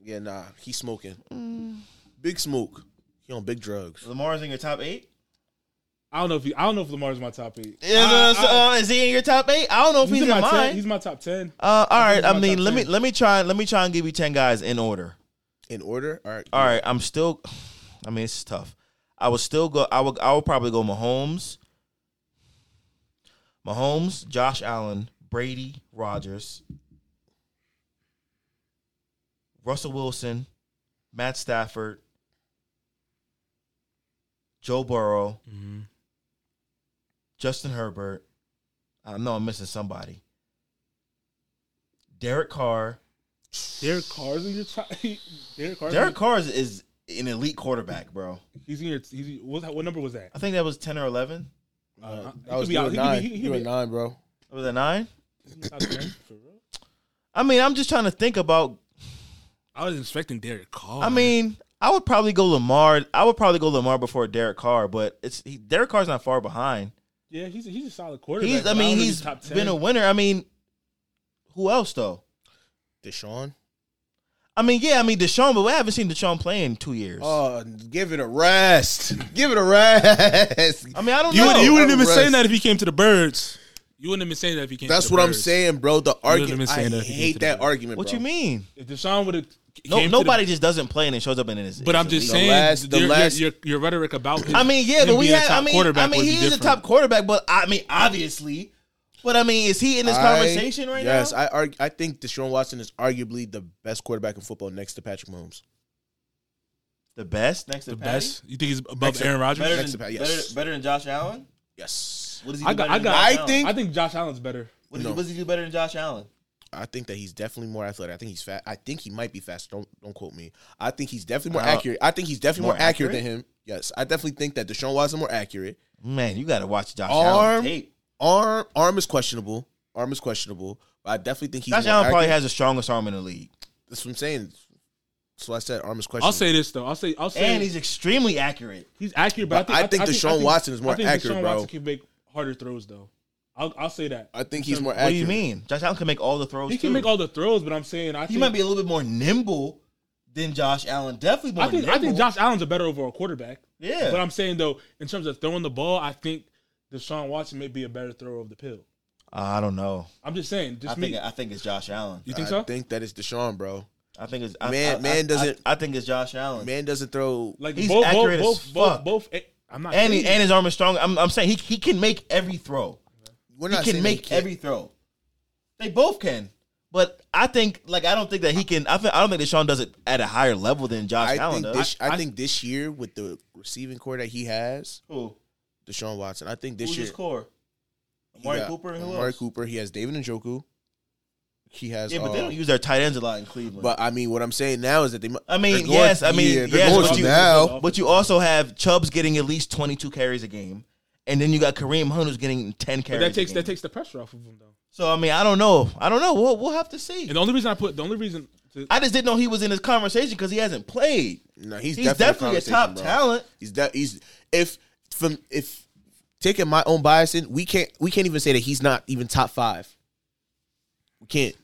S2: Yeah, nah. He's smoking.
S9: Mm.
S2: Big smoke. He on big drugs.
S9: Lamar's in your top eight.
S3: I don't know if he, I don't know if Lamar's my top eight.
S9: Is, uh, so, uh, is he in your top eight? I don't know if he's, in,
S3: my ten.
S9: mine.
S3: He's my top ten.
S9: uh, all right.
S3: he's in
S9: I
S3: my
S9: mean,
S3: top
S9: let me
S3: 10.
S9: let me try let me try and give you ten guys in order.
S2: In order. All right.
S9: All right. I'm still. [sighs] I mean, it's tough. I would still go. I would. I would probably go Mahomes. Mahomes, Josh Allen, Brady, Rogers, Russell Wilson, Matt Stafford, Joe Burrow,
S3: Mhm.
S9: Justin Herbert. I know I'm missing somebody. Derek Carr.
S3: Derek Carr's in your top. [laughs] Derek Carr.
S9: Derek Carr is, is an elite quarterback, bro.
S3: He's in your. He's, what, what number was that?
S9: I think that was ten or eleven.
S3: Uh, he
S2: That
S3: could
S2: was
S3: be
S2: you at
S3: out- he could be-
S2: nine.
S3: he- he could
S2: You
S3: be-
S2: at nine, bro.
S9: Was it nine?
S3: he's in your top 10, for real?
S9: I mean, I'm just trying to think about.
S3: I was expecting Derek Carr.
S9: I mean, I would probably go Lamar. I would probably go Lamar before Derek Carr, but it's he, Derek Carr's not far behind.
S3: yeah, he's a, he's a solid quarterback.
S9: He's.
S3: but
S9: I
S3: don't
S9: mean,
S3: know if
S9: he's
S3: top 10.
S9: been a winner. I mean, who else though?
S2: Deshaun.
S9: I mean, yeah. I mean, Deshaun, but we haven't seen Deshaun play in two years.
S2: Oh, give it a rest. give it a rest.
S9: I mean, I don't
S3: You,
S9: know.
S3: would, you wouldn't have been
S2: Russ.
S3: saying that if he came to the birds. You wouldn't have been saying that if he came.
S2: That's
S3: to the
S2: what I'm
S3: birds.
S2: saying, bro. The
S3: have been
S2: argument. I
S3: saying that if you came to
S2: hate
S3: the
S2: that
S3: Bills.
S2: argument.
S9: what
S2: bro.
S9: you mean?
S3: If Deshaun would have,
S9: No, nobody just doesn't play and it shows up in his.
S3: But I'm just
S2: The
S3: saying
S2: last- the
S3: your,
S2: last-
S3: your, your your rhetoric about. Him,
S9: I mean, yeah, but
S3: him
S9: we
S3: being a
S9: had. I
S3: top
S9: mean, I
S3: quarterback
S9: mean,
S3: would be
S9: he is a
S3: different.
S9: top quarterback, but I mean, obviously. But I mean, is he in this
S2: I-
S9: conversation right now?
S2: Yes, I argue, I think Deshaun Watson is arguably the best quarterback in football next to Patrick Mahomes.
S9: The best next to
S3: The
S9: Patty?
S3: best. You think he's above
S2: Next up.
S3: Aaron
S9: Better
S3: Rodgers?
S2: Next
S9: than,
S2: to Patty, yes.
S9: better, better than Josh Allen?
S2: Yes.
S9: What does he do
S3: I got.
S9: better
S3: I
S9: than
S3: got.
S9: Josh
S2: I
S9: Allen?
S2: think-
S3: I think Josh Allen's better.
S9: What does,
S2: No.
S9: he, what does he do better than Josh Allen?
S2: I think that he's definitely more athletic. I think he's fat. I think he might be fast. Don't don't quote me. I think he's definitely more
S9: Uh,
S2: accurate. I think he's definitely more,
S9: more
S2: accurate?
S9: accurate?
S2: than him. Yes, I definitely think that Deshaun Watson more accurate.
S9: Man, you got to watch Josh
S2: Arm,
S9: Allen tape.
S2: arm, arm is questionable. Arm is questionable. But I definitely think he's.
S9: Josh
S2: more
S9: Allen probably
S2: accurate.
S9: has the strongest arm in the league,
S2: That's what I'm saying. That's why I said arm is questionable.
S3: I'll say this though. I'll say. I'll say.
S9: and he's extremely accurate.
S3: He's accurate, but,
S2: But
S3: I
S2: I
S3: think
S2: think Deshaun Watson is more
S3: I think
S2: accurate,
S3: Deshaun
S2: bro.
S3: Watson can make harder throws, though. I'll, I'll say that.
S2: I think he's more.
S9: What
S2: accurate.
S9: do you mean? Josh Allen can make all the throws.
S3: He can
S9: too.
S3: make all the throws, but I'm saying I
S9: He
S3: think,
S9: might be a little bit more nimble than Josh Allen. Definitely more
S3: I think
S9: nimble.
S3: I think Josh Allen's a better overall quarterback.
S9: Yeah.
S3: but I'm saying though, in terms of throwing the ball, I think Deshaun Watson may be a better thrower of the pill.
S9: Uh, I don't know.
S3: I'm just saying. Just
S9: I
S3: me.
S9: think I think it's Josh Allen.
S3: you think
S2: I
S3: so?
S2: think that is Deshaun, bro.
S9: I think it's I-
S2: Man-
S9: I-
S2: man
S9: I-
S2: doesn't-
S9: I, I think it's Josh Allen.
S2: Man doesn't throw
S9: like
S3: He's
S9: he's
S3: both,
S9: accurate
S3: both,
S9: as
S3: both,
S9: fuck.
S3: both, both. I'm not.
S9: and he,
S3: saying-
S9: and his arm is strong. I'm, I'm saying he he can make every throw.
S2: We're
S9: he
S2: not
S9: can
S2: saying they
S9: make
S2: can't.
S9: every throw. They both can, but I think like I don't think that he can. I, think, I don't think that Sean does it at a higher level than Josh
S2: I
S9: Allen
S2: think
S9: does.
S2: this. I, think this year with the receiving core that he has,
S9: Who?
S2: Deshaun Watson. I think this
S9: Who's
S2: year
S9: his core?
S2: he
S9: Amari
S2: got
S9: Cooper and who
S2: Amari
S9: else?
S2: Cooper. He has David and Joku. He has.
S9: Yeah, but they
S2: uh,
S9: don't use their tight ends a lot in Cleveland.
S2: But I mean, what I'm saying now is that they. mu-
S9: I
S2: they're
S9: mean,
S2: going-
S9: yes, I mean,
S2: yeah, they're
S9: yes,
S2: going
S9: but
S2: to
S9: you,
S2: now.
S9: but you also have Chubb's getting at least 22 carries a game, and then you got Kareem Hunt who's getting 10
S3: But
S9: carries.
S3: that takes
S9: a
S3: that
S9: game.
S3: takes the pressure off of him though.
S9: So I mean, I don't know. I don't know. We'll, we'll have to see.
S3: And the only reason I put the only reason to,
S9: I just didn't know he was in this conversation because he hasn't played.
S2: No, he's,
S9: He's
S2: definitely,
S9: definitely a top
S2: conversation, bro.
S9: talent.
S2: He's de- he's if from if taking my own bias in, we can't we can't even say that he's not even top five. We can't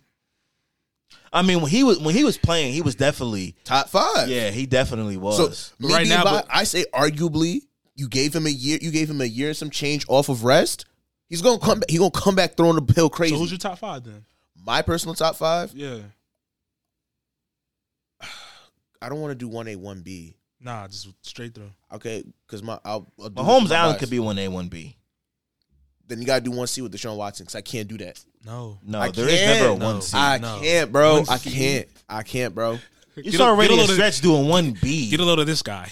S9: I mean, when he was when he was playing, he was definitely.
S2: top five.
S9: Yeah, he definitely
S2: So
S9: was.
S2: maybe
S3: Right
S2: right
S3: now,
S2: now,
S3: but-
S2: I say arguably, you gave him a year. You gave him a year and some change off of rest. He's gonna come. Back, he's gonna come back throwing the pill
S3: so
S2: crazy.
S3: who's your top five then?
S2: my personal top five.
S3: Yeah,
S2: I don't want to do one A one B.
S3: nah, just straight through.
S2: Okay, because my I'll, I'll do
S9: Mahomes
S2: my
S9: Allen
S2: bias.
S9: could be one A, one B.
S2: Then you gotta do one C with Deshaun Watson because I can't do that.
S3: No,
S9: No,
S2: I
S9: there is never a
S2: can't.
S9: one
S3: No.
S9: C.
S2: I
S3: no.
S2: can't, bro.
S3: One
S2: I
S3: C.
S2: can't. I can't, bro.
S9: You
S3: Get
S9: saw
S3: a- get a
S9: Randy
S3: load of-
S9: Stretch doing one B,
S3: Get a load of this guy.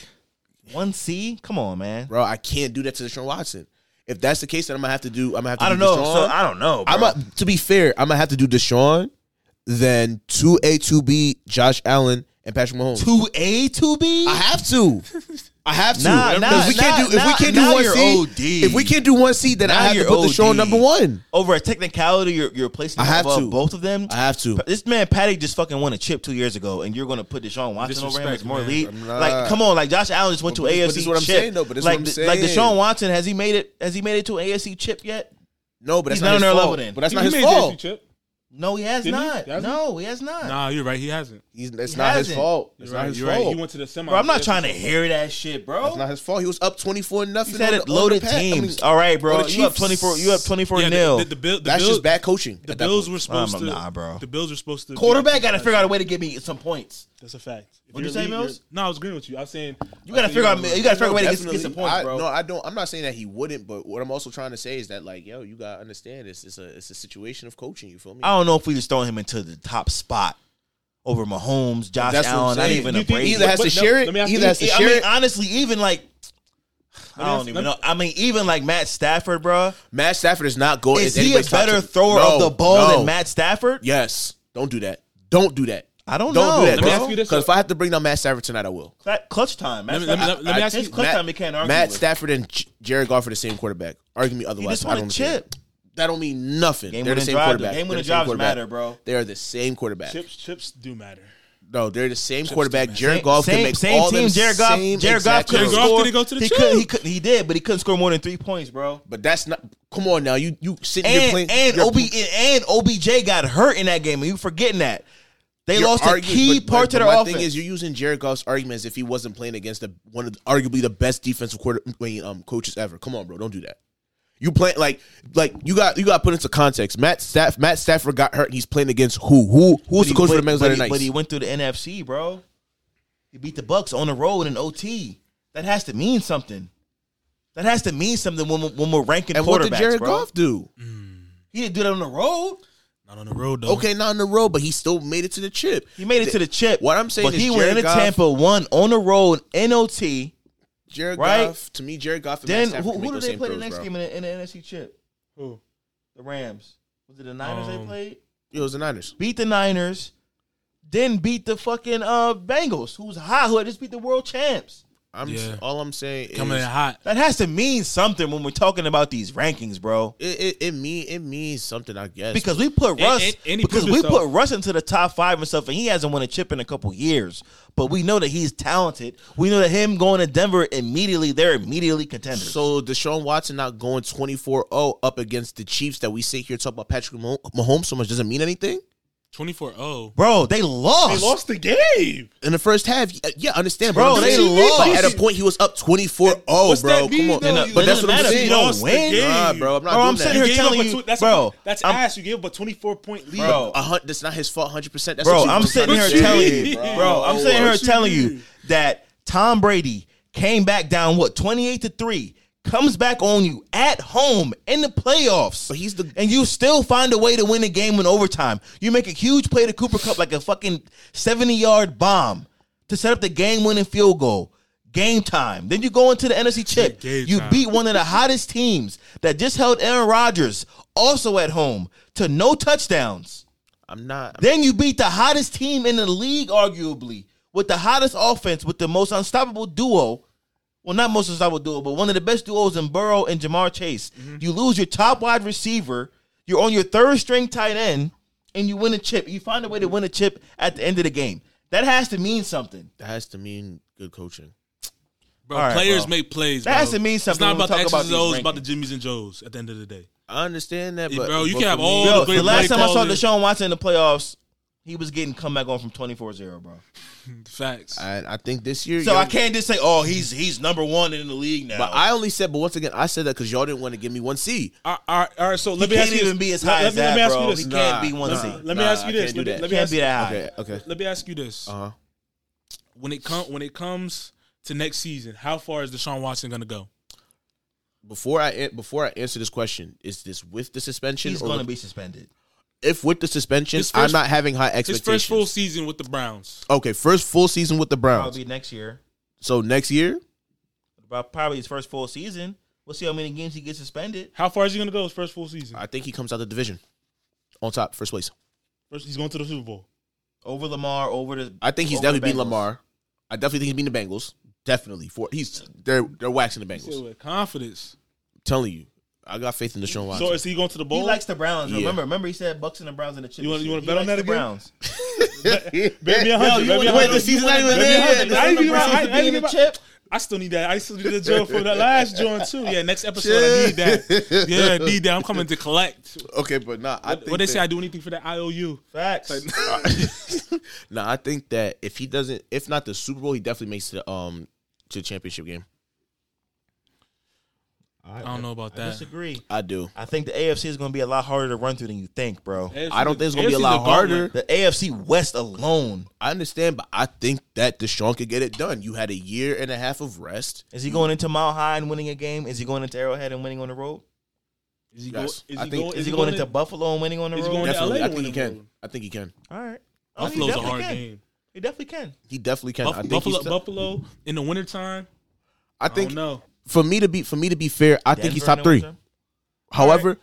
S9: one C. Come on, man.
S2: Bro, I can't do that to Deshaun Watson. If that's the case, then I'm gonna have to do. I'm gonna have to.
S9: I
S2: do
S9: don't know.
S2: Deshaun.
S9: So I don't know. Bro.
S2: I'm a, to be fair, I'm gonna have to do Deshaun, then two A, two B, Josh Allen, and Patrick Mahomes.
S9: two A, two B.
S2: I have to. I have to.
S9: Nah, nah,
S2: Because we can't
S9: nah,
S2: do if we
S9: nah,
S2: can't
S9: now
S2: do one
S9: you're
S2: C.
S9: OD.
S2: If we can't do one C, then I
S9: Now
S2: have to
S9: you're
S2: put Deshaun
S9: OD.
S2: number one.
S9: Over a technicality, you're, you're placing
S2: I have
S9: above
S2: to.
S9: both of them.
S2: I have to.
S9: This man Patty just fucking won a chip two years ago, and you're going to put Deshaun Watson over him
S3: Disrespect,
S9: as more
S3: man.
S9: lead?
S2: I'm not-
S9: Like, come on! Like Josh Allen just went
S2: But
S9: to
S2: this- but
S9: AFC
S2: this is what I'm
S9: chip.
S2: saying, though, but this is
S9: like,
S2: what I'm
S9: th- like
S2: saying.
S9: Deshaun Watson has he made it? Has he made it to AFC chip yet?
S2: No, but that's
S9: He's
S2: not,
S9: not
S2: his
S9: on their
S2: fault.
S9: level then.
S2: But that's
S3: He
S2: not his
S3: made the
S2: fault.
S3: AFC chip.
S9: No, he has
S3: Didn't he?
S9: not.
S3: Hasn't he?
S9: no, he has not.
S3: Nah, you're right. He hasn't.
S2: He's, it's
S9: He
S2: not his
S9: hasn't.
S2: fault. It's
S3: You're
S2: not
S3: right.
S2: his
S3: You're
S2: fault.
S3: right. He went to the semi.
S9: Bro, I'm not trying to hear that shit, bro.
S2: That's not his fault. He was up twenty four nothing.
S9: You said
S2: on
S9: it
S2: the- on
S9: loaded
S2: the pack. I mean,
S9: teams. All right,
S2: on
S9: bro.
S2: the
S9: You have
S2: Chiefs.
S9: twenty four. You have twenty four
S3: Yeah,
S9: nil.
S3: the, the, the, Bill- the
S2: That's
S3: Bills,
S2: just bad coaching.
S3: The
S2: at that
S3: Bills
S2: point.
S3: were supposed
S9: Um,
S3: to.
S9: nah, bro.
S3: The Bills were supposed to. be-
S9: Quarterback got to figure out a way to give me some points.
S3: That's a fact. If
S9: What'd you
S3: you're
S9: say,
S3: lead-
S9: Mills?
S3: you're- No, I was agreeing with you. I was saying
S9: You got to figure out. You got to figure out a way to get, get some
S2: Definitely.
S9: points,
S2: I-
S9: bro.
S2: No, I don't. I'm not saying that he wouldn't, but what I'm also trying to say is that, like, yo, you gotta understand, it's it's a it's a situation of coaching. You feel me?
S9: I don't know if we just throwing him into the top spot over Mahomes, Josh
S2: That's what I'm
S9: Allen, not
S2: saying.
S9: even
S2: You
S9: a
S2: think
S9: Brady.
S2: either has
S3: But
S2: to
S3: no,
S2: share it,
S3: let me ask
S2: either
S3: you-
S2: has to
S9: I
S2: share
S9: mean,
S2: it.
S9: honestly, even like I
S3: me ask-
S9: don't even
S3: let me-
S9: know. I mean, even like Matt Stafford, bro.
S2: Matt Stafford is not going. as
S9: Is he a
S2: anybody's top
S9: better
S2: two.
S9: thrower of
S2: No,
S9: the ball
S2: no.
S9: than Matt Stafford?
S2: Yes. Don't do that. Don't do that.
S9: I don't
S2: Don't
S9: know,
S2: do that,
S9: Let me
S2: bro.
S9: ask you
S3: this,
S2: Because
S3: uh,
S2: if I have to bring down Matt Stafford tonight, I will.
S9: Cla- Clutch time.
S3: Let
S9: Matt
S3: me- let me-
S9: Stafford-
S3: let me
S9: I-
S3: ask
S9: his
S3: you-
S9: clutch
S2: Matt,
S9: time. You can't argue.
S2: Matt
S9: with.
S2: Stafford and J- Jared Goff are the same quarterback. Argue me
S9: He
S2: otherwise.
S9: just
S2: I
S9: won a
S2: don't
S9: chip.
S2: care. That don't mean nothing.
S9: Game
S2: they're the
S9: winning
S2: same
S9: drive-
S2: quarterback.
S9: game
S2: They're the
S9: winning
S2: same
S9: drives
S2: quarterback.
S9: matter, bro.
S2: They are the same quarterback.
S3: chips. Chips do matter.
S2: No, they're the same quarterback. Jared
S9: Same-
S2: Goff
S9: same,
S2: can make
S9: same
S2: all
S9: team.
S2: them
S9: Jared Goff.
S2: same
S9: Jared Goff
S2: exact
S9: couldn't
S2: throws.
S3: Jared Goff
S9: score.
S3: didn't go to the
S9: he
S3: chip.
S9: Could, he could. He did, but he couldn't score more than three points, bro.
S2: But that's not. Come on now, you you sitting here
S9: And
S2: playing
S9: and E
S2: you're-
S9: OB and OBJ got hurt in that game, and you forgetting that they
S2: you're
S9: lost
S2: arguing-
S9: a key
S2: but-
S9: part
S2: but
S9: to their
S2: my
S9: offense.
S2: thing is, you're using Jared Goff's argument as if he wasn't playing against the one of the, arguably the best defensive quarter I mean, um, coaches ever. Come on, bro, don't do that. You play like like you got you got put into context. Matt Staff Matt Stafford got hurt. and He's playing against who? Who who's the
S9: But
S2: coach
S9: he-
S2: for the Bengals
S9: but,
S2: that
S9: he- but he
S2: night?
S9: went through the NFC, bro. He beat the Bucks on the road in OT. That has to mean something. That has to mean something when we're, when we're ranking
S2: And what
S9: quarterbacks,
S2: did Jared
S9: bro. Mm-hmm.
S2: Goff do?
S9: He didn't do that on the road.
S3: Not on the road though.
S2: Okay, not in the road, but he still made it to the chip.
S9: He made it to the chip.
S2: What I'm saying
S9: but
S2: is
S9: he
S2: Jared
S9: went into
S2: Goff-
S9: Tampa, won on the road in OT.
S2: Jared
S9: Right?
S2: Goff to me, Jared Goff. And
S9: Then
S2: Matt
S9: who,
S2: Stafford can
S9: who
S2: make
S9: do
S2: those
S9: they
S2: same
S9: play the
S2: throws,
S9: next
S2: bro.
S9: game in the, in the NFC chip?
S3: Who?
S9: The Rams. Was it the Niners they
S3: Um,
S9: played?
S2: It was the Niners.
S9: Beat the Niners. Then beat the fucking uh, Bengals, who's high, who had just beat the world champs.
S2: I'm
S3: Yeah.
S2: all I'm saying is
S3: Coming in hot.
S9: That has to mean something when we're talking about these rankings, bro.
S2: it, it, it mean it means something, I guess.
S9: Because we put Russ,
S3: and- and he
S9: because
S3: proved
S9: we
S3: himself.
S9: put Russ into the top five and stuff, and he hasn't won a chip in a couple years. But we know that he's talented. We know that him going to Denver immediately, they're immediately contenders.
S2: so Deshaun Watson not going 24-0 up against the Chiefs that we sit here talk about Patrick Mah- Mahomes so much doesn't mean anything.
S3: 24-0.
S9: Bro, they lost.
S3: They lost the game.
S2: in the first half. y- Yeah, I understand, but
S9: Bro,
S2: I'm
S9: they
S2: saying, like,
S9: lost.
S2: at a point he was up 24-0,
S9: What's that
S2: bro.
S9: mean,
S2: Come on,
S9: though?
S2: but that's
S9: You- it
S2: what I'm
S9: doesn't matter if
S2: saying.
S9: you don't win.
S2: Nah, bro, I'm not
S9: Bro, Oh, I'm
S2: doing
S9: sitting
S2: that.
S9: here telling you,
S3: that's,
S9: bro,
S3: that's
S9: I'm-
S3: ass. You gave up a 24 point lead.
S9: Bro,
S2: A hun- that's not his fault 100%. That's
S9: bro,
S2: what you-
S9: I'm sitting here
S2: What you
S9: telling
S2: did,
S9: you, bro, I'm sitting here
S2: What you
S9: telling
S2: did.
S9: you that Tom Brady came back down what 28 to 3, comes back on you at home in the playoffs. But
S2: he's the
S9: and you still find a way to win a game in overtime. You make a huge play to Cooper Cup like a fucking 70-yard bomb to set up the game-winning field goal. Game time. Then you go into the NFC chip.
S3: game
S9: you
S3: time.
S9: beat one
S3: [laughs]
S9: of the hottest teams that just held Aaron Rodgers, also at home, to no touchdowns.
S2: I'm not.
S9: Then you beat the hottest team in the league, arguably, with the hottest offense, with the most unstoppable duo. Well, not most unstoppable duo, but one of the best duos in Burrow and Jamar Chase.
S3: Mm-hmm.
S9: You lose your top wide receiver. You're on your third string tight end, and you win a chip. You find a way to win a chip at the end of the game. That has to mean something.
S2: That has to mean good coaching.
S3: Bro,
S9: All right,
S3: players
S9: bro.
S3: make plays.
S9: That
S3: bro.
S9: has to mean
S3: It's
S9: something
S3: not
S9: when we
S3: about the
S9: talk
S3: X's
S9: about
S3: and
S9: these
S3: O's. It's about the
S9: rankings.
S3: Jimmys and Joes at the end of the day.
S2: I understand that,
S3: Yeah,
S2: but
S3: bro, you
S2: but
S3: can have
S2: for
S3: all
S2: me-
S3: Oh, the
S9: Yo,
S3: great
S9: the last
S3: play
S9: time I saw
S3: callers.
S9: Deshaun Watson in the playoffs, he was getting comeback on from 24-0, bro.
S3: Facts.
S2: I, I think this year.
S9: So
S2: yo-
S9: I can't just say, oh, he's he's number one in the league now.
S2: But I only said, but once again, I said that because y'all didn't want to give me one C.
S3: All right, all right so let
S9: he
S3: me ask
S9: can't
S3: you
S9: even
S3: this.
S9: be as
S3: Let-
S9: high
S3: let
S9: as
S3: me- let
S9: that,
S3: me ask
S9: bro.
S3: you this.
S9: He
S2: Nah,
S9: can't be one
S2: nah.
S9: C.
S3: Let me
S2: Nah,
S3: ask you
S2: I
S3: this.
S2: can't do
S3: Let me,
S2: that.
S3: let me
S9: Can't
S3: ask
S9: be that high.
S2: Okay, okay.
S3: Let me ask you this.
S2: Uh huh.
S3: When it come when it comes to next season, how far is Deshaun Watson gonna go?
S2: Before I an- before I answer this question, is this with the suspension?
S9: He's
S2: or
S9: going to
S2: with-
S9: be suspended.
S2: If with the suspension,
S3: His
S2: I'm
S3: first-
S2: not having high
S3: His
S2: expectations.
S3: first full season with the Browns.
S2: okay, first full season with the Browns.
S9: Probably next year.
S2: So next year,
S9: About probably his first full season. We'll see how many games he gets suspended.
S3: How far is he gonna go his first full season?
S2: I think he comes out the division on top, first place.
S3: First, he's going to the Super Bowl.
S9: Over Lamar, over the.
S2: I think he's
S9: over the
S2: definitely beating
S9: Bengals.
S2: Lamar. I definitely think he's beating the Bengals. Definitely for he's they're they're waxing the
S3: He said
S2: Bengals.
S3: with confidence.
S2: telling you, I got faith in the Deshaun Watson.
S3: So is he going to the
S9: He
S3: bowl?
S9: likes the Browns.
S2: Yeah.
S9: Remember, remember he said Bucks and the Browns in the chip.
S3: You wanna-
S9: this
S3: you
S9: year.
S3: wanna
S9: He
S3: bet on
S9: likes
S3: that
S9: the
S3: again? [laughs]
S9: Browns.
S3: Bet me a hundred. Bet me a
S2: Wait, the
S3: hundred.
S2: season's not even
S3: Bet me a
S2: there
S3: hundred.
S2: yet.
S3: I ain't even
S9: Browns
S3: I- I
S9: should
S3: ain't
S9: be in
S3: even-
S9: the chip.
S3: I still need that. I still need the joint for that last joint too. Yeah, next episode I need that. Yeah, I need that. I'm coming to collect.
S2: okay, but nah, I think
S3: What they say? I
S2: that-
S3: do anything for that IOU.
S9: Facts.
S3: [laughs]
S2: [laughs] nah, I think that if he doesn't, if not the Super Bowl, he definitely makes the um to the championship game.
S3: I don't know about that.
S9: disagree.
S2: I do.
S9: I think the AFC is going to be a lot harder to run through than you think, bro.
S2: I don't think it's gonna be a lot harder.
S9: The AFC West alone.
S2: I understand, but I think that Deshaun could get it done. You had a year and a half of rest.
S9: Is he going into Mile High and winning a game? Is he going into Arrowhead and winning on the road?
S3: Is he,
S2: Yes.
S3: go, is
S2: I
S3: he
S2: think-
S3: go,
S9: Is, he going, into Buffalo and winning on the
S3: is he
S9: road?
S3: going to
S2: Definitely,
S3: LA
S2: I
S3: to
S2: think he
S3: win the
S2: can.
S3: World.
S2: I think he can.
S9: All right. Oh, he
S3: Buffalo's a
S9: definitely
S3: hard
S9: can.
S3: game.
S9: He definitely can.
S2: He definitely can. I
S3: Buff-
S2: think
S3: Buffalo,
S2: he's-
S3: Buffalo in the wintertime.
S2: I
S3: I
S2: think
S3: don't know.
S2: for me to be for me to be fair, I think he's
S9: Denver in
S2: top
S9: the
S2: three.
S9: winter.
S2: However,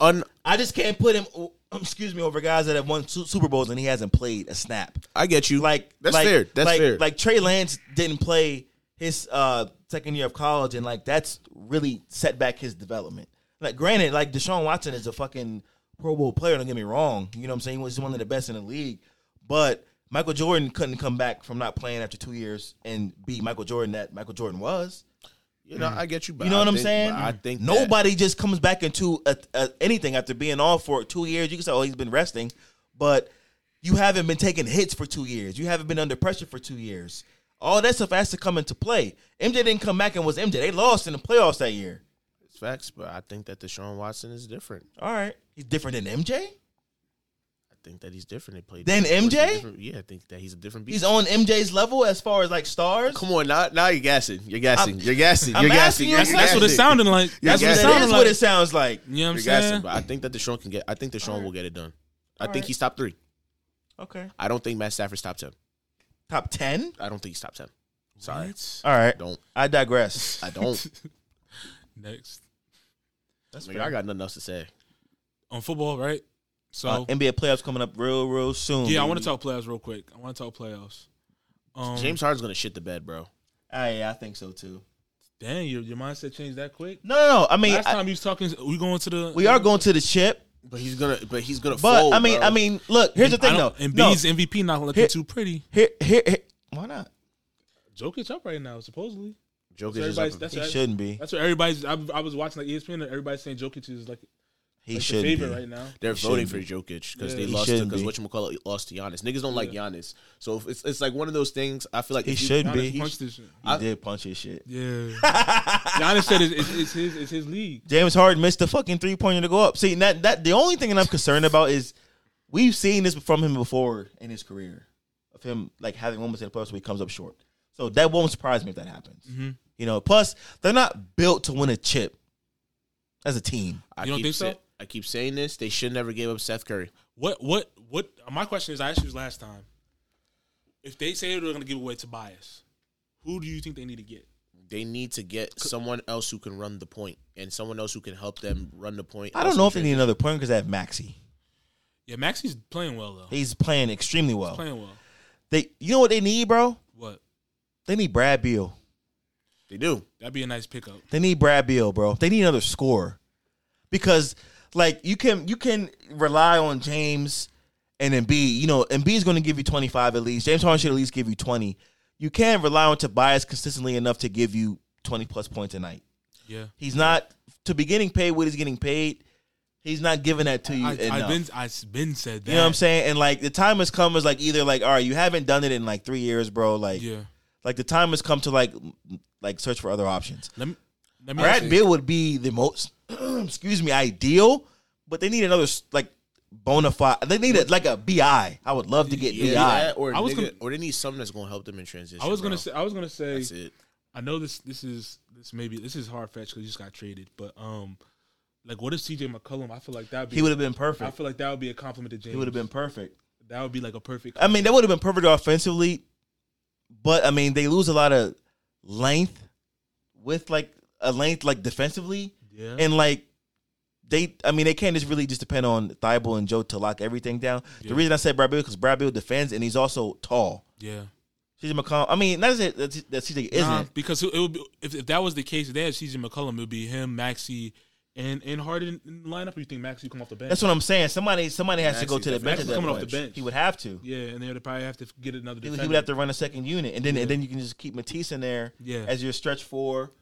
S2: un,
S9: I just can't put him. [clears throat] Excuse me, over guys that have won two Super Bowls and he hasn't played a snap.
S2: I get you.
S9: Like
S2: that's
S9: like-
S2: fair. That's
S9: like,
S2: fair.
S9: Like Trey Lance didn't play his uh, second year of college, and like that's really set back his development. Like, granted, like Deshaun Watson is a fucking Pro Bowl player. Don't get me wrong. You know what I'm saying? He was one of the best in the league, but. Michael Jordan couldn't come back from not playing after two years and be Michael Jordan that Michael Jordan was.
S2: you know, I get you. But
S9: You know what
S2: I
S9: I'm
S2: think-
S9: saying?
S2: but I think that-
S9: nobody just comes back into a, a, anything after being off for two years. You can say, "Oh, he's been resting," but you haven't been taking hits for two years. You haven't been under pressure for two years. All that stuff has to come into play. MJ didn't come back and was MJ. They lost in the playoffs that year.
S2: It's facts, but I think that Deshaun Watson is different.
S9: All right, he's different than MJ.
S2: I think that he's different. They played
S9: Than
S2: different-
S9: MJ?
S2: different- Yeah, I think that he's a different beast.
S9: He's on MJ's level as far as like stars.
S2: Come on, now, now you're gassing. You're gassing. you're gassing.
S9: I'm
S2: You're gassing.
S9: asking you
S2: You're
S9: a
S3: That's, that's what it
S2: gassing.
S3: sounded like.
S2: Yeah,
S3: That's what it
S2: yeah, that
S9: That
S3: sounded
S9: is what
S3: like.
S9: it sounds like.
S3: You know what I'm
S2: You're gassing.
S3: saying?
S2: But I think that Deshaun can get. I think Deshaun will get it done. I think
S9: Alright.
S2: he's top three.
S9: Okay,
S2: I don't think Matt Stafford's top ten.
S9: top ten.
S2: I don't think he's top ten. Sorry,
S3: What?
S9: All right,
S2: don't.
S9: I
S3: [laughs]
S9: digress.
S2: I don't.
S3: Next
S9: That's
S2: Nigga, I got nothing else to say.
S3: on football, right? So
S9: Uh, NBA playoffs coming up real, real soon.
S3: yeah, I want
S9: baby.
S3: to talk playoffs real quick. I want to talk playoffs. Um,
S2: James Harden's gonna shit the bed, bro.
S9: Ah, yeah, I think so too.
S3: dang, your your mindset changed that quick.
S9: No, no, no. I mean,
S3: Last
S9: I-
S3: time you was talking, we going to the
S9: we are going to the chip,
S2: But he's gonna. But he's gonna.
S9: but
S2: fold,
S9: I mean,
S2: bro.
S9: I mean, look. Here's the
S3: I
S9: thing, though.
S3: don't-
S9: No,
S3: Embiid's MVP not looking
S9: Here-
S3: too pretty.
S9: here, here, here- why not?
S3: Jokic up right now, supposedly.
S2: Jokic
S3: So
S2: is up.
S3: everybody's, that's
S9: He
S3: what-
S9: shouldn't be.
S3: E That's what everybody's. I, I was watching like ESPN, and everybody's saying Jokic is like
S9: He
S2: Like, the
S9: should
S2: favorite
S9: be.
S2: right now. They're
S9: He should
S2: voting
S9: be.
S2: for Jokic because
S9: Yeah.
S2: they
S9: He
S2: lost to
S9: should
S2: because
S9: be.
S2: whatchamacallit lost to Giannis. Niggas don't like Giannis, so if it's it's like one of those things. I feel like
S9: He
S2: if you-
S9: should
S2: Giannis-
S9: be.
S2: sh-
S9: He did punch his shit.
S3: Yeah.
S9: [laughs]
S3: Giannis said it's, it's, it's his it's his league.
S9: James Harden missed the fucking three pointer to go up. See that that the only thing that I'm concerned about is we've seen this from him before in his career of him like having moments in the playoffs where he comes up short. So that won't surprise me if that happens.
S3: Mhm.
S9: You know, plus they're not built to win a chip as a team.
S2: I keep sa- I keep saying this. They should never give up Seth Curry.
S3: What what what? My question is, I asked you this last time. If they say they're going to give away Tobias, who do you think they need to get?
S2: They need to get someone else who can run the point and someone else who can help them run the point.
S9: I don't know if they need another point because they have Maxi.
S3: Yeah, Maxi's playing well though.
S9: He's playing extremely well.
S3: He's playing well.
S9: They you know what they need, bro?
S3: What?
S9: They need Brad Beal.
S2: They do.
S3: That'd be a nice pickup.
S9: They need Brad Beal, bro. They need another scorer because like you can you can rely on James and Embiid. You know Embiid is going to give you twenty five at least. James Harden should at least give you twenty. You can rely on Tobias consistently enough to give you twenty plus points a night.
S3: Yeah.
S9: He's not to be getting paid what he's getting paid. He's not giving that to you
S3: I,
S9: enough.
S3: I've been I've been said that.
S9: You know what I'm saying? And like the time has come is like either like all right, you haven't done it in like three years, bro. Like
S3: Yeah.
S9: like the time has come to like m- like search for other options.
S3: Let me, let me ask
S9: Brad
S3: you-
S9: Beal would be the most [clears throat] excuse me ideal, but they need another s- like bona fide. They need a, like a bi. I would love to get
S2: Yeah,
S9: bi.
S2: that or
S3: I was
S2: nigga-
S3: gonna-
S2: or they need something that's gonna help them in transition.
S3: I was
S2: bro.
S3: gonna say. I was gonna say.
S2: That's it.
S3: I know this. This is this maybe this is hard fetched because he just got traded. But um, like what if CJ McCollum? I feel like that.
S9: He would've been perfect.
S3: I feel like that would be a compliment to James.
S9: would've been perfect.
S3: That would be like a perfect.
S9: I mean, that would have been perfect offensively, but I mean, they lose a lot of length with like a length like defensively,
S3: Yeah.
S9: and like they, I mean, they can't just really just depend on Thibault and Joe to lock everything down.
S3: Yeah.
S9: The reason I said Brad Beal because Brad Beal defends and he's also tall.
S3: Yeah.
S9: CJ McCollum. I mean, not that that that CJ isn't.
S3: Nah, because it would be, if, if that was the case, if they had CJ McCollum, it would be him, Maxi, and and Harden in the lineup. Or you think Maxi would come off the bench?
S9: That's what I'm saying. Somebody, somebody has to go
S3: Maxi's
S9: to the bench.
S3: definitely-
S9: at that
S3: Maxi's coming off
S9: point.
S3: the bench.
S9: He would have to.
S3: Yeah, and they would probably have to get another.
S9: He would,
S3: Defender.
S9: he would have to run a second unit, and then
S3: Yeah.
S9: and then you can just keep Matisse in there
S3: Yeah.
S9: as your stretch four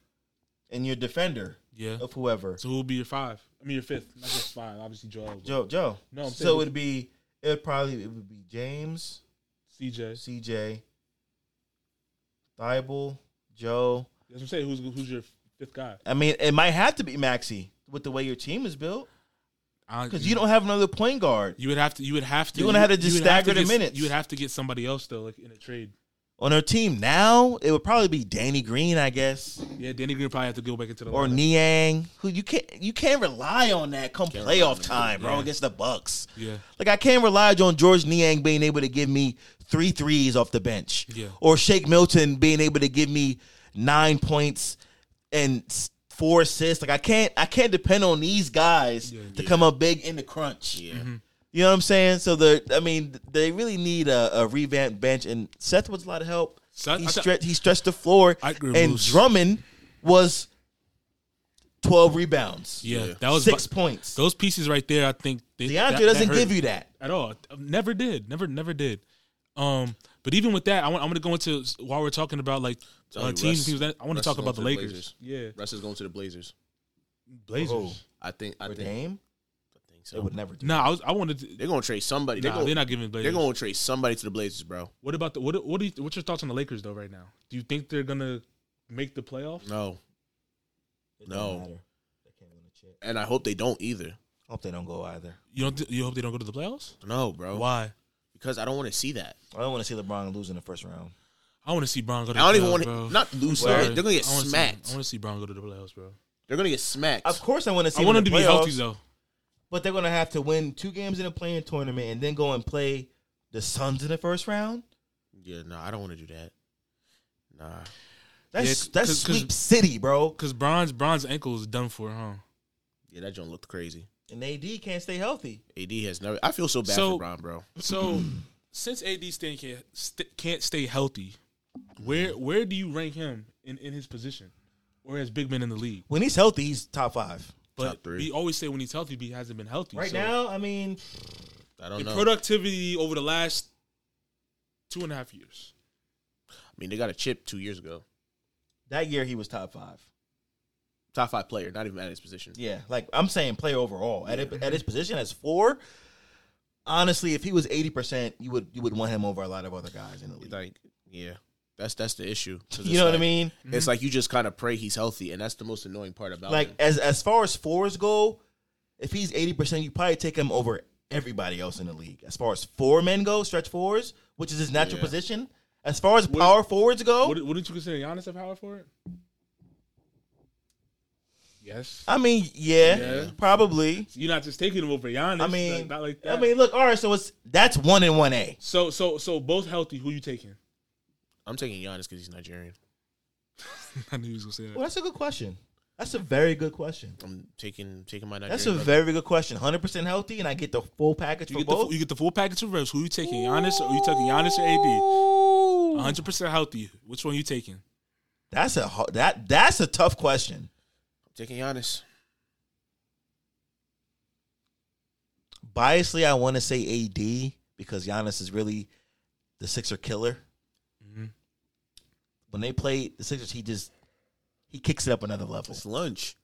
S9: and your defender.
S3: Yeah.
S9: of whoever.
S3: So who would be your five? I mean, your fifth. Not just five. Obviously, Joel. but-
S9: Joe, Joe.
S3: No, I'm saying
S9: so it'd be it would probably it would be James,
S3: CJ,
S9: CJ, Thibault, Joe.
S3: That's what I'm saying. Who's who's your fifth guy?
S9: I mean, it might have to be Maxi with the way your team is built
S3: I-
S9: because you don't have another point guard.
S3: You would have to. You would have to.
S9: You're gonna have to just
S3: you would have
S9: stagger the
S3: get-
S9: minutes.
S3: You would have to get somebody else though, like in a trade.
S9: On our team now, it would probably be Danny Green, I guess,
S3: Yeah, Danny Green probably have to go back into the
S9: or
S3: lineup.
S9: Niang. Who you can't you can't rely on that come
S3: Can't rely on
S9: playoff
S3: that.
S9: time, bro,
S3: Yeah.
S9: against the Bucks.
S3: Yeah.
S9: Like I can't rely on George Niang being able to give me three threes off the bench.
S3: Yeah.
S9: Or Shake Milton being able to give me nine points and s- four assists. Like I can't I can't depend on these guys to come up big in the crunch. Yeah.
S3: Mm-hmm.
S9: You know what I'm saying? So the I mean they really need a, a revamped bench and Seth was a lot of help.
S3: Seth- I
S9: he
S3: thought-
S9: stretched he stretched the floor
S3: I agree with
S9: and
S3: Moose.
S9: Drummond was 12 rebounds.
S3: Yeah, that was
S9: six points.
S3: Those pieces right there, I think they,
S9: DeAndre doesn't
S3: hurt
S9: give you that.
S3: at all. Never did. Never, never did. Um, but even with that, I want, I'm going to go into while we're talking about like
S2: Tell
S3: uh,
S2: you,
S3: teams.
S2: Russ-
S3: and teams that, I want
S2: Russ
S3: to talk
S2: is going
S3: about
S2: to
S3: the Lakers. Yeah,
S2: Russ is going to the Blazers.
S3: Blazers.
S9: Oh.
S2: I think. I
S9: For
S2: think.
S9: Dame?
S2: I think
S9: They
S2: so.
S9: would never do
S3: Nah, I was. I wanted. To,
S2: They're gonna trade somebody.
S3: Nah,
S2: gonna,
S3: they're not giving the
S2: They're
S3: Blazers.
S2: gonna trade somebody to the Blazers, bro.
S3: what about the what? What do you, what's your thoughts on the Lakers though? Right now, do you think they're gonna make the playoffs?
S2: No,
S9: It
S2: No.
S9: don't matter. They can't win a chip.
S2: and I hope they don't either.
S9: I hope they don't go either.
S3: You don't. th- You hope they don't go to the playoffs?
S2: No, bro.
S3: Why?
S2: Because I don't want to see that.
S9: I don't want to see LeBron lose in the first round.
S3: I want to see Brown go to.
S2: I don't
S3: the
S2: even
S3: playoffs,
S2: wanna-
S3: bro.
S2: not lose,
S3: I'm sorry.
S2: but they're gonna get
S3: I wanna see-
S2: smacked.
S3: I want to see Brown go to the playoffs, bro.
S2: They're gonna get smacked.
S9: Of course, I want to see.
S3: I
S9: him
S3: want
S9: in
S3: him
S9: the
S3: to be healthy
S9: playoffs,
S3: though.
S9: But they're gonna have to win two games in a playing tournament and then go and play the Suns in the first round.
S2: Yeah, no, I don't want to do that. Nah,
S9: That's
S3: Yeah,
S9: that's
S3: 'cause- 'cause-
S9: sweep city, bro.
S3: Because Bron's Bron's ankle is done for, huh?
S2: yeah, that joint looked crazy.
S9: And AD can't stay healthy.
S2: AD has never. I feel so bad
S3: So-
S2: for Bron, bro.
S3: So [clears throat] since AD staying can't, st- can't stay healthy, where where do you rank him in, in his position or as big men in the league?
S9: When he's healthy, he's top five.
S3: But
S2: Top three.
S3: we always say when he's healthy, but he hasn't been healthy.
S9: Right
S3: So
S9: now, I mean,
S2: I don't
S3: the
S2: know.
S3: productivity over the last two and a half years.
S2: I mean, they got a chip two years ago.
S9: that year he was top five.
S2: top five player, not even at his position.
S9: Yeah, like I'm saying, play overall at it- at his position as four. Honestly, if he was eighty percent, you would you would want him over a lot of other guys in the league.
S2: Like, yeah, that's that's the issue.
S9: [laughs]
S2: 'Cause
S9: You
S2: it's
S9: know what I
S2: like-
S9: mean? Mm-hmm.
S2: It's like you just kind of pray he's healthy, and that's the most annoying part about
S9: Like eh
S2: him.
S9: as as far as fours go, if he's eighty percent, you probably take him over everybody else in the league. As far as four men go, stretch fours, which is his natural
S3: Yeah.
S9: position. As far as power forwards go,
S3: Wouldn't wouldn't you consider Giannis a power forward? Yes.
S9: I mean, yeah, probably.
S3: You're not just taking him over Giannis.
S9: I mean,
S3: like, not like
S9: I
S3: that.
S9: mean, look, all right. So it's that's one and one A.
S3: so so so both healthy. Who you taking?
S2: I'm taking Giannis because he's Nigerian.
S3: [laughs] I knew he was gonna say that.
S9: Well, that's a good question. That's a very good question.
S2: I'm taking taking my Nigerian.
S9: That's a
S2: brother.
S9: very good question. Hundred percent healthy, and I get the full package
S3: You
S9: for
S3: get, the,
S9: both.
S3: full- you get the full package of reps. Who you taking, Giannis? Or you taking Giannis or AD? 100 percent healthy. Which one you taking?
S9: that's a ho- that that's a tough question.
S2: taking Giannis.
S9: Biasly, I want to say AD because Giannis is really the Sixer killer.
S2: Mm-hmm.
S9: When they play the Sixers, he just he kicks it up another level. It's
S2: lunch,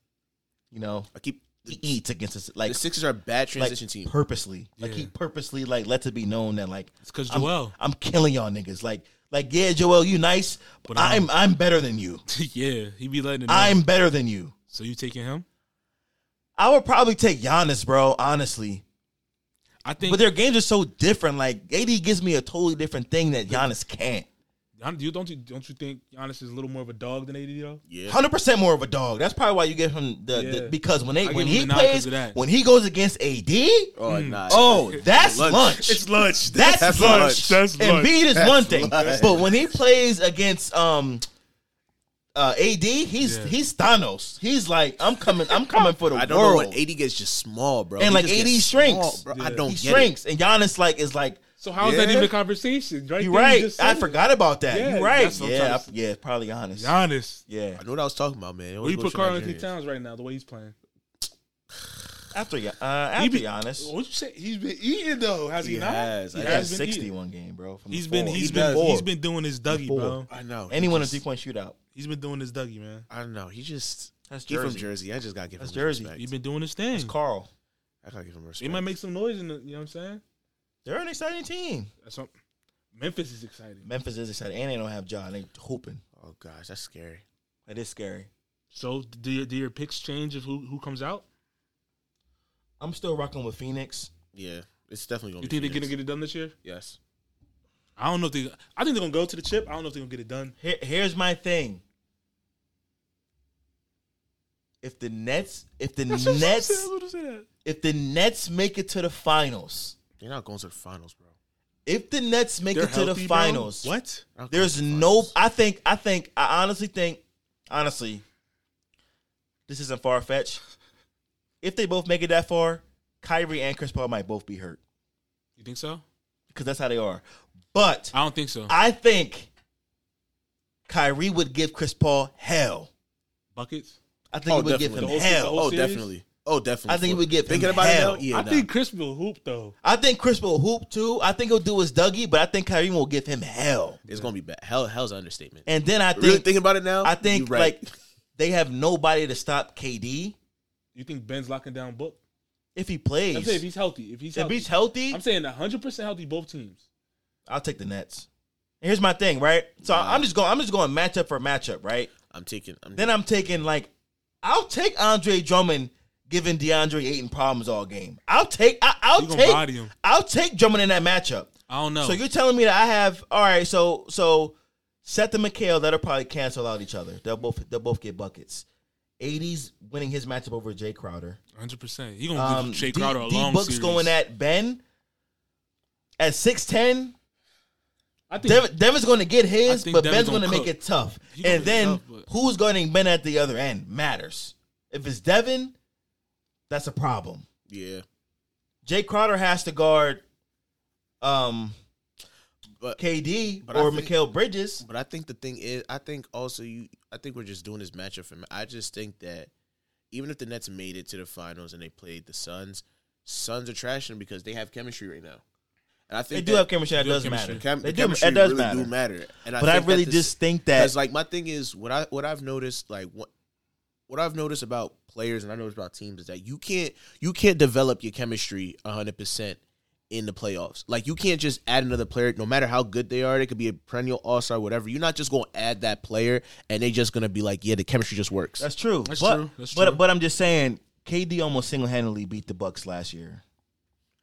S9: you know.
S2: I keep
S9: he eats against us. Like
S2: the Sixers are a bad
S9: like,
S2: transition team.
S9: purposely. Like he
S2: Yeah.
S9: purposely like lets it be known that like it's
S3: 'cause
S9: I'm,
S3: Joel. [laughs]
S9: I'm killing y'all niggas. Like like yeah, Joel, you nice, but I'm I'm better than you.
S3: yeah, he be letting. It know.
S9: I'm better than you.
S3: So you taking him?
S9: I would probably take Giannis, bro. Honestly,
S3: I think.
S9: but their games are so different. Like AD gives me a totally different thing that Giannis can't.
S3: Gian- You don't you don't you think Giannis is a little more of a dog than AD though?
S2: Yeah.
S9: Hundred percent more of a dog. That's probably why you give him the, the
S3: Yeah.
S9: because when they
S3: I give him
S9: when he
S3: the nod 'cause
S9: plays
S3: of that.
S9: when he goes against AD.
S2: Oh, nah.
S9: Oh, that's lunch.
S2: Lunch.
S3: It's lunch.
S9: [laughs] That's, lunch.
S3: That's lunch.
S9: Embiid is
S3: That's
S9: one thing,
S3: lunch.
S9: but when he plays against um uh AD, he's he's Thanos. He's like, I'm coming,
S3: [laughs]
S9: I'm coming for the
S2: I don't
S9: world.
S2: know when AD gets just small, bro.
S9: and
S2: He
S9: like AD
S2: just gets
S9: shrinks.
S2: small, bro. I don't
S9: He
S2: get it.
S9: shrinks, and Giannis like is like.
S3: So how is that even a conversation? Right?
S9: You're
S3: there,
S9: right.
S3: just said
S9: I
S3: it.
S9: forgot about that.
S3: Yeah,
S9: You're right.
S3: that's what I'm
S9: Yeah,
S3: trying
S9: I-
S3: to
S9: yeah, probably honest.
S3: Giannis.
S9: Yeah.
S2: I know what I was talking about, man.
S3: Where you put Carl
S2: Carl
S3: Anthony Towns right now? The way he's playing.
S9: After Gia- uh, after Giannis,
S3: What you say? He's been eating though, has he,
S9: He
S3: not?
S9: has.
S3: He
S9: I
S3: has
S9: got
S3: been
S9: 60
S3: eating.
S9: one game, bro, from
S3: He's
S9: the
S3: been
S9: four.
S3: he's
S9: He
S3: been
S9: does.
S3: he's been doing his Dougie,
S9: Four.
S3: bro.
S2: I know. He
S9: anyone
S2: just-
S9: a three point shootout.
S3: He's been doing his Dougie, man.
S2: I don't know. He just
S9: That's
S2: he from
S9: Jersey.
S2: Jersey. I just gotta give
S9: That's
S2: him
S9: Jersey.
S2: respect.
S3: He's been doing his thing.
S9: It's Carl.
S2: I gotta give him respect.
S3: He might make some noise in the. You know what I'm saying?
S9: They're an exciting team.
S3: That's what. Memphis is exciting.
S9: Memphis is excited, and they don't have John. They hooping.
S2: oh gosh, that's scary.
S9: That is scary.
S3: So do your, do your picks change of who who comes out?
S9: I'm still rocking with Phoenix.
S2: Yeah, it's definitely gonna. be
S3: You think they're gonna
S2: Phoenix.
S3: get it done this year?
S2: Yes.
S3: I don't know if they. I think they're gonna go to the chip. I don't know if they're gonna get it done.
S9: Here, here's my thing. If the Nets,
S3: [laughs]
S9: if the Nets, if the Nets make it to the finals,
S2: They're not going to the finals, bro.
S9: if the Nets make
S3: They're
S9: it to the
S3: healthy, bro?
S9: finals,
S3: What?
S2: They're not going to
S9: There's
S2: the
S9: no.
S2: finals.
S9: I think. I think. I honestly think. Honestly, this isn't far fetched. If they both make it that far, Kyrie and Chris Paul might both be hurt
S3: You think so?
S9: because that's how they are. But
S3: I don't think so.
S9: I think Kyrie would give Chris Paul hell.
S3: Buckets.
S9: I think
S2: Oh,
S9: he would give
S2: definitely.
S9: him
S2: The whole-
S9: hell.
S3: whole
S2: Oh,
S3: series?
S2: definitely. Oh, definitely.
S9: I think he
S2: For-
S9: would give
S2: thinking
S9: him
S2: about
S9: hell.
S2: it. Though? Yeah,
S3: I
S2: nah.
S3: think Chris will hoop though.
S9: I think Chris will hoop too. I think he'll do his Dougie, but I think Kyrie will give him hell.
S2: it's gonna be bad. Hell, hell's an understatement.
S9: And then I think
S2: really thinking about it now,
S9: I think
S2: you right.
S9: like they have nobody to stop KD
S3: You think Ben's locking down Book?
S9: if he plays.
S3: I'm saying if he's healthy. If he's
S9: If
S3: healthy.
S9: he's healthy,
S3: I'm saying 100 percent healthy. Both teams.
S9: I'll take the Nets. And here's my thing, right? So I'm just going. I'm just going matchup for matchup, right?
S2: I'm taking. I'm,
S9: Then I'm taking like, I'll take Andre Drummond giving DeAndre Ayton problems all game. I'll take. I, I'll
S3: You gonna
S9: take.
S3: body him.
S9: I'll take Drummond in that matchup.
S3: I don't know.
S9: So you're telling me that I have all right. So so Seth and McHale that'll probably cancel out each other. They'll both they'll both get buckets. 80s winning his matchup over Jay Crowder.
S3: 100. percent He gonna
S9: Um,
S3: give Jay
S9: D-
S3: Crowder a
S9: D
S3: long
S9: Book's
S3: series.
S9: going at Ben at six ten.
S3: I think
S9: Devin, Devin's going to get
S3: I
S9: his,
S3: think
S9: but
S3: Devin's
S9: Ben's going
S3: gonna
S9: to make
S3: cook.
S9: it tough.
S3: He gonna
S9: And
S3: make it
S9: then
S3: tough, but-
S9: who's guarding Ben at the other end matters. If it's Devin, that's a problem.
S2: yeah,
S9: Jay Crowder has to guard um,
S2: but
S9: KD
S2: But I
S9: or
S2: think-
S9: Mikhail Bridges.
S2: But I think the thing is, I think also you, I think we're just doing this matchup for. I just think that even if the Nets made it to the finals and they played the Suns, Suns are trashing because they have chemistry right now, and I
S9: They
S2: think
S9: do
S2: that
S9: have chemistry. That
S3: They do have
S9: does matter.
S3: chemistry.
S2: chem-
S9: they
S2: the
S9: do.
S2: chemistry
S9: That does
S2: really
S9: matter.
S2: do matter. And
S9: But I
S2: think that
S9: really
S2: this-
S9: just think that-
S2: 'cause, like my thing is what I what I've noticed like what what I've noticed about players and I noticed about teams is that you can't you can't develop your chemistry hundred percent in the playoffs. Like you can't just add another player, no matter how good they are. They could be a perennial all star, whatever. You're not just gonna add that player and they just gonna be like, yeah, the chemistry just works.
S9: That's true.
S2: That's
S9: but,
S2: true. That's
S9: but
S2: true.
S9: but I'm just saying, KD almost single handedly beat the Bucks last year.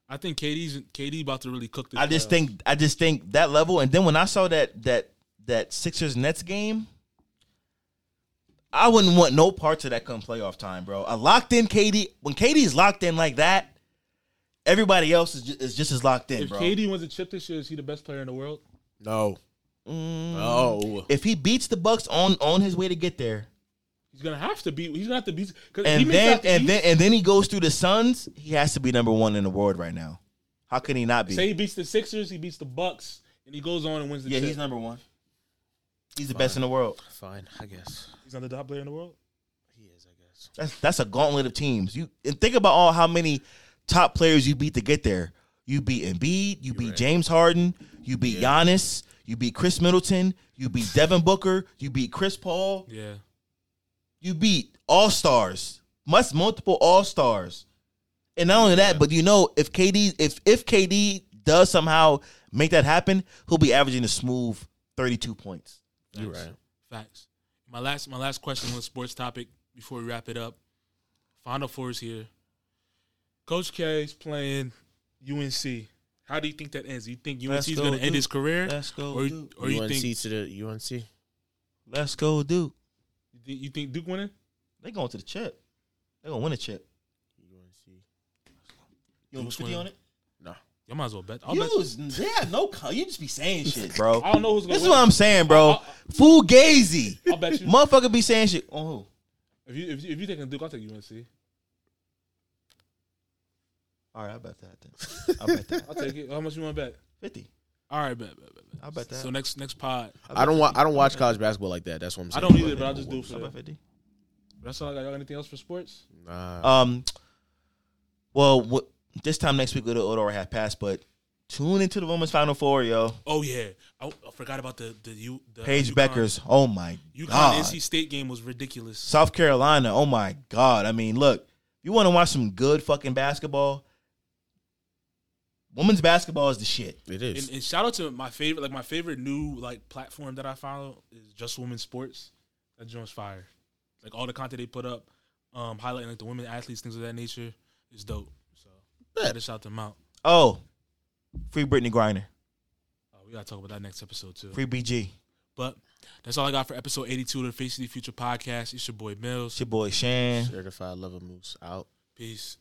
S3: I think KD's KD about to really cook this.
S9: I just
S3: playoffs.
S9: think I just think that level. And then when I saw that that that Sixers Nets game, I wouldn't want no parts of that come playoff time, bro. A locked in KD when KD's locked in like that, everybody else is just, is just as locked in,
S3: if
S9: bro.
S3: KD wins a chip this year, is he the best player in the world?
S2: no,
S9: Mm. no. If he beats the Bucks on on his way to get there,
S3: He's gonna have to beat. He's gonna have to beat. 'cause he
S9: and
S3: makes
S9: then
S3: out the
S9: and
S3: East.
S9: then and then he goes through the Suns, he has to be number one in the world right now. How can he not be?
S3: say he beats the Sixers, he beats the Bucks, and he goes on and wins the.
S9: yeah,
S3: chip.
S9: he's number one. He's the best in the world.
S2: Fine, I guess.
S3: He's not the top player in the world.
S9: That's that's a gauntlet of teams. You and think about all how many top players you beat to get there. You beat Embiid, you beat James Harden, you beat Giannis, you beat Chris Middleton, you beat Devin Booker, you beat Chris Paul,
S3: Yeah,
S9: you beat all stars, must multiple all stars, and not only that, but you know if KD if if KD does somehow make that happen, he'll be averaging a smooth thirty two points.
S2: You're right.
S3: facts. My last my last question was sports topic before we wrap it up. Final four is here. Coach K is playing UNC. How do you think that ends? You think UNC
S9: Let's
S3: is
S9: go,
S3: going to end
S9: Duke.
S3: his career?
S9: Let's go,
S3: Or,
S9: Duke.
S3: or you
S2: UNC
S3: think
S2: to the UNC.
S9: Let's go, Duke.
S3: you think- you think Duke winning?
S9: They going to the chip. They gonna win a chip. You want
S3: Duke's
S9: fifty on
S3: winning.
S9: it?
S2: No.
S3: You might as well bet. I'll
S9: You
S3: bet
S9: was, they have no. co- You just be saying shit, bro.
S3: I don't know who's gonna
S9: This is
S3: win.
S9: what I'm saying, bro. Fugazi,
S3: I'll bet you.
S9: motherfucker, be saying shit. On who?
S3: If you if you if you taking Duke, I'll take UNC.
S9: All right, I bet that. Then. I bet [laughs] that.
S3: I'll take it. How much you want to bet?
S9: Fifty.
S3: All right, bet, bet, bet, bet.
S9: I bet that.
S3: So next next pod,
S2: I don't want. I don't watch college basketball like that. That's what I'm
S3: I
S2: saying.
S3: don't either, but I'll just do it
S9: I
S3: for
S9: bet
S3: that.
S9: fifty.
S3: That's all I got. Y'all got anything else for sports?
S2: Nah.
S9: Um. Well, what, this time next week it'll already have passed, but tune into the women's final four, yo.
S3: Oh yeah, I, I forgot about the the you the
S9: Paige
S3: UConn-
S9: Beckers. Oh my
S3: UConn
S9: god.
S3: NC State game was ridiculous.
S9: South Carolina. Oh my God. I mean, look, you want to watch some good fucking basketball? Women's basketball is the shit.
S2: It
S3: And,
S2: is.
S3: and shout out to my favorite, like my favorite new like platform that I follow is Just Women Sports. That joint's fire. Like all the content they put up, um, highlighting like the women athletes, things of that nature, is dope. So gotta shout them out.
S9: Oh, free Brittany Griner,
S3: Uh, we gotta talk about that next episode too.
S9: free BG.
S3: But that's all I got for episode eighty-two of the Face of the Future podcast. It's your boy Mills.
S9: It's your boy Shan.
S2: Certified lover moose out.
S3: Peace.